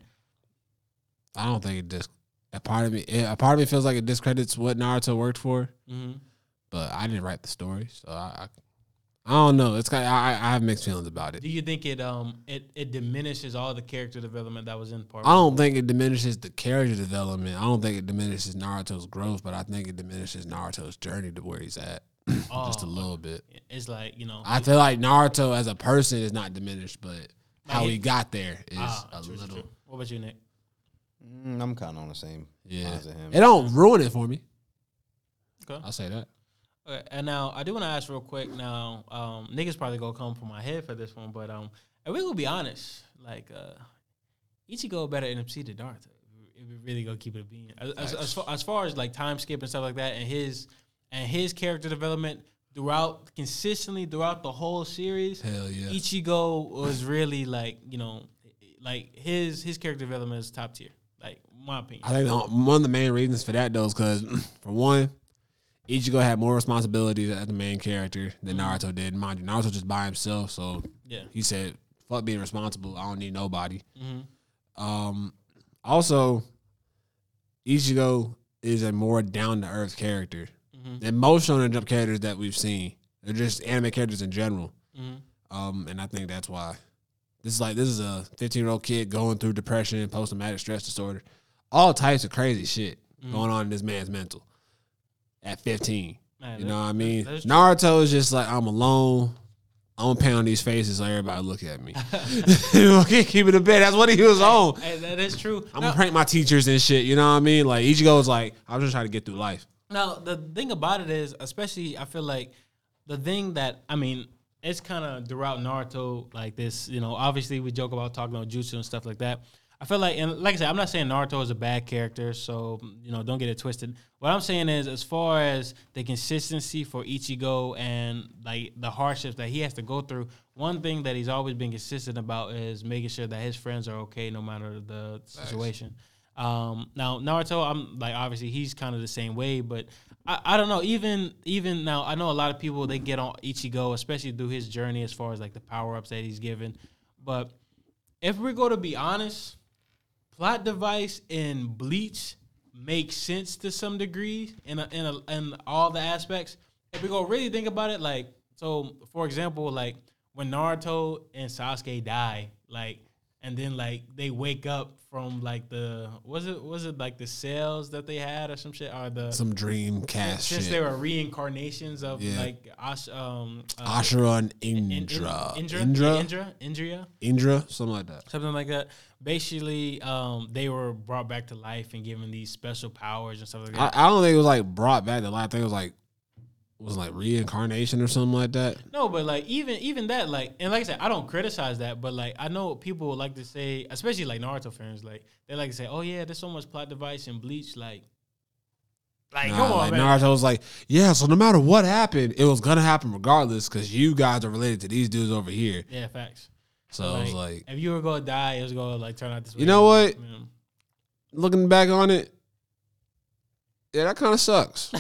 B: I don't think it just a part of me a part of me feels like it discredits what Naruto worked for,
A: hmm
B: but I didn't write the story, so I I, I don't know. It's kind of, I I I have mixed feelings about it.
A: Do you think it um it, it diminishes all the character development that was in part?
B: I don't think it diminishes the character development. I don't think it diminishes Naruto's growth, but I think it diminishes Naruto's journey to where he's at just a
A: Oh.
B: little bit.
A: one? It's like you know.
B: I feel like Naruto as a person is not diminished, but how
A: he-
B: he got there is
A: ah,
B: a
A: true, true,
B: little.
A: true. What about you, Nick?
C: Mm, I'm kind of on the same
B: Yeah,
C: lines as him.
B: it don't ruin it for me.
A: Okay.
B: I'll say that.
A: Okay, and now I do want to ask real quick. Now, um, niggas probably gonna come for my head for this one, but um, and we gonna be honest. Like, uh, Ichigo better MC than Naruto. If we really gonna keep it a being as, as, as, far, as far as like time skip and stuff like that, and his and his character development throughout consistently throughout the whole series.
B: Hell yeah.
A: Ichigo was really like you know, like his his character development is top tier. Like my opinion.
B: I think the, one of the main reasons for that though is because, for one, Ichigo had more responsibilities as the main character than Naruto did. Mind you, Naruto just by himself, so
A: Yeah.
B: he said, "Fuck being responsible. I don't need nobody."
A: Mm-hmm.
B: Um, also, Ichigo is a more down to earth character
A: Mm-hmm.
B: than most Shonen Jump characters that we've seen. They're just anime characters in general,
A: Mm-hmm.
B: um, and I think that's why this is like this is a 15 year old kid going through depression and post traumatic stress disorder, all types of crazy shit
A: Mm-hmm.
B: going on in this man's mental at 15.
A: Man,
B: you
A: that-
B: know what I mean?
A: that is true.
B: Naruto is just like I'm alone. I'm gonna pound these faces so everybody look at me. okay, keep it a bit. That's what he was on.
A: Hey, that is true.
B: I'm gonna prank my teachers and shit. You know what I mean? Like Ichigo is like I'm just trying to get through life.
A: Now the thing about it is, especially I feel like the thing that I mean, it's kind of throughout Naruto like this. You know, obviously we joke about talking about jutsu and stuff like that. I feel like, and like I said, I'm not saying Naruto is a bad character, so you know, don't get it twisted. What I'm saying is, as far as the consistency for Ichigo and like the hardships that he has to go through, one thing that he's always been consistent about is making sure that his friends are okay no matter the situation. Um, now Naruto, I'm like obviously he's kind of the same way, but I, I don't know. Even even now, I know a lot of people they get on Ichigo, especially through his journey as far as like the power ups that he's given. But if we're going to be honest, plot device in Bleach makes sense to some degree in a, in a, in all the aspects. If we go really think about it, like so, for example, like when Naruto and Sasuke die, like and then like they wake up from like the was it was it like the cells that they had or some shit or the
B: Some dream
A: since,
B: cast
A: since
B: shit.
A: they were reincarnations of
B: Yeah.
A: like Ash, um uh,
B: Ashura and
A: In- In-
B: Indra.
A: Indra
B: Indra,
A: Indra Indra
B: Indra, something like that.
A: something like that. Basically, um, they were brought back to life and given these special powers and stuff like
B: I,
A: that.
B: I don't think it was like brought back to life. I think it was like was like reincarnation or something like that.
A: no, but like even even that, like and like I said, I don't criticize that, but like I know people like to say, especially like Naruto fans, like they like to say, "Oh yeah, there's so much plot device in Bleach." Like, like
B: Nah,
A: come on,
B: like
A: man.
B: Naruto was like, yeah. So no matter what happened, it was gonna happen regardless because you guys are related to these dudes over here.
A: yeah, facts.
B: So I was like,
A: if you were gonna die, it was gonna like turn out this way.
B: You know what?
A: Yeah.
B: looking back on it, yeah, that kind of sucks.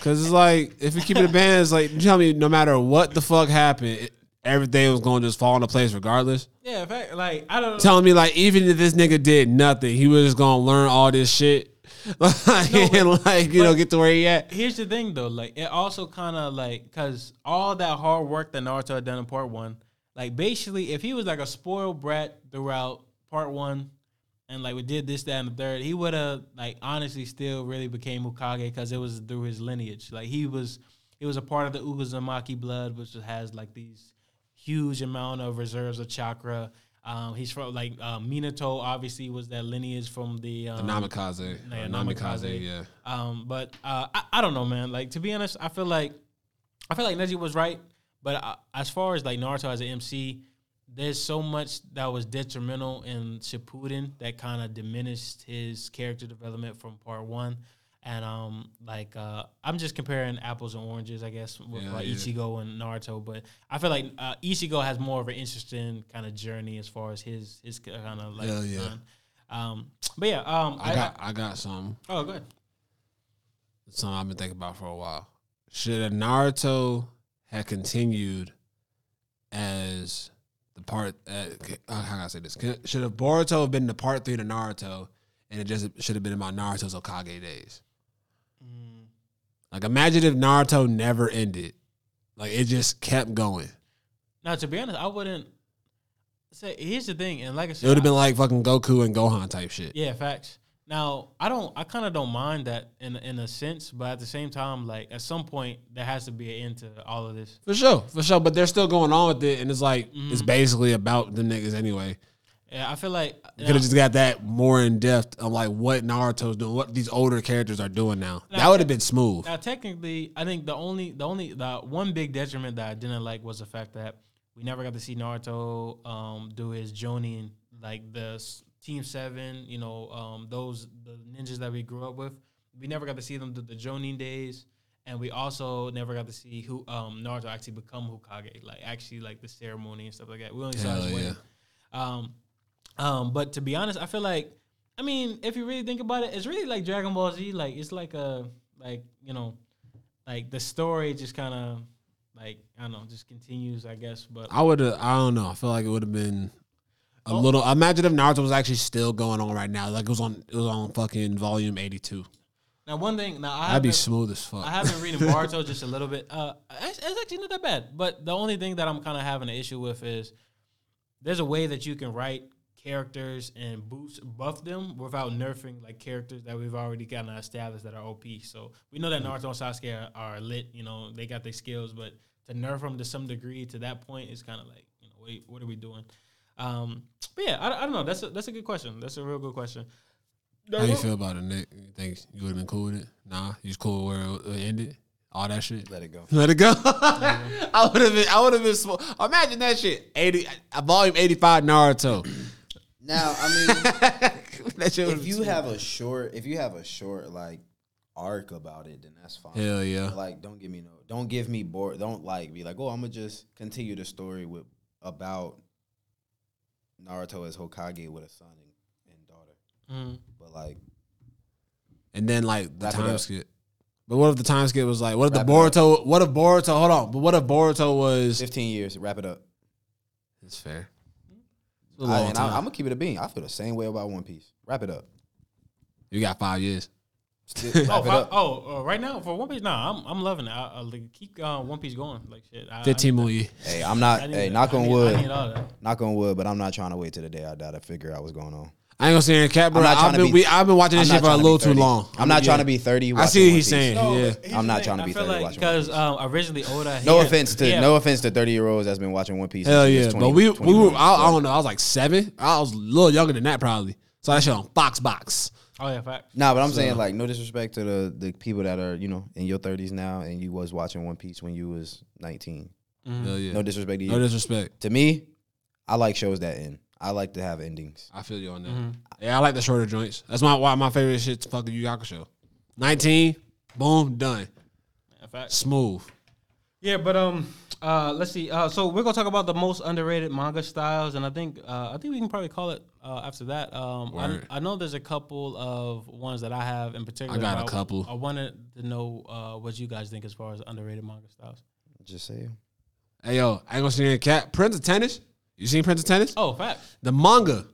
B: Cause it's like if you keep it a band, it's like you tell me no matter what the fuck happened, it, everything was going to just fall into place regardless.
A: Yeah, in fact, like I don't.
B: Telling me like even if this nigga did nothing, he was just gonna learn all this shit, like, and like you know
A: but-
B: get to where he at.
A: Here's the thing though, like it also kind of like because all that hard work that Naruto had done in part one, like basically if he was like a spoiled brat throughout part one, and like we did this, that, and the third, he would have like honestly still really became Hokage because it was through his lineage. Like he was, he was a part of the Ugazumaki blood, which has like these huge amount of reserves of chakra. Um, he's from like uh, Minato, obviously was that lineage from the um,
B: Namikaze,
A: yeah,
B: Uh,
A: Namikaze.
B: Namikaze, yeah.
A: Um, but uh, I, I don't know, man. Like to be honest, I feel like I feel like Neji was right. But I, as far as like Naruto as an MC, there's so much that was detrimental in Shippuden that kind of diminished his character development from part one. And um, like uh, I'm just comparing apples and oranges, I guess, with
B: Yeah,
A: like
B: yeah.
A: Ichigo and Naruto. But I feel like uh, Ichigo has more of an interesting kind of journey as far as his his kind of like.
B: Hell yeah.
A: design. Um, but yeah, um,
B: I got I got some
A: oh, go ahead.
B: something I've been thinking about for a while. Should a Naruto have continued as the part? Uh, uh, how can I say this? Can- Should have Boruto have been the part three to Naruto, and it just should have been about Naruto's Okage days? Like, imagine if Naruto never ended. Like, it just kept going.
A: Now, to be honest, I wouldn't say. Here's the thing, and like I
B: It
A: said,
B: would have been
A: I-
B: like fucking Goku and Gohan type shit.
A: yeah, facts. Now, I don't. I kind of don't mind that in in a sense, but at the same time, like at some point, there has to be an end to all of this.
B: For sure, for sure. But they're still going on with it, and it's like it's basically about them niggas anyway.
A: Yeah, I feel like
B: You could have just got that more in depth of like what Naruto's doing, what these older characters are doing now. That would have been smooth.
A: Now, technically, I think the only the only the one big detriment that I didn't like was the fact that we never got to see Naruto um, do his jonin, like the s- Team Seven, you know, um, those the ninjas that we grew up with. We never got to see them do the jonin days, and we also never got to see who um, Naruto actually become Hokage, like actually like the ceremony and stuff like that. We only saw
B: Hell
A: his
B: Oh, yeah.
A: wedding. Um, um, but to be honest, I feel like, I mean, if you really think about it, it's really like Dragon Ball Z. Like it's like a like you know, like the story just kind of like I don't know, just continues, I guess. But
B: I would have. I don't know. I feel like it would have been a little. Imagine if Naruto was actually still going on right now. Like it was on. It was on fucking volume eighty two.
A: now one thing, now I
B: That'd be
A: haven't-
B: smooth as fuck.
A: I have been reading Naruto just a little bit. Uh, it's, it's actually not that bad. But the only thing that I'm kind of having an issue with is there's a way that you can write characters and boost buff them without nerfing like characters that we've already kind of established that are OP. So we know
B: Mm.
A: that Naruto and Sasuke are, are lit. You know they got their skills, but to nerf them to some degree to that point is kind of like you know what, are- what are we doing? Um, but yeah, I, I don't know. That's a, that's a good question. That's a real good question.
B: How you feel about it, Nick? You think you would have been cool with it? Nah, you was cool where it- it ended. All that shit.
C: Let it go.
B: Let it go. I would have been. I would have been. Small. Imagine that shit. Eighty. uh, Volume eighty five. Naruto.
C: Now, I mean.
B: that shit.
C: if you have a short if you have a short like arc about it then that's fine
B: Hell yeah.
C: like don't give me no don't give me bored don't like be like oh i'm gonna just continue the story with about naruto as hokage with a son and, and daughter
A: Mm.
C: but like
B: and then like the
C: Wrap it
B: time
C: up.
B: skip. But what if the time skip was like, what if
C: Wrap
B: the
C: it up.
B: Boruto? What if Boruto? Hold on, but what if Boruto was?
C: 15 years wrap it up
B: It's fair.
C: I, and I, i'm gonna keep it a bean i feel the same way about one piece wrap it up
B: you got five years.
C: Still, wrap
A: Oh,
C: it
A: fi-
C: up
A: oh, uh, right now for One Piece, nah, I'm I'm loving it. I, I like, keep uh, One Piece going, like shit. I,
B: Fifteen more years.
C: hey i'm
A: I
C: not
A: need-
C: hey
A: I
C: knock on
A: need-
C: wood
A: I need all that.
C: knock on wood but i'm not trying to wait till the day i die to figure out what's going on
B: I ain't gonna say in cat, bro.
C: not trying
B: I've
C: to
B: been
C: be-
B: we, I've been watching this
C: I'm
B: shit
C: not
B: for a
C: trying to be
B: little too
C: 30.
B: long.
C: I'm not trying
B: yeah.
C: to be 30
B: I
C: watching
B: see what
C: One
B: he's
C: Piece.
B: saying. yeah,
A: here's
C: I'm
A: the
C: not
A: thing,
C: trying to
A: I
C: be
A: feel
C: thirty
A: like
C: watching
A: because
C: One Piece.
A: um, originally Oda. he
C: No
A: had-
C: offense to
A: yeah,
C: no offense to thirty year olds that's been watching One Piece.
B: hell
C: since she
B: yeah.
C: was
B: but
C: 20
B: we we were.
C: 21.
B: I, I don't know. I was like seven. I was a little younger than that probably. So that shit on Fox Box.
A: Oh yeah, fact.
C: Nah, but I'm saying like no disrespect to the the people that are you know in your thirties now and you was watching One Piece when you was 19.
B: Hell yeah.
C: No disrespect to you.
B: No disrespect.
C: to me, I like shows that end. I like to have endings.
B: I feel you on that. Yeah, I like the shorter joints. That's my why my favorite shit's fucking Yu Yaku show. Nineteen, boom, done,
A: Yeah, fact.
B: smooth.
A: Yeah, but um, uh, let's see. Uh, so we're gonna talk about the most underrated manga styles, and I think uh, I think we can probably call it uh, after that, um,
B: Word.
A: I, I know there's a couple of ones that I have in particular.
B: I got a
A: but
B: couple.
A: I wanted to know uh, what you guys think as far as underrated manga styles.
C: Just say him.
B: Hey yo, I ain't gonna see any cat. Prince of Tennis. You seen Prince of Tennis?
A: Oh, fact.
B: The manga,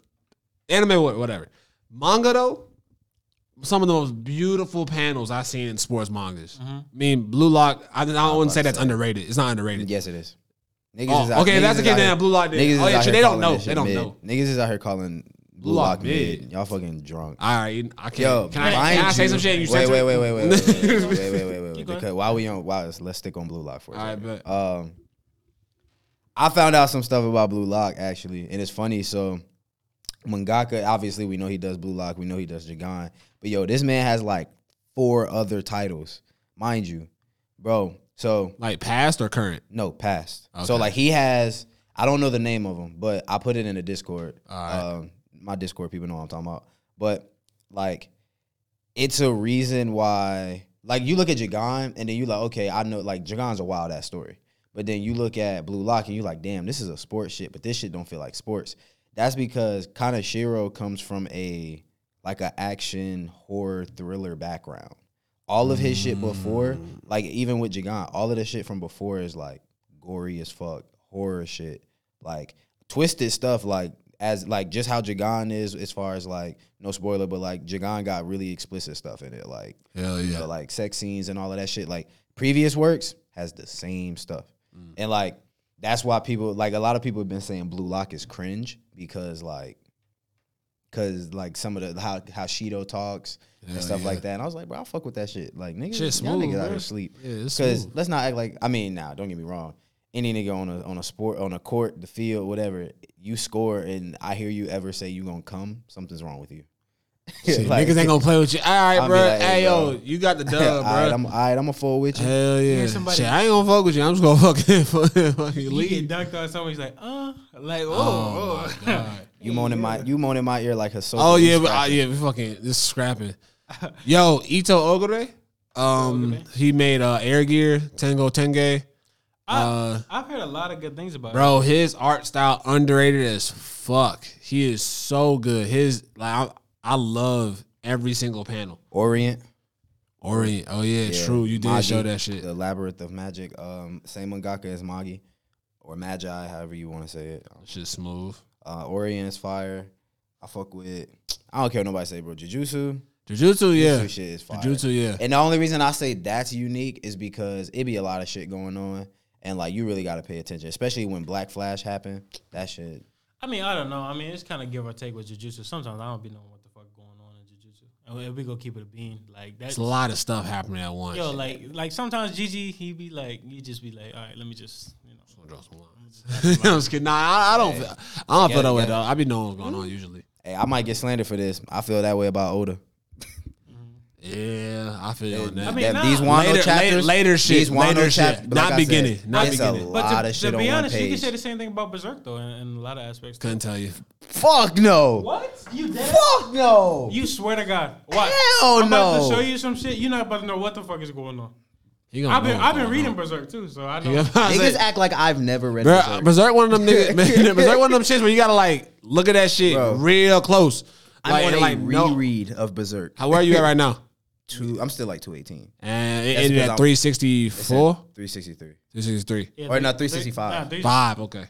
B: anime, wha- whatever. Manga though, some of the most beautiful panels I've seen in sports mangas.
C: Mm-hmm.
B: I mean, Blue Lock. I, I wouldn't say that's underrated. It's not underrated.
C: Yes, it is. Niggas
B: Oh, okay,
C: niggas
B: that's the
C: is
B: kid
C: out
B: that
C: here-
B: Blue Lock did.
C: niggas is
B: Oh, yeah, shit,
C: out here
B: they don't
C: calling
B: know.
C: that
B: They
C: shit
B: don't
C: mid.
B: know.
C: Niggas is out here calling Blue
B: Lock
C: Lock mid.
B: mid.
C: Y'all fucking drunk.
B: All right, I can't.
C: Yo,
B: can I,
C: mind
B: can I say
C: you-
B: some shit? and You
C: wait,
B: censor
C: wait,
B: it?
C: wait, wait, wait, wait, wait, wait, wait, wait, wait, wait,
A: Keep
C: wait.
A: going.
C: Because while we on, wow, let's, let's stick on Blue Lock for a
B: All right,
C: second.
B: but
C: Um, I found out some stuff about Blue Lock actually, and it's funny. So, Mangaka, obviously, we know he does Blue Lock, we know he does Jagan, but yo, this man has like four other titles, mind you, bro. So
B: like past or current?
C: no, past. So
B: Okay.
C: like he has, I don't know the name of him, but I put it in the Discord.
B: Alright.
C: Um, my Discord people know what I'm talking about. But like, it's a reason why. Like you look at Jagan and then you like, okay, I know like Jagan's a wild ass story. But then you look at Blue Lock and you like, damn, this is a sports shit, but this shit don't feel like sports. That's because Kanashiro comes from a like a action horror thriller background. All of his shit before, like even with Jagan, all of the shit from before is like gory as fuck, horror shit, like twisted stuff, like as like just how Jagan is as far as like no spoiler, but like Jagan got really explicit stuff in it, like
B: Hell
C: you know, like sex scenes and all of that shit. Like previous works has the same stuff,
B: Mm.
C: and like that's why people like a lot of people have been saying Blue Lock is cringe because like because like some of the how how Shido talks and
B: Hell
C: stuff
B: yeah.
C: like that. And I was like, bro, I fuck with that shit. Like niggas,
B: Shit
C: y'all
B: smooth,
C: niggas out
B: bro.
C: here sleep.
B: Yeah, it's
C: Because
B: smooth.
C: let's not act like I mean, nah, don't get me wrong. Any nigga on a on a sport on a court, the field, whatever, you score and I hear you ever say you gonna come, something's wrong with you.
B: Shit, niggas ain't gonna play with you. All
C: I'll
B: right,
C: be
B: bro.
C: like,
B: hey,
C: hey,
B: yo,
C: bro.
B: you got the
C: all
B: dub,
C: right,
B: bro.
C: I'm all right, I'm a fool with you.
B: Hell yeah.
A: somebody-
B: Shit, I ain't gonna fuck with you. I'm just gonna fucking fucking, fucking
A: You get
B: leave.
A: dunked on someone, he's like, uh, like,
B: Oh,
A: oh,
B: my God.
C: You moan in my you moan in my ear like Hisoka.
B: Oh
C: you
B: yeah, but, uh,
C: scratching.
B: yeah, we fucking this is scrapping. Yo, Ito Ogure, um, he made uh, Air Gear Tango Tenge. Uh,
A: I've heard a lot of good things about it.
B: bro, his art style underrated as fuck. He is so good. His like, I, I love every single panel.
C: Orient.
B: Orient. Oh yeah,
C: Yeah,
B: true. You did
C: Magi,
B: show that shit.
C: The Labyrinth of Magic. Um, same mangaka as Magi, or Magi, however you want to say it.
B: Shit smooth.
C: Uh, Orient is fire. I fuck with. I don't care what nobody say, bro. Jujutsu.
B: Jujutsu, yeah.
C: Jujutsu shit is fire.
B: Jujutsu, yeah.
C: And the only reason I say that's unique is because it be a lot of shit going on, and like you really got to pay attention, especially when Black Flash happened. That shit.
A: I mean, I don't know. I mean, it's kind of give or take with jujitsu. Sometimes I don't be knowing what the fuck going on in jujitsu. And we- we go keep it a bean. Like that's
B: It's a lot of stuff happening at once.
A: yo, like like sometimes Gigi he be like, you just be like, all right, let me just you know.
B: Draw some lines. I'm just kidding. Nah, I, I don't. feel- I don't feel that way though. I be knowing what's going on usually.
C: Hey, I might get slandered for this. I feel that way about Oda.
B: Yeah, I feel you on that.
A: I mean,
C: that,
A: nah.
C: these Wano
B: later, later,
C: chapters,
B: later shit,
C: these Wano
B: later
C: chap-
B: shit,
C: like
B: not
C: I said,
B: beginning, not
C: it's
B: beginning.
C: A
B: I
C: lot
A: to,
C: of shit
A: to
C: on
A: be
C: one
A: honest, you can
C: page.
A: say the same thing about Berserk though, in, in a lot of aspects.
B: Couldn't tell you.
C: Fuck no.
A: What you dead?
C: Fuck no.
A: You swear to God, what?
C: Hell
A: I'm about to
C: no.
A: show you some shit. You're not about to know what the fuck is going on.
B: He gonna
A: I've been
B: know
A: I've been
B: what's
A: reading
B: going
A: Berserk too, so I
B: on.
A: know.
B: Yeah, I was
C: Niggas
B: like,
C: act like I've never read
B: Bruh,
C: Berserk.
B: Berserk one of them niggas. man, Berserk one of them shits where you gotta like look at that shit
C: Bro.
B: real close.
C: I'm
B: Like,
C: on a
B: and, like no.
C: reread of Berserk.
B: How where you at right now?
C: Two, I'm still like 218.
B: And it
C: That's
B: ended
C: because
B: at
C: I'm-
B: three sixty
C: It's
B: four,
C: at 363.
B: three sixty three,
A: Yeah,
C: Or
A: three-
C: not,
A: three-
C: 365.
A: nah, three-
B: five. Okay,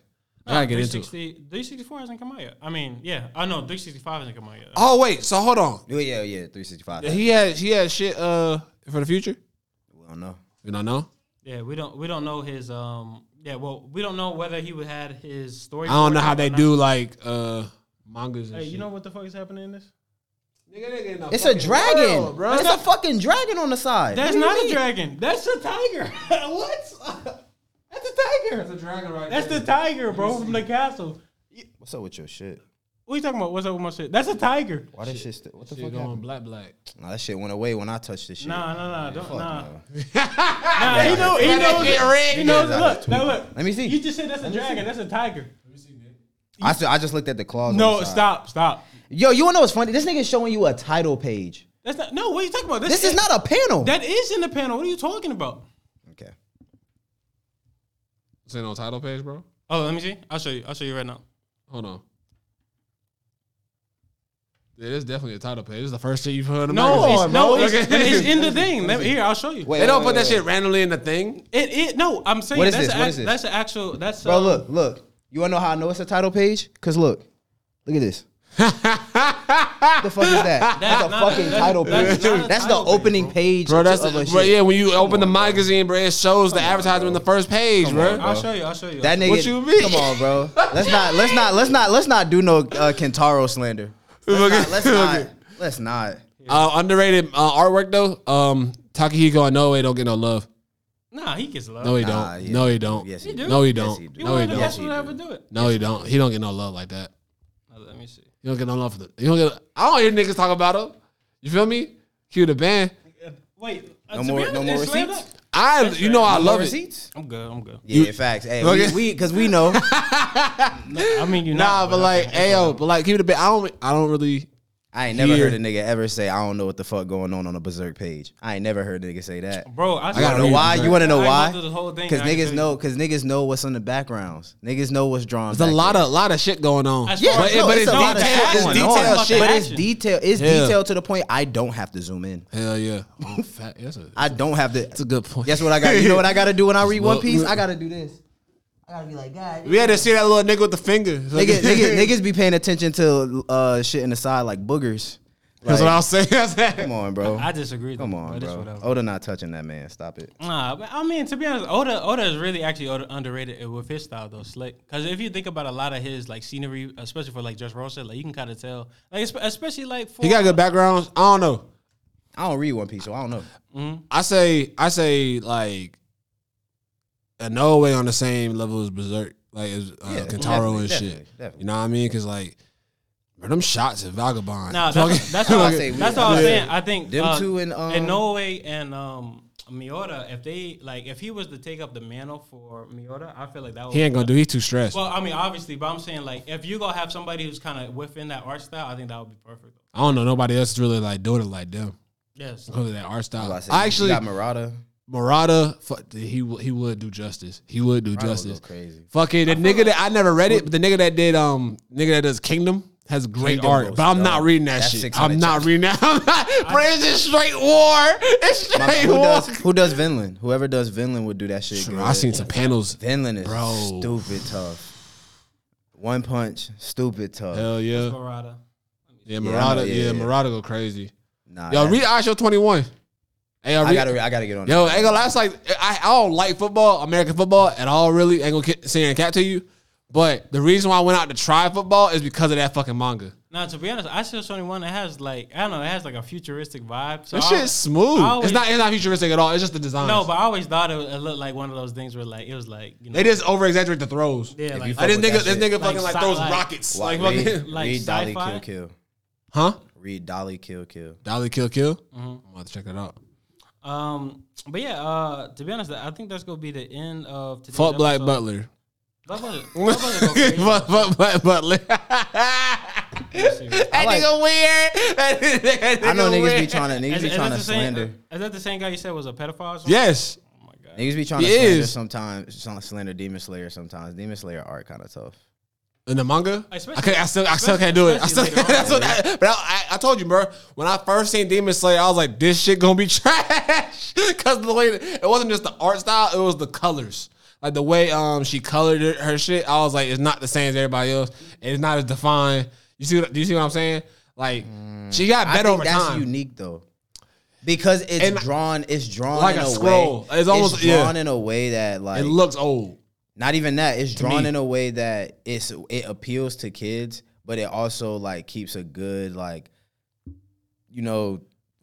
B: I gotta get into. it.
A: 360 364 hasn't come out yet. I mean, yeah, I know 365 hasn't come out yet.
B: Oh wait, so hold on.
C: Yeah, yeah, yeah, 365.
B: He had he had shit uh for the future.
C: we don't know.
B: You don't know.
A: Yeah, we don't we don't know his um. Yeah, well, we don't know whether he would had his story.
B: I don't know how they
A: or not.
B: do like uh mangas. And
A: Hey, you
B: shit.
A: know what the fuck is happening in this?
C: It's a dragon.
B: bro.
C: It's a fucking dragon on the side.
A: That's
C: What do you
A: not a
C: mean?
A: dragon. That's a tiger. what? That's a tiger.
B: a dragon right
A: That's the tiger, bro, from the castle.
C: What's up with your shit?
A: What you talking about? What's up with my shit? That's a tiger.
C: Why that shit st- What the fuck
B: Shit going
C: happened?
B: black black.
C: Nah, that shit went away when I touched this shit.
A: Nah, nah, nah, don't,
C: Fuck
A: nah.
C: no.
A: Nah, he know, he knows,
B: Get red.
A: he knows.
C: Yeah,
A: Look,
C: that's
A: now
C: tweaking.
A: look.
C: Let me see.
A: You just said that's a dragon. That's a tiger.
C: I, still, I just looked at the claws. on
A: No,
C: the side.
A: stop, stop.
C: Yo, you wanna know what's funny? This nigga's showing you a title page.
A: That's not. No, what are you talking about?
C: This is not a panel.
A: That is in the panel. What are you talking about?
C: okay.
B: It's in on title page, bro.
A: Oh, let me see. I'll show you. I'll show you right now.
B: Hold on. It is definitely a title page. It's the first shit you've heard. of
A: No,
B: Michael.
A: it's, no,
B: Okay.
A: it's, it's in the thing. Let me- Here, I'll show you.
C: Wait,
B: They don't
C: wait,
B: put
C: wait,
B: that
C: wait.
B: shit randomly in the thing.
A: It, it no, I'm saying
C: What is
A: that's
C: this?
A: a-
C: What is this?
A: that's an actual that's
C: Bro,
A: um,
C: look, look. You wanna know how I know it's a title page? Cause look, look at this. what the fuck is that? That's, a
A: not a-
C: fucking
A: that's-
C: title
A: that's
C: page.
A: not a
C: That's, the
A: title page,
C: opening
A: bro.
C: page.
B: Bro, that's
C: of a
B: the,
C: shit.
B: bro, yeah. When you open the magazine, bro, it shows the advertisement in the first page, bro.
A: I'll show you. I'll show you.
C: That nigga.
B: What you mean?
C: Come on, bro. Let's not. Let's not. Let's not. Let's not do no uh, Kentaro slander. Let's not. Let's not. Let's not.
B: Uh, underrated uh, artwork though. Um, Takahiko Inoue don't get no love.
A: nah, he gets love.
B: No, he
C: Nah,
B: don't.
C: yeah.
B: No, he don't.
C: Yes,
A: he do.
B: No, he
C: Yes, he
B: don't.
C: do.
A: you
B: No,
A: want
B: he
A: to
B: don't.
A: best
C: Yes, he
A: one ever
C: do.
A: do it?
B: No, he don't. He don't get no love like that.
A: Uh, Let me see.
B: He don't get no love for the. He don't get. I don't hear niggas talk about him. You feel me? Cue the band.
A: Wait, uh,
C: No
A: to be
C: more- no
A: honest,
C: more
A: it's slammed
C: receipts?
A: up.
B: I. You know I love it.
C: Receipts?
A: I'm good. I'm good.
C: Yeah, facts. Hey,
B: Okay.
C: we, we cause we know.
A: I mean, you
B: Nah, but like, ayo, but like, keep it a bit. I don't. I don't really.
C: I ain't never
B: Here.
C: heard a nigga ever say I don't know what the fuck going on on a berserk page. I ain't never heard a nigga say that.
A: bro, I,
B: gotta
A: swear-
B: read
C: Know why? You want to know
A: I
C: why?
A: went through the whole thing,
C: Because
A: I can tell
C: niggas
A: you.
C: know. Because niggas know what's in the backgrounds. Niggas know what's drawn.
B: It's a lot of lot of shit going on.
A: That's Yeah,
B: but,
A: no,
B: but it's,
A: it's a lot of
B: detailed.
A: shit
B: It's
A: going
B: detailed
A: on. But
B: shit.
C: But it's
A: Action.
C: detail. It's
B: Yeah.
C: detailed to the point I don't have to zoom in.
B: Hell yeah. Oh, fat. That's a,
C: I don't have to.
B: that's a good point.
C: Guess what I got? You know what I got to do when I read One
B: look-
C: Piece? I got to do this. I gotta be like, God,
B: We had to see that little nigga with the finger.
C: niggas, niggas, niggas be paying attention to uh, shit in the side like boogers.
B: That's
C: Like,
B: what I was saying.
C: Come on, bro.
A: I disagree.
C: Come
A: though,
C: on,
A: but it's
C: bro. Oh,
A: whatever.
C: Oda not touching that man. Stop it.
A: Nah, but I mean to be honest, Oda Oda is really actually Oda underrated with his style though, slick. Because if you think about a lot of his like scenery, especially for like Just Rosa, like you can kind of tell, like espe- especially like for
B: He got good backgrounds. I don't know.
C: I don't read One Piece, so I don't know.
B: I say I say like in no way on the same level as Berserk, like as uh, Kentaro
C: definitely,
B: and
C: definitely,
B: shit.
C: definitely.
B: You know what I mean? Because like, bro, them shots at Vagabond.
A: Nah, that's, that's all I say. That's all I'm saying. I think
C: Them
A: uh,
C: two and, um,
A: Inoue and um, Miota, if they like, if he was to take up the mantle for Miota, I feel like that would.
B: he ain't gonna do. He's too stressed.
A: Well, I mean, obviously, but I'm saying like, if you gonna have somebody who's kind of within that art style, I think that would be perfect.
B: I don't know. Nobody else is really like doing it like them
A: Yes.
B: because of that art style.
C: I,
B: I,
C: said, you
B: actually
C: got Murata.
B: Murata. Fuck, he w- he would do justice. He would do justice.
C: go crazy.
B: Fucking the nigga that I never read it, but the nigga that did um nigga that does Kingdom has great
C: Kingdom
B: art.
C: was
B: But I'm not
C: dope.
B: reading that
C: That's
B: shit.
C: 600
B: I'm not reading that. I'm not. Bro, it's just straight war. It's straight
C: My- who
B: war.
C: does who does Vinland? Whoever does Vinland would do that shit.
B: Bro,
C: good.
B: I seen some panels.
C: Vinland is
B: Bro.
C: stupid tough. One punch, stupid tough.
B: Hell yeah,
A: Murata.
B: yeah,
C: I
B: Murata,
C: know,
B: yeah,
C: yeah, yeah.
B: Murata go crazy.
C: Nah,
B: Yo,
C: that-
B: read ISO 21. Hey, yo,
C: I
B: read-
C: gotta re- I gotta get on.
B: Yo,
C: that.
B: ain't gonna lie, it's like I, I don't like football, American football at all. Really, ain't gonna ki- say and cap to you. But the reason why I went out to try football is because of that fucking manga.
A: Now, to be honest, I still only one that has like I don't know, it has like a futuristic vibe. So
B: That
A: I-
B: shit's smooth.
A: I always-
B: it's not it's not futuristic at all. It's just the design.
A: No, but I always thought it, was- it looked like one of those things where like it was like you know,
B: they just over exaggerate the throws.
A: yeah, like,
B: Like, this
C: fuck
B: nigga,
C: with
B: this
C: that
B: nigga
C: shit.
B: fucking
A: Like,
B: like
A: sci-
B: throws
A: like-
B: rockets.
C: Why-
B: Like,
C: read,
B: fucking,
A: like
C: read Dolly
A: sci-fi?
C: Kill Kill.
B: huh?
C: Read Dolly Kill Kill.
B: Dolly kill kill.
C: Mm-hmm.
B: I'm about to check it out.
A: um. But yeah, uh, to be honest, I think that's gonna be the end of today's
B: Fuck Black
A: episode.
B: Butler.
A: Black Butler. Black Butler go crazy.
B: fuck, fuck Black Butler.
A: Serious.
B: That
C: like-
B: nigga weird. That nigga
C: I know niggas be
B: weird.
C: trying to niggas
A: Is,
C: be
A: is
C: trying
A: that
C: to
A: the same,
C: slander.
A: is that the same guy you said was a pedophile? Or something?
B: Yes.
A: Oh my god.
C: Niggas be trying to
B: He
C: slander
B: is.
C: sometimes. Some slander Demon Slayer sometimes. Demon Slayer art kind of tough.
B: In the manga, I,
A: Especially-
B: can't, I still, I still can't do it. I still,
A: especially later
B: that's
A: on,
B: what I, but I, I, I told you, bro. When I first seen Demon Slayer, I was like, "This shit gonna be trash." Because the way it wasn't just the art style, it was the colors, like the way um she colored her, her shit. I was like, "It's not the same as everybody else. and It's not as defined." You see? What, do you see what I'm saying? Like, she got
C: Mm. I
B: better
C: think
B: over
C: that's
B: time.
C: unique though, because it's
B: And-
C: drawn. It's drawn
B: Like
C: in
B: a
C: a,
B: scroll.
C: Way,
B: It's almost- yeah.
C: drawn in a way that like
B: It looks old.
C: not even that. It's drawn
B: me.
C: in a way that it's it appeals to kids, but it also like keeps a good like, you know,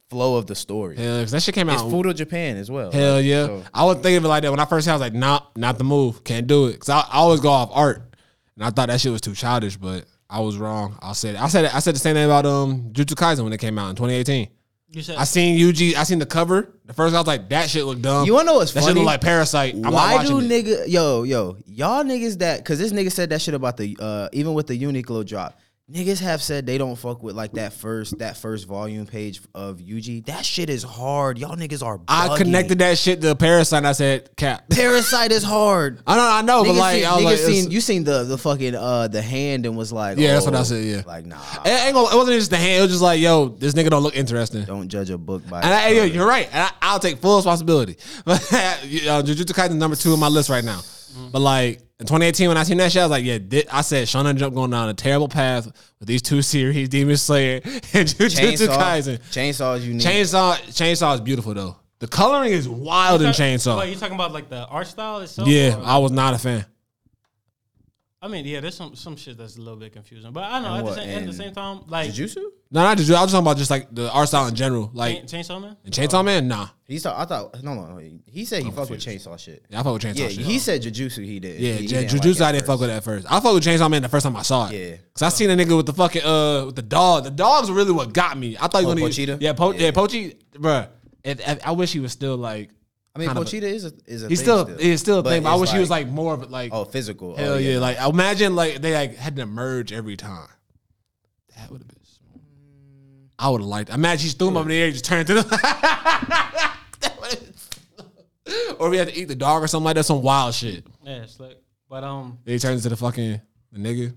C: flow of the story.
B: Hell, 'cause that shit came
C: It's
B: out.
C: Food of Japan as well.
B: Hell
C: Like,
B: yeah.
C: so-
B: I was thinking of it like that when I first saw it, I was like, nah, not the move. Can't do it. Cause I, I always go off art. And I thought that shit was too childish, but I was wrong. I said I said I said the same thing about um Jujutsu Kaisen when it came out in 2018.
A: You said
B: I seen UG, I seen the cover. The first I was like, that shit looked dumb.
C: You wanna know what's
B: Um, that shit
C: funny?
B: look like Parasite. I'm
C: Why
B: not
C: do
B: watching it.
C: nigga yo yo y'all niggas that because this nigga said that shit about the uh even with the Uniqlo drop Niggas have said they don't fuck with like that first that first volume page of UG. That shit is hard. Y'all niggas are.
B: I
C: bugging.
B: connected that shit to Parasite. and I said cap.
C: Parasite is hard.
B: I know, I know, but
C: Niggas
B: like,
C: seen-
B: I was
C: niggas
B: like, it's-
C: seen, you seen the the fucking uh the hand and was like,
B: Yeah, that's what I
C: oh,
B: said, yeah.
C: like nah,
B: it, ain't gonna, it wasn't just the hand. It was just like, yo, this nigga don't look interesting.
C: don't judge a book by.
B: And I,
C: its
B: yo,
C: cover.
B: you're right. And I, I'll take full responsibility. But uh, Jujutsu Kaisen number two on my list right now. But like in 2018, when I seen that shit, I was like, yeah, thi- I said Shonen Jump going down a terrible path with these two series, Demon Slayer and Jujutsu
C: chainsaw,
B: Kaisen.
C: chainsaws you need.
B: Chainsaw, Chainsaw is beautiful though. The coloring is wild in
A: Wait,
B: Chainsaw.
A: you talking about like the art style itself?
B: Yeah,
A: or-
B: I was not a fan.
A: I mean, yeah, there's some some shit that's a little bit confusing, but I know at the,
C: what,
A: same, at the
C: and
A: same time, like
C: Jujutsu?
B: No, not Jujutsu. I was talking about just like the art style in general. Like
A: Chain- Chainsaw Man.
B: and Chainsaw Man, nah.
C: He thought I thought no no no. He said he fucked with chainsaw shit.
B: Yeah, I fuck with Chainsaw.
C: Yeah,
B: shit.
C: he said Jujutsu. He did.
B: Yeah,
C: He- he
B: J-
C: didn't like
B: Jujutsu,
C: it
B: I didn't
C: first.
B: fuck with that first. I fucked with Chainsaw Man the first time I saw it.
C: Yeah.
B: Cause I seen a nigga with the fucking uh with the dog. The dog's really what got me. I thought you
C: Oh,
B: gonna
C: Pochita?
B: Yeah, po- yeah,
C: Yeah.
B: Pochi, bruh. If, if- I wish he was still like
C: I mean,
B: kind of a-
C: Pochita is a is a
B: he's
C: thing
B: still he's still a
C: But
B: thing. But I
C: it's
B: wish he was like more of a, like
C: oh physical.
B: hell
C: oh,
B: yeah. Like imagine like they like had to merge every time. That would have been. so- I would have liked. Imagine he just threw him up in the air, and just turned to them. That would've- or we had to eat the dog or something like that. Some wild shit.
A: Yeah, it's like, but um,
B: Then he turns into the fucking the nigga.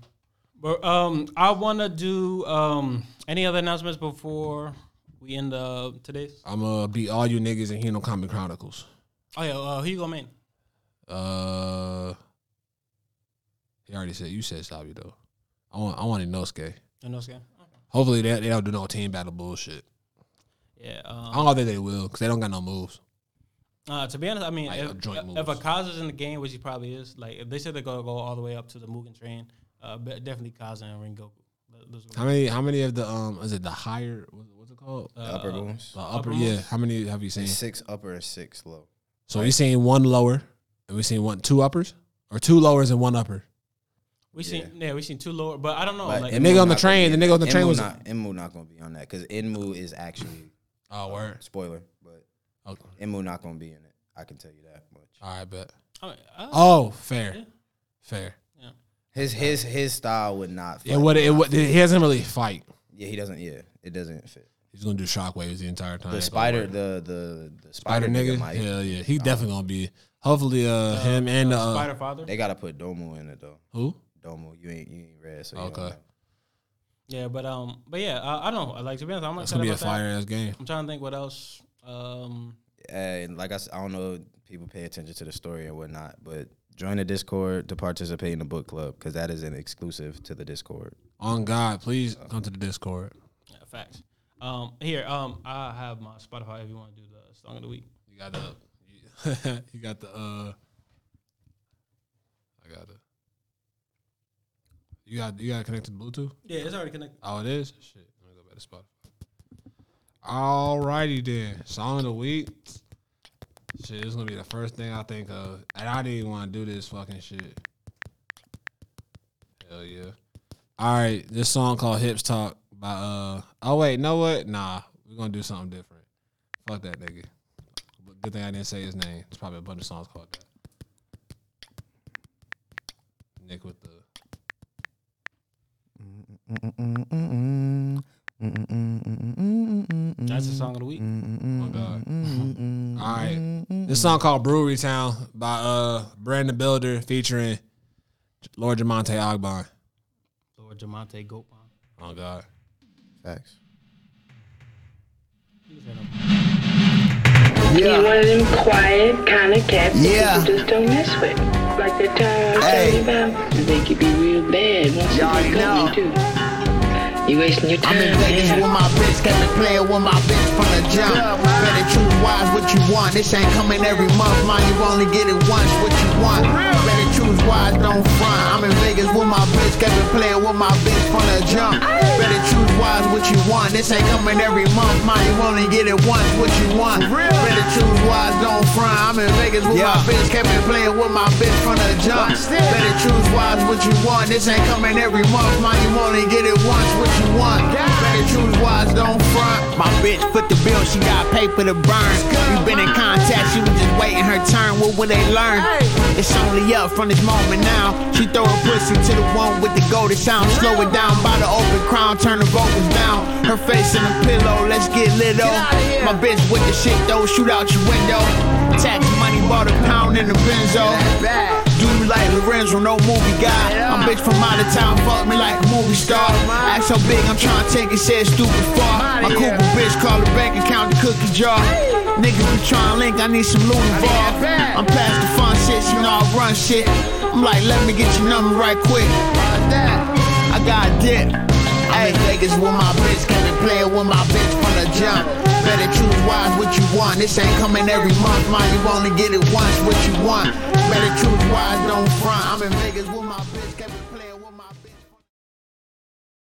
A: but, um, I want to do um any other announcements before we end uh today's.
B: I'm gonna beat all you niggas in Hino Comic Chronicles.
A: Oh yeah, uh, who you gonna main?
B: Uh, he already said you said Sabi though. I want I want Inosuke.
A: In those game?
B: Hopefully they they don't do no team battle bullshit.
A: Yeah.
B: I
A: Um,
B: don't think they will because they don't got no moves.
A: uh, to be honest, I mean,
B: Like,
A: if,
B: uh, joint
A: if
B: moves.
A: Akaza's in the game, which he probably is, like if they said they're gonna go all the way up to the Mugen train, uh, be- definitely Kaza and Rengoku. Th- those are-
B: How many how many of the um is it the higher what- what's it called
A: uh,
C: upper booms.
B: the upper
A: upper
B: yeah
A: ones?
B: how many have you seen?
C: Six upper and six low.
B: So we seen one lower and we seen one two uppers or two lowers and one upper.
A: We seen yeah. we seen two lower, but I don't know.
C: But
A: like,
B: And nigga
C: Enmu
B: on the
C: not gonna
B: train,
C: be in
B: the nigga
C: that.
B: on the train
C: Enmu
B: was-
C: not Enmu not gonna be on that because Enmu is actually
B: Oh word.
C: spoiler, but
B: Okay.
C: Enmu not gonna be in it. I can tell you that much.
B: All right, bet.
A: I mean, uh,
B: Oh, fair, fair.
C: His his his style would not. Fit.
B: Yeah, what it what he doesn't really fight.
C: Yeah, he doesn't. Yeah, it doesn't fit.
B: He's gonna do shockwaves the entire time.
C: The
B: That's all
C: spider,
B: work.
C: the the the
B: spider,
C: spider,
B: nigga.
C: might.
B: Hell yeah, he definitely gonna be. Hopefully, uh, him and uh,
A: Spider Father.
C: They gotta put Domo in it though.
B: who?
C: Domo, you ain't you ain't red, so you don't
B: Okay.
C: know.
A: Yeah, but um, but yeah, I, I don't know. Like to be honest, I'm
B: That's
A: excited
B: gonna be a
A: about that.
B: fire ass game.
A: I'm trying to think what else. Um,
C: and like I said, I don't know if people pay attention to the story and whatnot, but join the Discord to participate in the book club because that is an exclusive to the Discord.
B: On God, please come to the Discord.
A: yeah, facts. Um, here, um, I have my Spotify. If you want to do the song of the week,
B: You got the, you got the. uh I got the. You got you got connected to Bluetooth.
A: yeah, it's already connected.
B: Oh, it is. Shit, let me go back to Spotify. Alrighty then, song of the week. Shit, it's gonna be the first thing I think of, and I didn't even want to do this fucking shit. Hell yeah! All right, this song called "Hips Talk" by uh. Oh wait, know what? Nah, we're gonna do something different. Fuck that nigga. But good thing I didn't say his name. It's probably a bunch of songs called that. Nick with the
A: That's the song of the week.
B: Oh God. All right. This song called Brewery Town by uh Brandon Builder featuring Lord Jamonte Ogbon.
A: Lord Jamonte Goatbomb.
B: Oh God.
C: Facts.
G: He one of them quiet kind of cats that
H: Yeah.
G: people just don't mess with. Like that time I
H: Hey.
G: was telling you about, they could be real bad once
H: Y'all
G: they
H: know.
G: come too. You wasting your time.
H: I'm in Vegas
G: man.
H: with my bitch, got to play it with my bitch from the jump. Better choose wise what you want. This ain't coming every month, man. You only get it once. What you want? Better choose wise, don't front. I'm in Vegas with my bitch, got to play it with my bitch from the jump. Better choose wise what you want. This ain't coming every month, man. You only get it once. What you want? Better choose wise, don't front. I'm in Vegas with my bitch, kept it playing with my bitch from the jump. Better choose wise what you want. This ain't coming every month, man. You only get it once. What you want? Better choose wise, don't front. My bitch put the bill, she got paper to burn. We been in contact, she was just waiting her turn. What will they learn? It's only up from this moment now. She throw a pussy to the one with the golden sound. Slow it down by the open crown. Turn the vocals down. Her face in the pillow. Let's get lit on. My bitch with the shit though. Shoot out your window. Tax money bought a pound in the Benzo. Do you like Lorenzo? No movie guy. I'm bitch from out of town. Fuck me like a movie star. Act so big. I'm trying to take it. Said stupid far. My Cooper bitch call the bank account the cookie jar. Niggas be trying to link. I need some Louis Vuitton. I'm past the fun shit. You know I run shit. I'm like, let me get your number right quick. I got a dip. I'm in Vegas with my bitch, can be playing with my bitch from the jump. Better choose wise what you want. This ain't coming every month, man. You only get it once. What you want? Better choose wise, don't front. I'm in Vegas with my bitch, can be playing with my bitch.